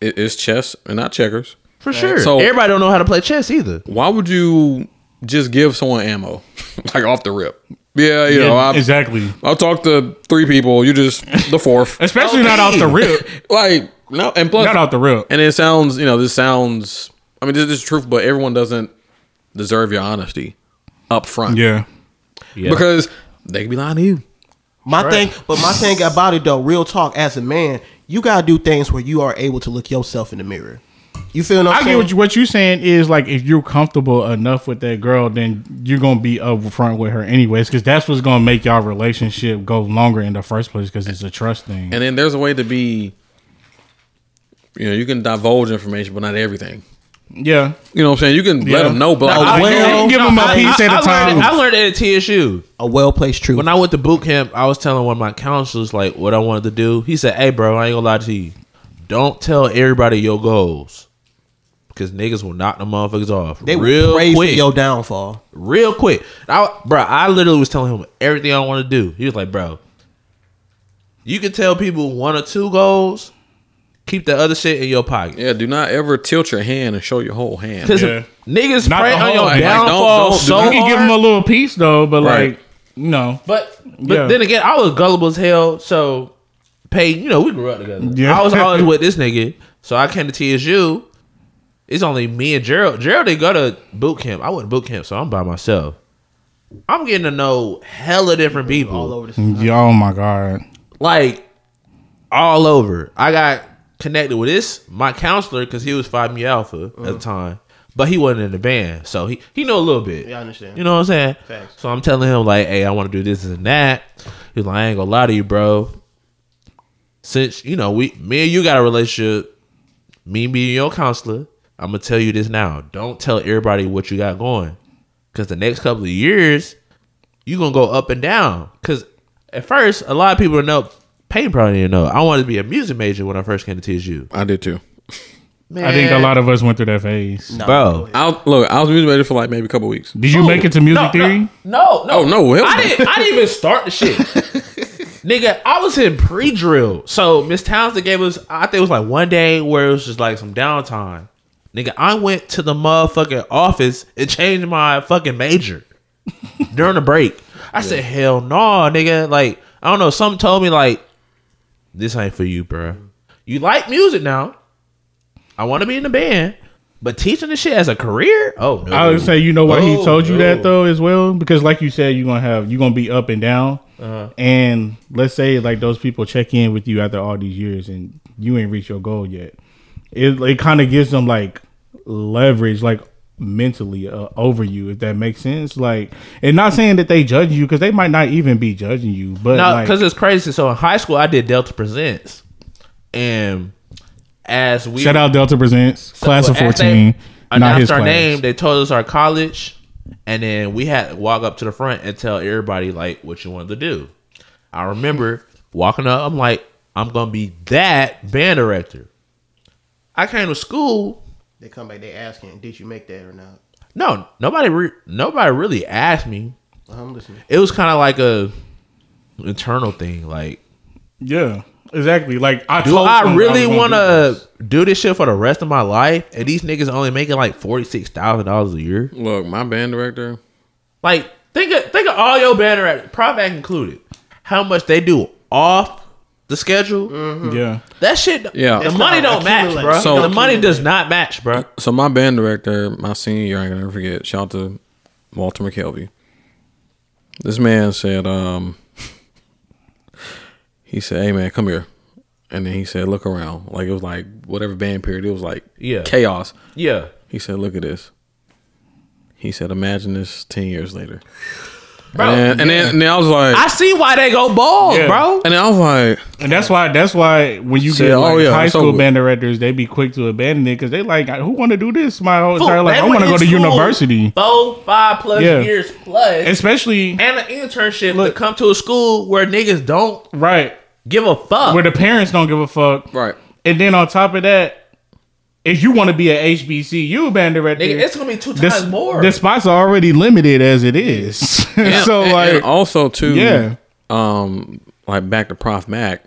A: it, it's chess and not checkers.
B: for sure.
A: So-
B: Everybody don't know how to play chess either.
A: Why would you just give someone ammo, [LAUGHS] like off the rip? Yeah, you know, I,
D: exactly.
A: I'll talk to three people. You just the
D: [LAUGHS]
A: fourth,
D: Especially not off the rip.
A: [LAUGHS] like no, and plus
D: Not off the rip.
A: And it sounds, you know, this sounds. I mean, this, this is truth, but everyone doesn't deserve your honesty up front.
D: Yeah.
A: because they could be lying to you.
C: My thing, but my thing about it though, real talk. As a man, you gotta do things where you are able to look yourself in the mirror. You feel what I'm
D: I
C: saying?
D: get what, you, what you're saying is like if you're comfortable enough with that girl, then you're gonna be upfront with her anyways, because that's what's gonna make y'all relationship go longer in the first place, because it's a trust thing.
A: And then there's a way to be. You know, you can divulge information, but not everything.
D: yeah,
A: You know what I'm saying? You can let them know, but
C: Now,
A: like,
D: I,
C: Well,
D: I- I give them a
C: I-
D: piece at a
B: I
D: time.
B: learned, I learned it at TSU.
C: a well placed truth.
B: When I went to boot camp, I was telling one of my counselors like what I wanted to do. He said, "Hey, bro, I ain't gonna lie to you. Don't tell everybody your goals because niggas will knock the motherfuckers off
C: they
B: real
C: pray
B: quick,
C: for your downfall.
B: real quick." I, bro, I literally was telling him everything I want to do. He was like, "Bro, you can tell people one or two goals. Keep the other shit in your pocket."
A: yeah, do not ever tilt your hand and show your whole hand.
B: Cause
D: Yeah.
B: niggas
D: Not
B: pray
D: the
B: on
D: whole-
B: your
D: like,
A: don't-
B: downfall
A: don't-
B: so
D: you can
B: hard.
D: give them a little piece though, but
A: Right.
D: like you know,
B: But but
D: Yeah.
B: then again, I was gullible as hell. So Peyton, you know, we grew up together.
D: Yeah.
B: I was always
D: [LAUGHS]
B: with this nigga. So I came to TSU. It's only me and Gerald. Gerald didn't go to boot camp. I went to boot camp, so I'm by myself. I'm getting to know hella different people.
C: All over the
D: yeah, oh my god,
B: Like all over. I got connected with this, my counselor, because he was Phi Mu Alpha at
C: Uh-huh.
B: the time. But he wasn't in the band. So he he know a little bit.
C: Yeah, I understand.
B: You know what I'm saying?
C: Facts.
B: So I'm telling him like, hey, I want to do this and that. He's like, I ain't gonna lie to you, bro. Since you know we, me and you got a relationship, me being your counselor, I'm gonna tell you this now. Don't tell everybody what you got going, because the next couple of years, you gonna go up and down. Because at first, a lot of people don't know. Payne probably didn't know. I wanted to be a music major when I first came to TSU.
A: I did too.
D: I think a lot of us went through that phase.
B: bro.
A: I was- look, I was music major for like maybe a couple weeks.
D: Did you make it to music
B: no,
D: theory?
B: No, no.
A: Oh, no, hell
B: I
A: no.
B: didn't. I didn't even start
A: [LAUGHS]
B: the shit, nigga. I was in pre-drill, so Miss Townsend gave us. I think it was like one day where it was just like some downtime, nigga. I went to the motherfucking office and changed my
A: [LAUGHS]
B: fucking major during the break. I said, hell no, nigga. Like I don't know. Something told me like this ain't for you, bro. You like music now. I want to be in the band, but teaching this shit as a career? Oh, no.
D: I would say you know why he
B: Oh,
D: told you
B: no.
D: that though as well because like you said you're gonna have you're gonna be up and down
B: Uh-huh.
D: and let's say like those people check in with you after all these years and you ain't reached your goal yet it, it kind of gives them like leverage like mentally uh, over you if that makes sense like and not saying that they judge you because they might not even be judging you but
B: No,
D: like,
B: because it's crazy. So in high school, I did Delta Presents, and as we
D: shout out Delta Presents class of
B: as they
D: 14 not
B: announced
D: his
B: our
D: class
B: name. They told us our college, and then we had to walk up to the front and tell everybody like what you wanted to do. I remember walking up. I'm like, I'm gonna be that band director. I came to school.
C: They come back. They asking, did you make that or not?
B: No, nobody, re- nobody really asked me.
C: Uh-huh, I'm listening.
B: It was kind of like a internal thing. Like,
D: yeah exactly like I
B: Do
D: told them
B: I
D: was
B: really
D: gonna
B: want
D: do this.
B: to do this shit for the rest of my life? And these niggas only making like forty six thousand dollars a year.
A: Look, my band director,
B: Like think of think of all your banner at prop act included. How much they do off the schedule?
D: yeah
B: That shit.
A: Yeah.
B: the
A: It's
B: money
C: not
B: don't match,
C: accumulating.
B: bro.
C: It's
A: not
B: the money does not match, bro.
A: So my band director, my senior year, I can never forget. Shout out to Walter McKelvey. This man said, um, [LAUGHS] he said, "Hey man, come here," and then he said, "Look around." Like it was like whatever band period. It was like
B: Yeah.
A: chaos.
B: Yeah,
A: He said, "Look at this." He said, "Imagine this ten years later."
B: bro.
A: and, and then, and then I was like,
B: I see why they go bald,
D: Yeah.
B: bro.
A: and then I was like,
D: And that's why that's why when you
A: Say,
D: get like
A: oh, yeah,
D: high
A: it's
D: school
A: over.
D: band directors, they be quick to abandon it because they like, who want to do this my whole
B: Fool,
D: entire life?
B: they
D: I
B: were
D: want to
B: in
D: go to
B: school
D: university,
B: Four, five plus
D: Yeah.
B: years plus,
D: especially
B: and an internship
D: Look.
B: to come to a school where niggas don't
D: right
B: give a fuck.
D: where the parents don't give a fuck.
A: "Right."
D: And then on top of that, if you want to be a HBCU bandit right
B: Nigga,
D: there,
B: it's gonna be two
D: the,
B: times more.
D: the spots are already limited as it is. [LAUGHS] so
A: and,
D: like,
A: and also too,
D: yeah.
A: um, like back to Prof Mac.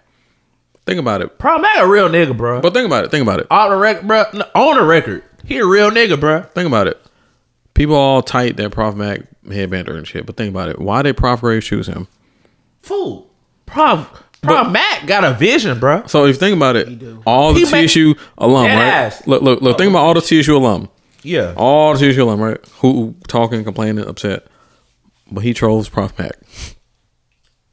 A: Think about it.
B: Bro, Mac a real nigga, bro.
A: But think about it. Think about it.
B: on the record, bro. No, on the record, he a real nigga, bro.
A: Think about it. People all tight that Prof Mac headband and shit. But think about it. Why did Prof Ray choose him?
B: Fool, Prob, prob Mac got a vision, bro.
A: So if you think about it, all the
B: He made-
A: TSU alum,
B: Yes.
A: right? Look, look, look. Think about all the TSU alum,
B: Yeah,
A: all the TSU alum, right? Who talking, complaining, upset, but he trolls Prof Mac.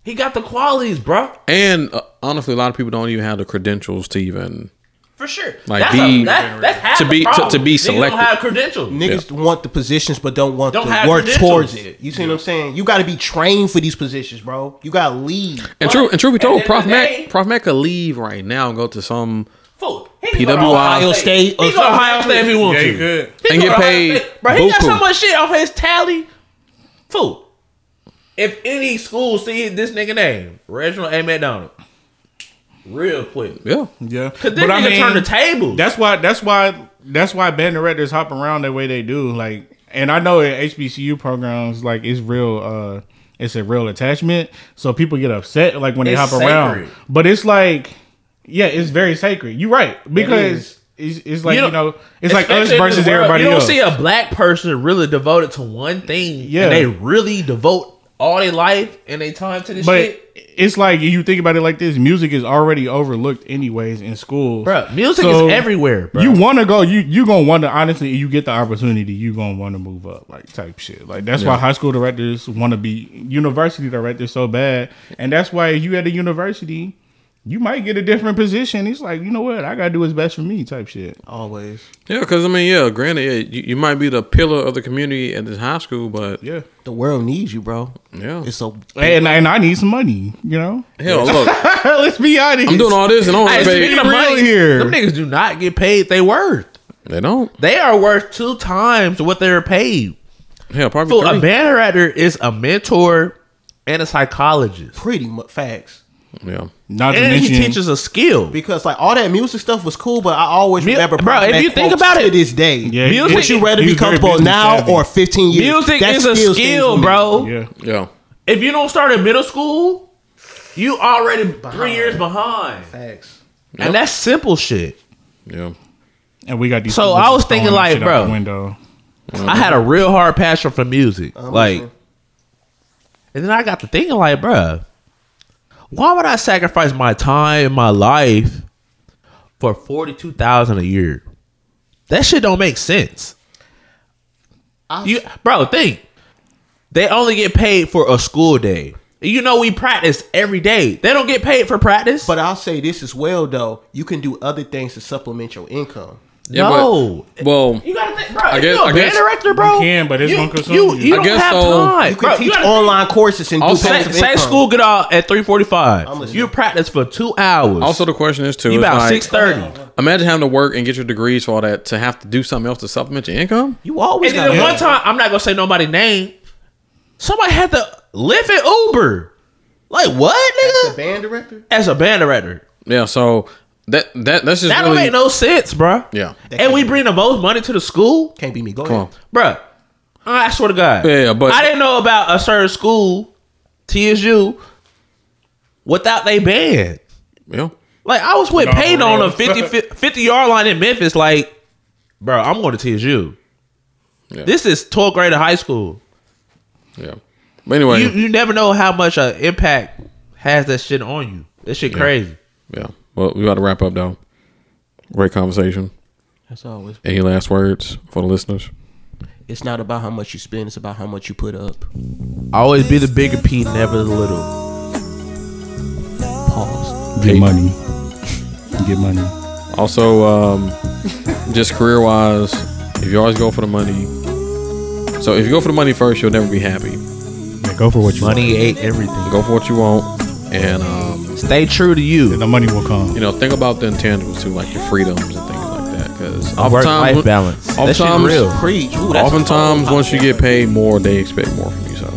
B: he got the qualities, bro.
A: And uh, honestly, a lot of people don't even have the credentials to even.
B: For sure.
A: Like,
B: that's
A: be-
B: a, that, that's half
A: To
B: the
A: be- to-
B: problem.
A: to be
B: Niggas don't
A: selected.
B: have credentials.
C: Niggas want the positions but don't want
B: Don't have
C: to work
B: credentials.
C: towards it. You see what I'm saying? You got to be trained for these positions, bro. You got to lead.
A: And true, and true be
B: at the
A: told,
B: end of
A: Prof
B: the
A: Mac,
B: day-
A: Prof Mac could leave right now and go to some
B: Fool, he can go to
A: PWI. Ohio
C: State or
B: He go to
C: something.
B: Ohio State if he wants to.
A: and
B: He
A: get
B: go to Ohio
A: paid.
B: State. Bro, he got so
A: buku.
B: much shit off his tally. Fool. If any school sees this nigga name, Reginald A. McDonald, real quick.
A: Yeah,
D: yeah,
B: Cause this nigga turn the table.
D: That's why. That's why. That's why band directors hop around the way they do. Like, and I know in HBCU programs, like it's real. uh It's a real attachment. So people get upset, like when they
B: It's
D: hop
B: sacred.
D: around. But it's like, yeah, it's very sacred. You're right because it's, it's like
B: You
D: you
B: know-
D: know, it's like us
B: Especially in this
D: versus
B: world,
D: everybody
B: You don't
D: else.
B: see a black person really devoted to one thing.
D: Yeah.
B: And they really devote all their life and their time to this
D: but
B: shit.
D: it's like you think about it like this: music is already overlooked, anyways, in school.
B: Bruh, music
D: So,
B: is everywhere, bro.
D: You want to go, you you gonna want to honestly. You get the opportunity, you gonna want to move up, like type shit. Like that's why high school directors want to be university directors so bad, and that's why if you at a university, you might get a different position. It's like you know what, I gotta do what's best for me, type shit.
C: Always.
A: yeah. Because I mean, yeah. Granted, yeah, you, you might be the pillar of the community at this high school, but
D: Yeah,
C: The world needs you, bro.
A: yeah.
B: Mm.
C: It's so
D: and and I need some money, you know. [LAUGHS]
A: Hell, look,
D: Let's be honest.
A: I'm doing all this and I don't
B: Hey,
A: get
B: speaking of
A: paid.
D: real
B: money,
D: here.
B: them niggas do not get paid they worth.
A: They don't.
B: They are worth two times what they were paid.
A: Hell, probably.
B: So a
A: three.
B: band writer is a mentor and a psychologist,
C: pretty much facts.
A: Yeah.
D: Not to
B: and he
D: mention,
B: teaches a skill.
C: Because like all that music stuff was cool, but I always
B: Mu-
C: remember.
B: bro, if
C: Prospect
B: you think
C: quotes
B: about
C: to
B: it,
C: this day,
D: Yeah, he-
C: would
B: music-
C: you rather
D: he
C: be
D: was very
C: comfortable
D: business
C: now
D: savvy.
C: or fifteen years?
B: Music
C: That
B: is a
C: still stays
B: skill,
C: with me.
B: bro.
D: yeah,
A: Yeah.
B: If you don't start in middle school, you already three years behind,
C: Facts.
B: and that's simple shit.
A: Yeah.
D: and we got these.
B: So
D: people
B: I was
D: just throwing
B: thinking, like,
D: shit out the
B: bro.
D: window.
B: I had a real hard passion for music, like, and then I got to thinking, like, bruh, why would I sacrifice my time and my life for forty two thousand a year? That shit don't make sense. You, bro, think they only get paid for a school day. You know we practice every day. They don't get paid for practice.
C: But I'll say this as well, though. You can do other things to supplement your income.
A: Yeah, but-
B: no,
A: Well,
B: you gotta think, bro.
A: I
B: if
A: guess-
B: you a
A: I
B: band
A: guess
B: director, bro.
D: you can, but it's
B: you,
D: gonna consume
B: you.
D: you.
B: You
D: I
B: don't
A: guess
B: have
A: so.
B: time.
C: You can
B: bro,
C: teach
B: gotta think.
C: online courses and do
A: Also-
B: Say,
C: passive
B: say
C: income.
B: school get out at three forty
C: I'm
B: five.
C: listening.
B: You practice for two hours.
A: also the question is too.
B: you
A: is
B: about
A: like,
B: six
C: Oh,
B: thirty.
A: Imagine having to work and get your degrees for all that to have to do something else to supplement your income.
C: You always
B: And then
C: got
B: the one time, I'm not gonna say nobody name. Somebody had to live in Uber. Like what,
C: the
B: nigga?
C: band director.
B: As a band director,
A: Yeah. So that that that's just
B: that don't
A: really
B: make no sense, bro.
A: yeah.
B: And we bring the most money to the school,
C: Can't be me. Go
A: Come
C: ahead.
A: on.
B: Bruh, I swear to God.
A: Yeah, but-
B: I didn't know about a certain school, TSU, without they band.
A: Yeah.
B: Like I was with
D: Nah,
B: Peyton
D: for
B: on
D: real.
B: a 50, 50 yard line in Memphis. Like, bro, I'm going to TSU.
A: Yeah.
B: This is 12th grade of high school.
A: Yeah. But anyway.
B: You you never know how much an impact has that shit on you. That shit crazy.
A: yeah. Well, we got to wrap up though. Great conversation.
C: That's always.
A: Any last words for the listeners?
C: It's not about how much you spend. It's about how much you put up.
B: Always be the bigger P, never the little.
C: Pause.
D: Get
A: Hey.
D: money. Get money.
A: Also, um, just career wise, if you always go for the money, so if you go for the money first, you'll never be happy.
D: Yeah, go for what you want.
B: Money ate everything.
A: Go for what you want, and um,
B: Stay true to you.
D: The money will come.
A: you know, think about the intangibles too, like your freedoms and things like that. Because
B: Work
A: oftentimes,
B: life balance. That shit
A: oftentimes-
B: real.
C: Preach. Ooh, that's
A: oftentimes once you get paid more, they expect more from you. So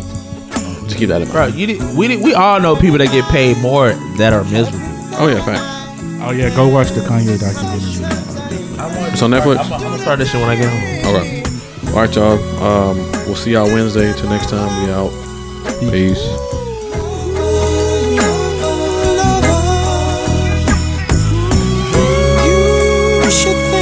A: just keep that in mind.
B: Bro, you did, we did, we all know people that get paid more that are miserable.
A: Oh yeah, fact.
D: Oh yeah, go watch the Kanye documentary.
A: It's on Netflix.
B: I'm gonna start this shit when I get home.
A: All right. All right, y'all. Um, we'll see y'all Wednesday. Till next time, we out. Peace.
E: You should think